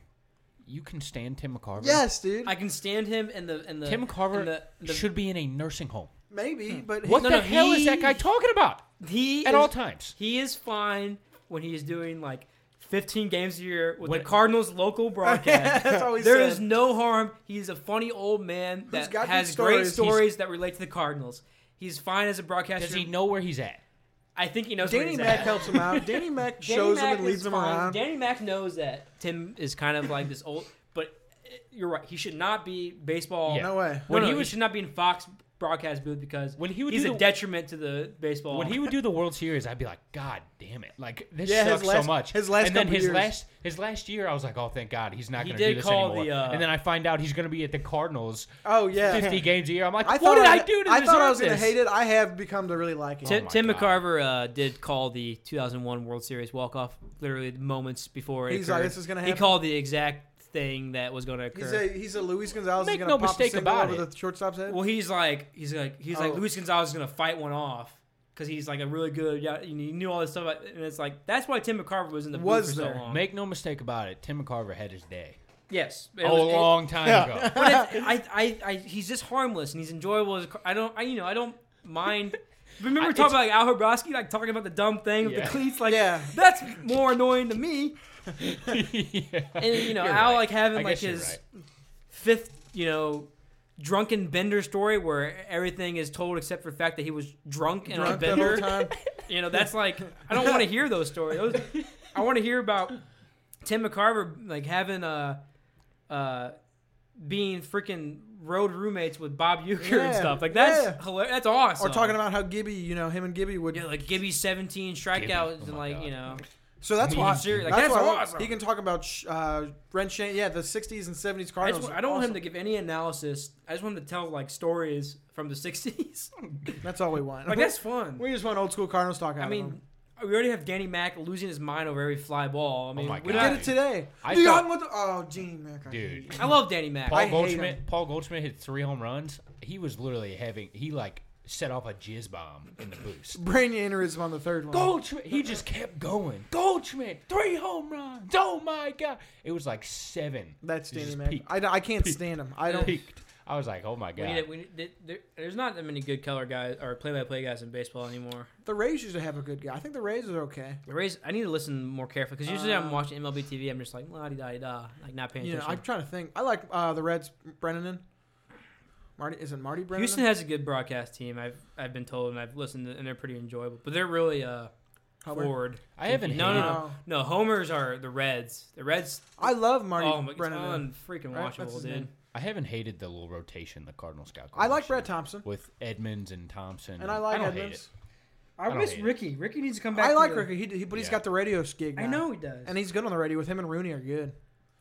[SPEAKER 4] you can stand Tim McCarver?
[SPEAKER 3] yes, dude.
[SPEAKER 2] I can stand him in the in the
[SPEAKER 4] Tim McCarver
[SPEAKER 2] in the, the,
[SPEAKER 4] should be in a nursing home.
[SPEAKER 2] Hmm.
[SPEAKER 3] Maybe, but
[SPEAKER 4] What
[SPEAKER 2] No,
[SPEAKER 4] the
[SPEAKER 2] no,
[SPEAKER 4] hell is that
[SPEAKER 2] he-
[SPEAKER 4] guy talking about?
[SPEAKER 2] he is-
[SPEAKER 4] At all times.
[SPEAKER 2] He is fine when he is doing like 15 games a year with
[SPEAKER 4] When-
[SPEAKER 2] the Cardinals local broadcast.
[SPEAKER 3] [LAUGHS] That's all he
[SPEAKER 2] There
[SPEAKER 3] said.
[SPEAKER 2] is no harm. He's a funny old man that
[SPEAKER 3] got
[SPEAKER 2] has
[SPEAKER 3] good
[SPEAKER 2] great
[SPEAKER 3] stories.
[SPEAKER 2] stories that relate to the Cardinals. He's fine as a broadcaster.
[SPEAKER 4] Does he know where he's at?
[SPEAKER 2] I think he knows. where
[SPEAKER 3] Danny
[SPEAKER 2] he's at.
[SPEAKER 3] Mac helps
[SPEAKER 2] [LAUGHS]
[SPEAKER 3] him out. Danny Mac
[SPEAKER 2] Danny
[SPEAKER 3] shows
[SPEAKER 2] Mac
[SPEAKER 3] him and
[SPEAKER 2] is
[SPEAKER 3] leads him
[SPEAKER 2] fine.
[SPEAKER 3] around.
[SPEAKER 2] Danny Mac knows that Tim is kind of like this old, but eh, you're right. He should not be baseball.
[SPEAKER 4] Yeah.
[SPEAKER 3] no way.
[SPEAKER 2] No,
[SPEAKER 4] When
[SPEAKER 2] no,
[SPEAKER 4] he
[SPEAKER 2] he,
[SPEAKER 4] was-
[SPEAKER 2] should not be in Fox broadcast booth because
[SPEAKER 4] When he would
[SPEAKER 2] he's
[SPEAKER 4] do
[SPEAKER 2] a
[SPEAKER 4] the-
[SPEAKER 2] detriment to the baseball.
[SPEAKER 4] When he would do the World Series, I'd be like, God damn it! Like this
[SPEAKER 3] Yeah, his
[SPEAKER 4] sucks
[SPEAKER 3] last-
[SPEAKER 4] so much.
[SPEAKER 3] his last
[SPEAKER 4] and then
[SPEAKER 3] couple
[SPEAKER 4] his
[SPEAKER 3] years.
[SPEAKER 4] last his last year, I was like, Oh, thank God, he's not
[SPEAKER 2] He
[SPEAKER 4] going to
[SPEAKER 2] did
[SPEAKER 4] do this
[SPEAKER 2] call
[SPEAKER 4] anymore.
[SPEAKER 2] the, uh,
[SPEAKER 4] and then I find out he's going to be at the Cardinals.
[SPEAKER 3] Oh, yeah. [LAUGHS]
[SPEAKER 4] 50 games a year. I'm like,
[SPEAKER 3] I
[SPEAKER 4] What
[SPEAKER 3] thought
[SPEAKER 4] did I,
[SPEAKER 3] I,
[SPEAKER 4] do to
[SPEAKER 3] I thought I was
[SPEAKER 4] going
[SPEAKER 3] gonna
[SPEAKER 4] to
[SPEAKER 3] hate it. I have become to really like it.
[SPEAKER 2] Tim,
[SPEAKER 4] my
[SPEAKER 2] Tim
[SPEAKER 4] God.
[SPEAKER 2] McCarver uh, did call the 2001 World Series walk off literally moments before it
[SPEAKER 3] He's like,
[SPEAKER 2] occurred.
[SPEAKER 3] "This is gonna
[SPEAKER 2] He
[SPEAKER 3] happen."
[SPEAKER 2] called the exact thing that was going to occur.
[SPEAKER 3] He's a he's a Luis Gonzalez.
[SPEAKER 4] Make
[SPEAKER 3] he's gonna
[SPEAKER 4] no
[SPEAKER 3] pop a
[SPEAKER 4] mistake
[SPEAKER 3] single
[SPEAKER 4] about
[SPEAKER 3] over
[SPEAKER 4] it.
[SPEAKER 3] the shortstop's head.
[SPEAKER 2] well, he's like, he's like, he's like,
[SPEAKER 3] Oh.
[SPEAKER 2] Luis Gonzalez is going to fight one off because he's like a really good. Yeah, he knew all this stuff, about- and it's like that's why Tim McCarver was in the booth
[SPEAKER 3] Was
[SPEAKER 2] for
[SPEAKER 3] there.
[SPEAKER 2] so long.
[SPEAKER 4] Make no mistake about it. Tim McCarver had his day.
[SPEAKER 2] yes, it
[SPEAKER 4] a
[SPEAKER 2] was- it-
[SPEAKER 4] long
[SPEAKER 3] [LAUGHS]
[SPEAKER 4] time ago.
[SPEAKER 2] but it's- I, I, I, he's just harmless and he's enjoyable. As, a car- I don't, I, you know, I don't
[SPEAKER 3] [LAUGHS]
[SPEAKER 2] mind. Remember
[SPEAKER 4] I-
[SPEAKER 2] we talking about like, Al Hobroski, like talking about the dumb thing with [LAUGHS]
[SPEAKER 4] Yeah.
[SPEAKER 2] the cleats? Like,
[SPEAKER 3] Yeah.
[SPEAKER 2] that's more annoying to
[SPEAKER 4] [LAUGHS]
[SPEAKER 2] me. And you know,
[SPEAKER 4] You're
[SPEAKER 2] Al
[SPEAKER 4] right.
[SPEAKER 2] like having
[SPEAKER 4] I
[SPEAKER 2] like
[SPEAKER 4] guess you're
[SPEAKER 2] his
[SPEAKER 4] right.
[SPEAKER 2] fifth, you know, drunken bender story where everything is told except for the fact that he was drunk and on a
[SPEAKER 3] Drunk the
[SPEAKER 2] bender.
[SPEAKER 3] whole time.
[SPEAKER 2] You know, [LAUGHS] that's like I don't want to hear those stories. Those- I want to hear about Tim McCarver like having a, uh, being freaking road roommates with Bob Uecker and
[SPEAKER 3] Yeah,
[SPEAKER 2] stuff. Like that's
[SPEAKER 3] yeah.
[SPEAKER 2] hilarious. That's awesome.
[SPEAKER 3] Or talking about how Gibby, you know, him and Gibby would.
[SPEAKER 2] yeah, like Gibby seventeen
[SPEAKER 4] Gibby.
[SPEAKER 2] strikeouts
[SPEAKER 4] Oh
[SPEAKER 2] and
[SPEAKER 4] my
[SPEAKER 2] like
[SPEAKER 4] God.
[SPEAKER 2] you know
[SPEAKER 3] so that's
[SPEAKER 2] Mean
[SPEAKER 3] why.
[SPEAKER 2] Jerry, like,
[SPEAKER 3] that's
[SPEAKER 2] that's
[SPEAKER 3] why
[SPEAKER 2] awesome.
[SPEAKER 3] he can talk about sh- uh, Ren Shane. Yeah, the '60s and '70s
[SPEAKER 2] I, just,
[SPEAKER 3] Cardinals.
[SPEAKER 2] want- I don't want him to give any analysis. I just want him to tell like stories from the [LAUGHS] sixties.
[SPEAKER 3] to. That's all we want. [LAUGHS]
[SPEAKER 2] like that's fun.
[SPEAKER 3] we just want old school Cardinals talk. Out
[SPEAKER 2] I mean, we already have Danny Mack losing his mind over every fly ball. I mean,
[SPEAKER 4] Oh my
[SPEAKER 2] we
[SPEAKER 4] God.
[SPEAKER 2] don't-
[SPEAKER 3] did it today.
[SPEAKER 4] I
[SPEAKER 3] Dude,
[SPEAKER 4] thought-
[SPEAKER 3] I'm with the- oh, Gene Mack. I hate
[SPEAKER 4] Dude.
[SPEAKER 3] you.
[SPEAKER 2] I love Danny Mack.
[SPEAKER 4] Paul
[SPEAKER 3] I hate
[SPEAKER 4] Goldschmidt.
[SPEAKER 3] him.
[SPEAKER 4] Paul Goldschmidt hit three home runs. He was literally having. He like set off a jizz bomb in the booth.
[SPEAKER 3] Brain aneurysm on the third one.
[SPEAKER 4] Goldschmidt. He just kept going. Goldschmidt, three home runs. Oh my god! It was like seven.
[SPEAKER 3] That's
[SPEAKER 4] It
[SPEAKER 3] Danny
[SPEAKER 4] just
[SPEAKER 3] Mac.
[SPEAKER 4] peaked,
[SPEAKER 3] I, I can't stand him. I don't.
[SPEAKER 4] peaked. I was like, oh my
[SPEAKER 2] we
[SPEAKER 4] god.
[SPEAKER 2] need, we need, there- there, there's not that many good color guys or play-by-play guys in baseball anymore.
[SPEAKER 3] The Rays used to have a good guy. I think the Rays are okay.
[SPEAKER 2] The Rays, I need to listen more carefully because usually
[SPEAKER 3] Uh.
[SPEAKER 2] I'm watching MLB TV. I'm just like la di da da, like not paying
[SPEAKER 3] You know,
[SPEAKER 2] attention.
[SPEAKER 3] I'm trying to think. I like uh, the Reds. Brennan. Marty isn't Marty Brennan.
[SPEAKER 2] Houston has a good broadcast team. I've I've been told and I've listened to, and they're pretty enjoyable. But they're really uh
[SPEAKER 3] Homer?
[SPEAKER 2] forward.
[SPEAKER 4] I haven't.
[SPEAKER 2] No, no,
[SPEAKER 4] hated-
[SPEAKER 2] no, no. Homers are the Reds. The Reds.
[SPEAKER 3] I love Marty
[SPEAKER 2] oh my, it's
[SPEAKER 3] Brennan.
[SPEAKER 2] unfreaking
[SPEAKER 3] Right? That's
[SPEAKER 2] watchable,
[SPEAKER 3] his
[SPEAKER 2] dude.
[SPEAKER 3] name.
[SPEAKER 4] I haven't hated the little rotation the Cardinals got.
[SPEAKER 3] I
[SPEAKER 4] going
[SPEAKER 3] like
[SPEAKER 4] this
[SPEAKER 3] Brad
[SPEAKER 4] year
[SPEAKER 3] Thompson,
[SPEAKER 4] with Edmonds and Thompson.
[SPEAKER 3] and I like
[SPEAKER 4] don't hate
[SPEAKER 3] Edmonds.
[SPEAKER 4] it. I don't hate it.
[SPEAKER 2] Ricky needs to come
[SPEAKER 3] I
[SPEAKER 2] to
[SPEAKER 3] like
[SPEAKER 2] the-
[SPEAKER 3] Ricky, he, he, but he's
[SPEAKER 4] Yeah.
[SPEAKER 3] got the radio gig.
[SPEAKER 2] I
[SPEAKER 3] now.
[SPEAKER 2] know he does.
[SPEAKER 3] and he's good on the radio. With him and Rooney are good.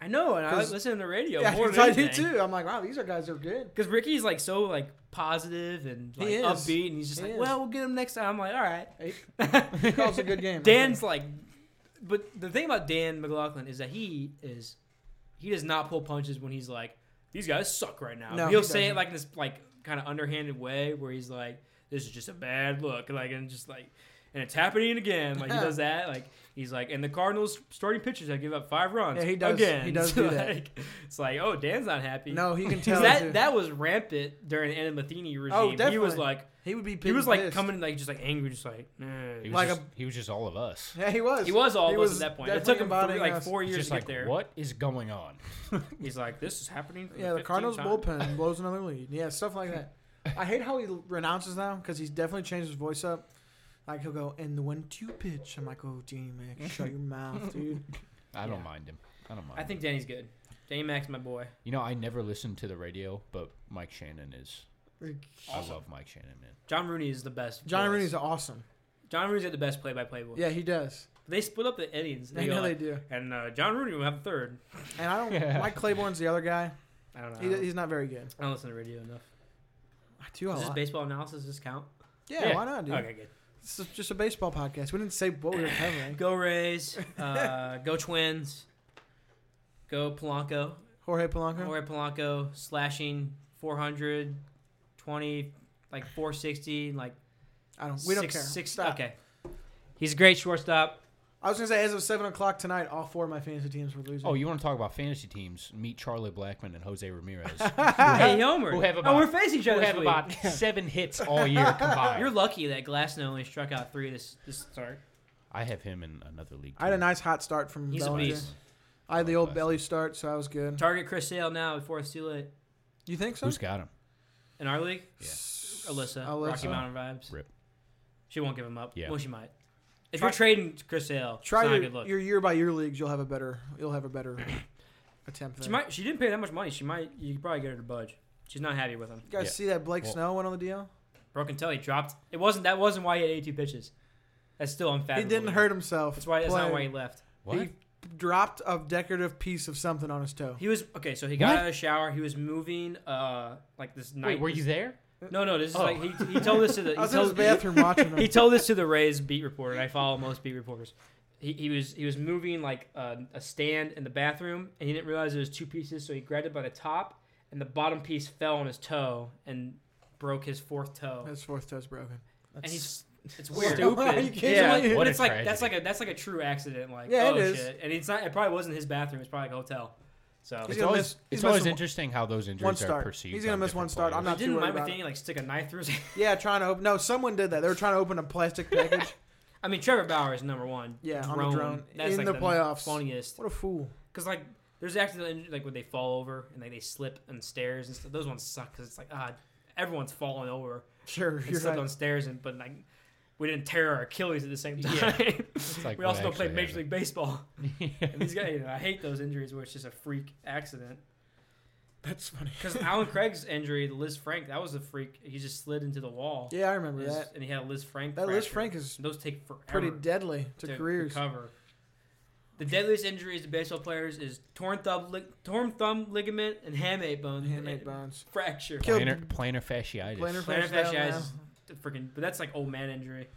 [SPEAKER 2] I know, and I
[SPEAKER 3] 'Cause-
[SPEAKER 2] listen to the radio
[SPEAKER 3] Yeah,
[SPEAKER 2] more than
[SPEAKER 3] I do
[SPEAKER 2] anything.
[SPEAKER 3] too. I'm like, wow, these are guys are good.
[SPEAKER 2] Because Ricky's like so like positive and like
[SPEAKER 3] He is.
[SPEAKER 2] upbeat, and he's just
[SPEAKER 3] He
[SPEAKER 2] like,
[SPEAKER 3] is.
[SPEAKER 2] "Well, we'll get him next time." I'm like, "All right."
[SPEAKER 3] Hey, [LAUGHS] He calls a good [LAUGHS] game.
[SPEAKER 2] Dan's like, but the thing about Dan McLaughlin is that he is, he does not pull punches when he's like, "These guys suck right now."
[SPEAKER 3] No,
[SPEAKER 2] he'll
[SPEAKER 3] he
[SPEAKER 2] say it
[SPEAKER 3] doesn't.
[SPEAKER 2] like in this like kind of underhanded way where he's like, "This is just a bad look," like and just like and it's happening again. Like he
[SPEAKER 3] [LAUGHS]
[SPEAKER 2] does that. Like he's like, and the Cardinals starting pitchers have give up five runs.
[SPEAKER 3] Yeah, he does-
[SPEAKER 2] Again,
[SPEAKER 3] he
[SPEAKER 2] [LAUGHS]
[SPEAKER 3] does do that.
[SPEAKER 2] Like, it's like, oh, Dan's not happy.
[SPEAKER 3] No, he
[SPEAKER 2] [LAUGHS]
[SPEAKER 3] can
[SPEAKER 2] 'Cause
[SPEAKER 3] tell,
[SPEAKER 2] that
[SPEAKER 3] too.
[SPEAKER 2] that was rampant during the Anamathini regime.
[SPEAKER 3] Oh,
[SPEAKER 2] He
[SPEAKER 3] definitely.
[SPEAKER 2] was like,
[SPEAKER 3] He would be
[SPEAKER 2] he was like
[SPEAKER 3] pissed.
[SPEAKER 2] coming in, like just like angry, just like. "Nah."
[SPEAKER 4] He was,
[SPEAKER 3] Like
[SPEAKER 4] just,
[SPEAKER 3] a-
[SPEAKER 4] he was just all of us.
[SPEAKER 3] Yeah, he was.
[SPEAKER 2] He was all of us
[SPEAKER 3] was
[SPEAKER 2] at that point. It
[SPEAKER 3] definitely
[SPEAKER 2] took him three-
[SPEAKER 3] embodying
[SPEAKER 2] like
[SPEAKER 3] us.
[SPEAKER 2] four
[SPEAKER 4] He's
[SPEAKER 2] years
[SPEAKER 4] just
[SPEAKER 2] to
[SPEAKER 4] like,
[SPEAKER 2] get there.
[SPEAKER 4] what is going on?
[SPEAKER 2] He's like, this is happening. for
[SPEAKER 3] Yeah, the
[SPEAKER 2] 15
[SPEAKER 3] Cardinals
[SPEAKER 2] times." [LAUGHS]
[SPEAKER 3] bullpen blows another lead. Yeah, stuff like that. I hate how he renounces now because he's definitely changed his voice up. Like he'll go and the one two pitch. I'm like, oh, Danny
[SPEAKER 2] [LAUGHS]
[SPEAKER 3] Mac, shut your mouth, dude.
[SPEAKER 4] I don't mind him. I don't mind.
[SPEAKER 2] I think Danny's good. Danny Mac's my boy.
[SPEAKER 4] you know I never listen to the radio, but Mike Shannon is.
[SPEAKER 2] [LAUGHS]
[SPEAKER 4] I love Mike Shannon, man.
[SPEAKER 2] John Rooney is the best.
[SPEAKER 3] John
[SPEAKER 2] voice.
[SPEAKER 3] Rooney's awesome.
[SPEAKER 2] John Rooney's got the best play-by-play voice.
[SPEAKER 3] Yeah, he does.
[SPEAKER 2] They split up the Indians.
[SPEAKER 3] I
[SPEAKER 2] go
[SPEAKER 3] know they
[SPEAKER 2] like-
[SPEAKER 3] do.
[SPEAKER 2] And uh, John Rooney will have a third. [LAUGHS]
[SPEAKER 3] And I don't. Mike Claiborne's the other guy.
[SPEAKER 2] I don't know.
[SPEAKER 3] He, he's not very good.
[SPEAKER 2] I don't listen to radio enough.
[SPEAKER 3] I do a
[SPEAKER 2] Does this
[SPEAKER 3] lot.
[SPEAKER 2] baseball analysis just count?
[SPEAKER 3] yeah, why not, dude?
[SPEAKER 2] Okay, good.
[SPEAKER 3] This is just a baseball podcast. We didn't say what we were
[SPEAKER 2] [LAUGHS]
[SPEAKER 3] covering.
[SPEAKER 2] Go Rays. Uh,
[SPEAKER 3] [LAUGHS]
[SPEAKER 2] go Twins. Go Polanco.
[SPEAKER 3] Jorge Polanco.
[SPEAKER 2] Jorge Polanco slashing 420, like 460, like
[SPEAKER 3] I don't. We don't
[SPEAKER 2] six,
[SPEAKER 3] care.
[SPEAKER 2] Six,
[SPEAKER 3] Stop.
[SPEAKER 2] Okay. He's a great shortstop.
[SPEAKER 3] I was gonna say as of seven o'clock tonight, all four of my fantasy teams were losing.
[SPEAKER 4] Oh, you want to talk about fantasy teams? Meet Charlie Blackman and Jose
[SPEAKER 2] [LAUGHS]
[SPEAKER 4] Ramirez,
[SPEAKER 3] Ah.
[SPEAKER 2] Hey, Homer.
[SPEAKER 4] who have
[SPEAKER 2] oh,
[SPEAKER 4] about-
[SPEAKER 2] we're facing each
[SPEAKER 4] who
[SPEAKER 2] other.
[SPEAKER 4] have
[SPEAKER 2] this week. [LAUGHS]
[SPEAKER 4] about seven hits all year combined.
[SPEAKER 2] You're lucky that Glassnow only struck out three this this start.
[SPEAKER 4] I have him in another league.
[SPEAKER 3] I had a
[SPEAKER 4] too.
[SPEAKER 3] nice hot start from.
[SPEAKER 2] He's a
[SPEAKER 3] Bellinger.
[SPEAKER 2] beast.
[SPEAKER 3] I had the old
[SPEAKER 4] Bless
[SPEAKER 3] belly start, so I was good.
[SPEAKER 2] Target Chris Sale now before it's too late.
[SPEAKER 3] You think so?
[SPEAKER 4] Who's got him?
[SPEAKER 2] In our league,
[SPEAKER 4] Yeah.
[SPEAKER 2] Alyssa,
[SPEAKER 3] Alyssa.
[SPEAKER 2] Rocky Mountain vibes.
[SPEAKER 4] Rip.
[SPEAKER 2] She won't give him up.
[SPEAKER 4] Yeah.
[SPEAKER 2] Well, she might. If you're trading Chris Sale,
[SPEAKER 3] Try
[SPEAKER 2] it's not a
[SPEAKER 3] your,
[SPEAKER 2] good look.
[SPEAKER 3] your year by year leagues. You'll have a better. You'll have
[SPEAKER 2] [COUGHS]
[SPEAKER 3] a better attempt.
[SPEAKER 2] She
[SPEAKER 3] there.
[SPEAKER 2] might. She didn't pay that much money. She might. You could probably get her to budge. She's not happy with him.
[SPEAKER 3] You guys
[SPEAKER 4] Yeah.
[SPEAKER 3] see that Blake
[SPEAKER 4] Well-
[SPEAKER 3] Snow went on the deal?
[SPEAKER 2] Broken telly dropped. It wasn't. That wasn't why he had 82 pitches. That's still
[SPEAKER 3] He
[SPEAKER 2] unfathomable.
[SPEAKER 3] didn't hurt himself.
[SPEAKER 2] That's why. That's not why he
[SPEAKER 3] playing.
[SPEAKER 2] left.
[SPEAKER 4] What?
[SPEAKER 3] He dropped a decorative piece of something on his toe.
[SPEAKER 2] He was okay. So he got
[SPEAKER 4] What?
[SPEAKER 2] out of the shower. He was moving. Uh, like this night.
[SPEAKER 4] Wait, were you there?
[SPEAKER 2] No, no. This is
[SPEAKER 4] Oh.
[SPEAKER 2] like he, he told this to the. He
[SPEAKER 3] [LAUGHS] I was in
[SPEAKER 2] told,
[SPEAKER 3] his bathroom
[SPEAKER 2] [LAUGHS]
[SPEAKER 3] watching him.
[SPEAKER 2] He told this to the Rays beat reporter. and I follow most beat reporters. He, he was he was moving like a, a stand in the bathroom, and he didn't realize there was two pieces. So he grabbed it by the top, and the bottom piece fell on his toe and broke his fourth toe.
[SPEAKER 3] his fourth toe's broken.
[SPEAKER 2] and he's it's weird.
[SPEAKER 3] [LAUGHS] Are you
[SPEAKER 2] Stupid.
[SPEAKER 3] kidding
[SPEAKER 2] yeah,
[SPEAKER 3] me?
[SPEAKER 2] but
[SPEAKER 4] What a
[SPEAKER 2] it's like that's
[SPEAKER 4] tragedy.
[SPEAKER 2] like a that's like a true accident. Like
[SPEAKER 3] Yeah,
[SPEAKER 2] oh
[SPEAKER 3] it is.
[SPEAKER 2] shit, and it's not. It probably wasn't his bathroom. It's probably like a hotel. So
[SPEAKER 3] He's
[SPEAKER 4] It's
[SPEAKER 3] gonna
[SPEAKER 4] always,
[SPEAKER 3] miss- he's
[SPEAKER 4] it's always
[SPEAKER 3] missing
[SPEAKER 4] interesting how those injuries
[SPEAKER 3] one
[SPEAKER 4] are
[SPEAKER 3] start.
[SPEAKER 4] perceived.
[SPEAKER 3] He's gonna
[SPEAKER 4] on
[SPEAKER 3] miss one start.
[SPEAKER 4] different
[SPEAKER 3] I'm
[SPEAKER 4] players.
[SPEAKER 3] not- too
[SPEAKER 2] didn't
[SPEAKER 3] worried
[SPEAKER 2] Mike
[SPEAKER 3] about
[SPEAKER 2] Matheny like stick a knife through his? [LAUGHS]
[SPEAKER 3] Yeah, trying to open. No, someone did that. They were trying to open a plastic package.
[SPEAKER 2] I mean, Trevor Bauer is number one.
[SPEAKER 3] Yeah, on the drone. In the playoffs.
[SPEAKER 2] funniest.
[SPEAKER 3] what a fool!
[SPEAKER 2] Because like there's accidental injuries like when they fall over and like they slip on stairs and stuff. Those ones suck because it's like ah everyone's falling over.
[SPEAKER 3] Sure,
[SPEAKER 2] They
[SPEAKER 3] you're
[SPEAKER 2] slipped
[SPEAKER 3] right.
[SPEAKER 2] on stairs and but like we didn't tear our Achilles at the same time. [LAUGHS]
[SPEAKER 4] like
[SPEAKER 2] we
[SPEAKER 4] what
[SPEAKER 2] also don't play
[SPEAKER 4] actually
[SPEAKER 2] Major League Baseball.
[SPEAKER 4] [LAUGHS]
[SPEAKER 2] and these guys, you know, I hate those injuries where it's just a freak accident.
[SPEAKER 3] That's funny.
[SPEAKER 2] Because Alan Craig's injury, to Liz Frank, that was a freak. He just slid into the wall.
[SPEAKER 3] Yeah, I remember
[SPEAKER 2] His-
[SPEAKER 3] that.
[SPEAKER 2] And he had a Liz Frank.
[SPEAKER 3] That Liz
[SPEAKER 2] fracture.
[SPEAKER 3] Frank is
[SPEAKER 2] those take forever
[SPEAKER 3] pretty deadly to,
[SPEAKER 2] to
[SPEAKER 3] careers.
[SPEAKER 2] recover. The deadliest injuries to baseball players is torn thumb, lig- torn thumb ligament and hamate bone.
[SPEAKER 3] Handmade
[SPEAKER 2] eh,
[SPEAKER 3] bones.
[SPEAKER 2] fracture.
[SPEAKER 3] Killed-
[SPEAKER 4] Planar, planar fasciitis.
[SPEAKER 2] Plantar
[SPEAKER 3] Planar Flash down
[SPEAKER 2] fasciitis,
[SPEAKER 3] now.
[SPEAKER 2] is the freaking. But that's like old man injury.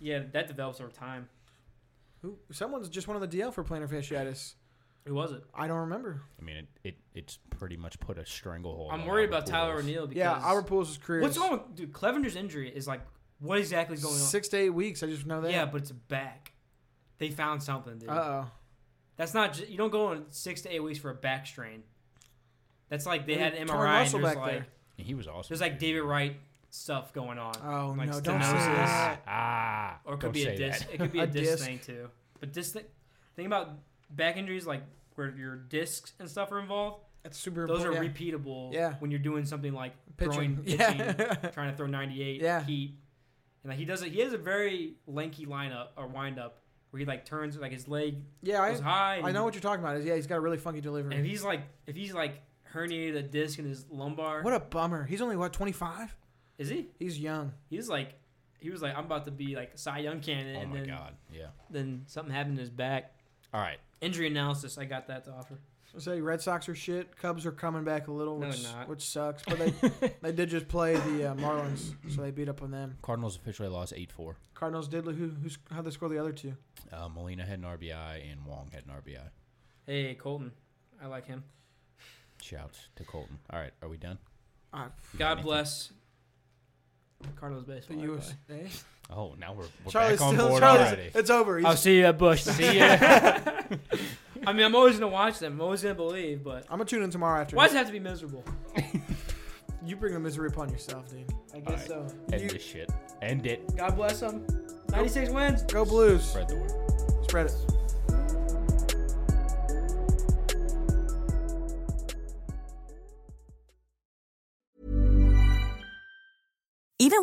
[SPEAKER 2] Yeah, that develops over time.
[SPEAKER 3] Who? Someone's just went on the DL for plantar fasciitis.
[SPEAKER 2] Who was it?
[SPEAKER 3] I don't remember.
[SPEAKER 4] I mean, it, it it's pretty much put a stranglehold.
[SPEAKER 2] I'm
[SPEAKER 4] on
[SPEAKER 2] worried
[SPEAKER 4] Albert
[SPEAKER 2] about Tyler
[SPEAKER 4] Pujols.
[SPEAKER 2] O'Neill because
[SPEAKER 3] Yeah, Albert Pujols' career.
[SPEAKER 2] what's
[SPEAKER 3] is
[SPEAKER 2] going on, dude? Clevenger's injury is like what exactly is going on?
[SPEAKER 3] Six to eight weeks. I just know that.
[SPEAKER 2] yeah, but it's back. They found something, dude.
[SPEAKER 3] Uh oh.
[SPEAKER 2] That's not just, you don't go on six to eight weeks for a back strain. That's like they
[SPEAKER 3] Maybe
[SPEAKER 2] had an
[SPEAKER 3] torn
[SPEAKER 2] MRI. And
[SPEAKER 3] muscle
[SPEAKER 2] there's
[SPEAKER 3] back
[SPEAKER 2] like
[SPEAKER 3] there.
[SPEAKER 4] And He was awesome.
[SPEAKER 2] there's like
[SPEAKER 4] too.
[SPEAKER 2] David Wright stuff going on.
[SPEAKER 3] Oh,
[SPEAKER 2] like
[SPEAKER 3] no, don't say
[SPEAKER 2] stenosis.
[SPEAKER 3] that.
[SPEAKER 4] Ah,
[SPEAKER 2] Or it
[SPEAKER 4] don't
[SPEAKER 2] could be a
[SPEAKER 4] say
[SPEAKER 2] disc.
[SPEAKER 4] that.
[SPEAKER 2] It could be a,
[SPEAKER 3] [LAUGHS] A
[SPEAKER 2] disc,
[SPEAKER 3] disc.
[SPEAKER 2] thing too. But disc thing, thing about back injuries like where your discs and stuff are involved.
[SPEAKER 3] That's super.
[SPEAKER 2] Those are
[SPEAKER 3] important,
[SPEAKER 2] repeatable.
[SPEAKER 3] Yeah.
[SPEAKER 2] When you're doing something like
[SPEAKER 3] Pitching.
[SPEAKER 2] throwing,
[SPEAKER 3] [LAUGHS]
[SPEAKER 2] pitching,
[SPEAKER 3] Yeah.
[SPEAKER 2] trying to throw 98
[SPEAKER 3] Yeah.
[SPEAKER 2] heat, and like he does it. He has a very lanky lineup or windup where he like turns like his leg
[SPEAKER 3] Yeah,
[SPEAKER 2] goes
[SPEAKER 3] yeah
[SPEAKER 2] high.
[SPEAKER 3] I,
[SPEAKER 2] And
[SPEAKER 3] I know what you're talking about. Is yeah, he's got a really funky delivery.
[SPEAKER 2] And if he's like, if he's like herniated a disc in his lumbar,
[SPEAKER 3] what a bummer. He's only what 25.
[SPEAKER 2] is he?
[SPEAKER 3] He's young.
[SPEAKER 2] He's like, he was like, I'm about to be like Cy Young candidate,
[SPEAKER 4] Oh
[SPEAKER 2] and
[SPEAKER 4] my
[SPEAKER 2] then
[SPEAKER 4] god. Yeah.
[SPEAKER 2] then something happened to his back.
[SPEAKER 4] All right.
[SPEAKER 2] Injury analysis, I got that to offer.
[SPEAKER 3] I say Red Sox are shit. Cubs are coming back a little,
[SPEAKER 2] No,
[SPEAKER 3] which,
[SPEAKER 2] they're not.
[SPEAKER 3] which sucks.
[SPEAKER 2] [LAUGHS]
[SPEAKER 3] But they they did just play the uh, Marlins, so they beat up on them.
[SPEAKER 4] Cardinals officially lost eight four.
[SPEAKER 3] Cardinals did. lo- Who who's how they score the other two?
[SPEAKER 4] Uh, Molina had an RBI and Wong had an RBI.
[SPEAKER 2] Hey, Colton, I like him.
[SPEAKER 4] Shouts to Colton. All right, are we done?
[SPEAKER 3] Uh,
[SPEAKER 2] God bless Cardinals baseball.
[SPEAKER 3] The
[SPEAKER 2] everybody.
[SPEAKER 3] USA.
[SPEAKER 4] Oh, now we're, we're
[SPEAKER 3] Charlie's
[SPEAKER 4] back on
[SPEAKER 3] still.
[SPEAKER 4] board
[SPEAKER 3] Charlie's, [LAUGHS]
[SPEAKER 4] already.
[SPEAKER 3] it's over. He's,
[SPEAKER 2] I'll see you at Bush. See ya. [LAUGHS] I mean, I'm always gonna watch them. I'm always gonna believe, but
[SPEAKER 3] I'm gonna tune in tomorrow after.
[SPEAKER 2] why does it have to be miserable?
[SPEAKER 3] You bring the misery upon yourself, dude.
[SPEAKER 2] I guess so.
[SPEAKER 4] End
[SPEAKER 3] You-
[SPEAKER 4] this shit. End it.
[SPEAKER 2] God bless them. 96 wins.
[SPEAKER 3] Go Blues.
[SPEAKER 4] Spread the word.
[SPEAKER 3] Spread it.
[SPEAKER 1] Even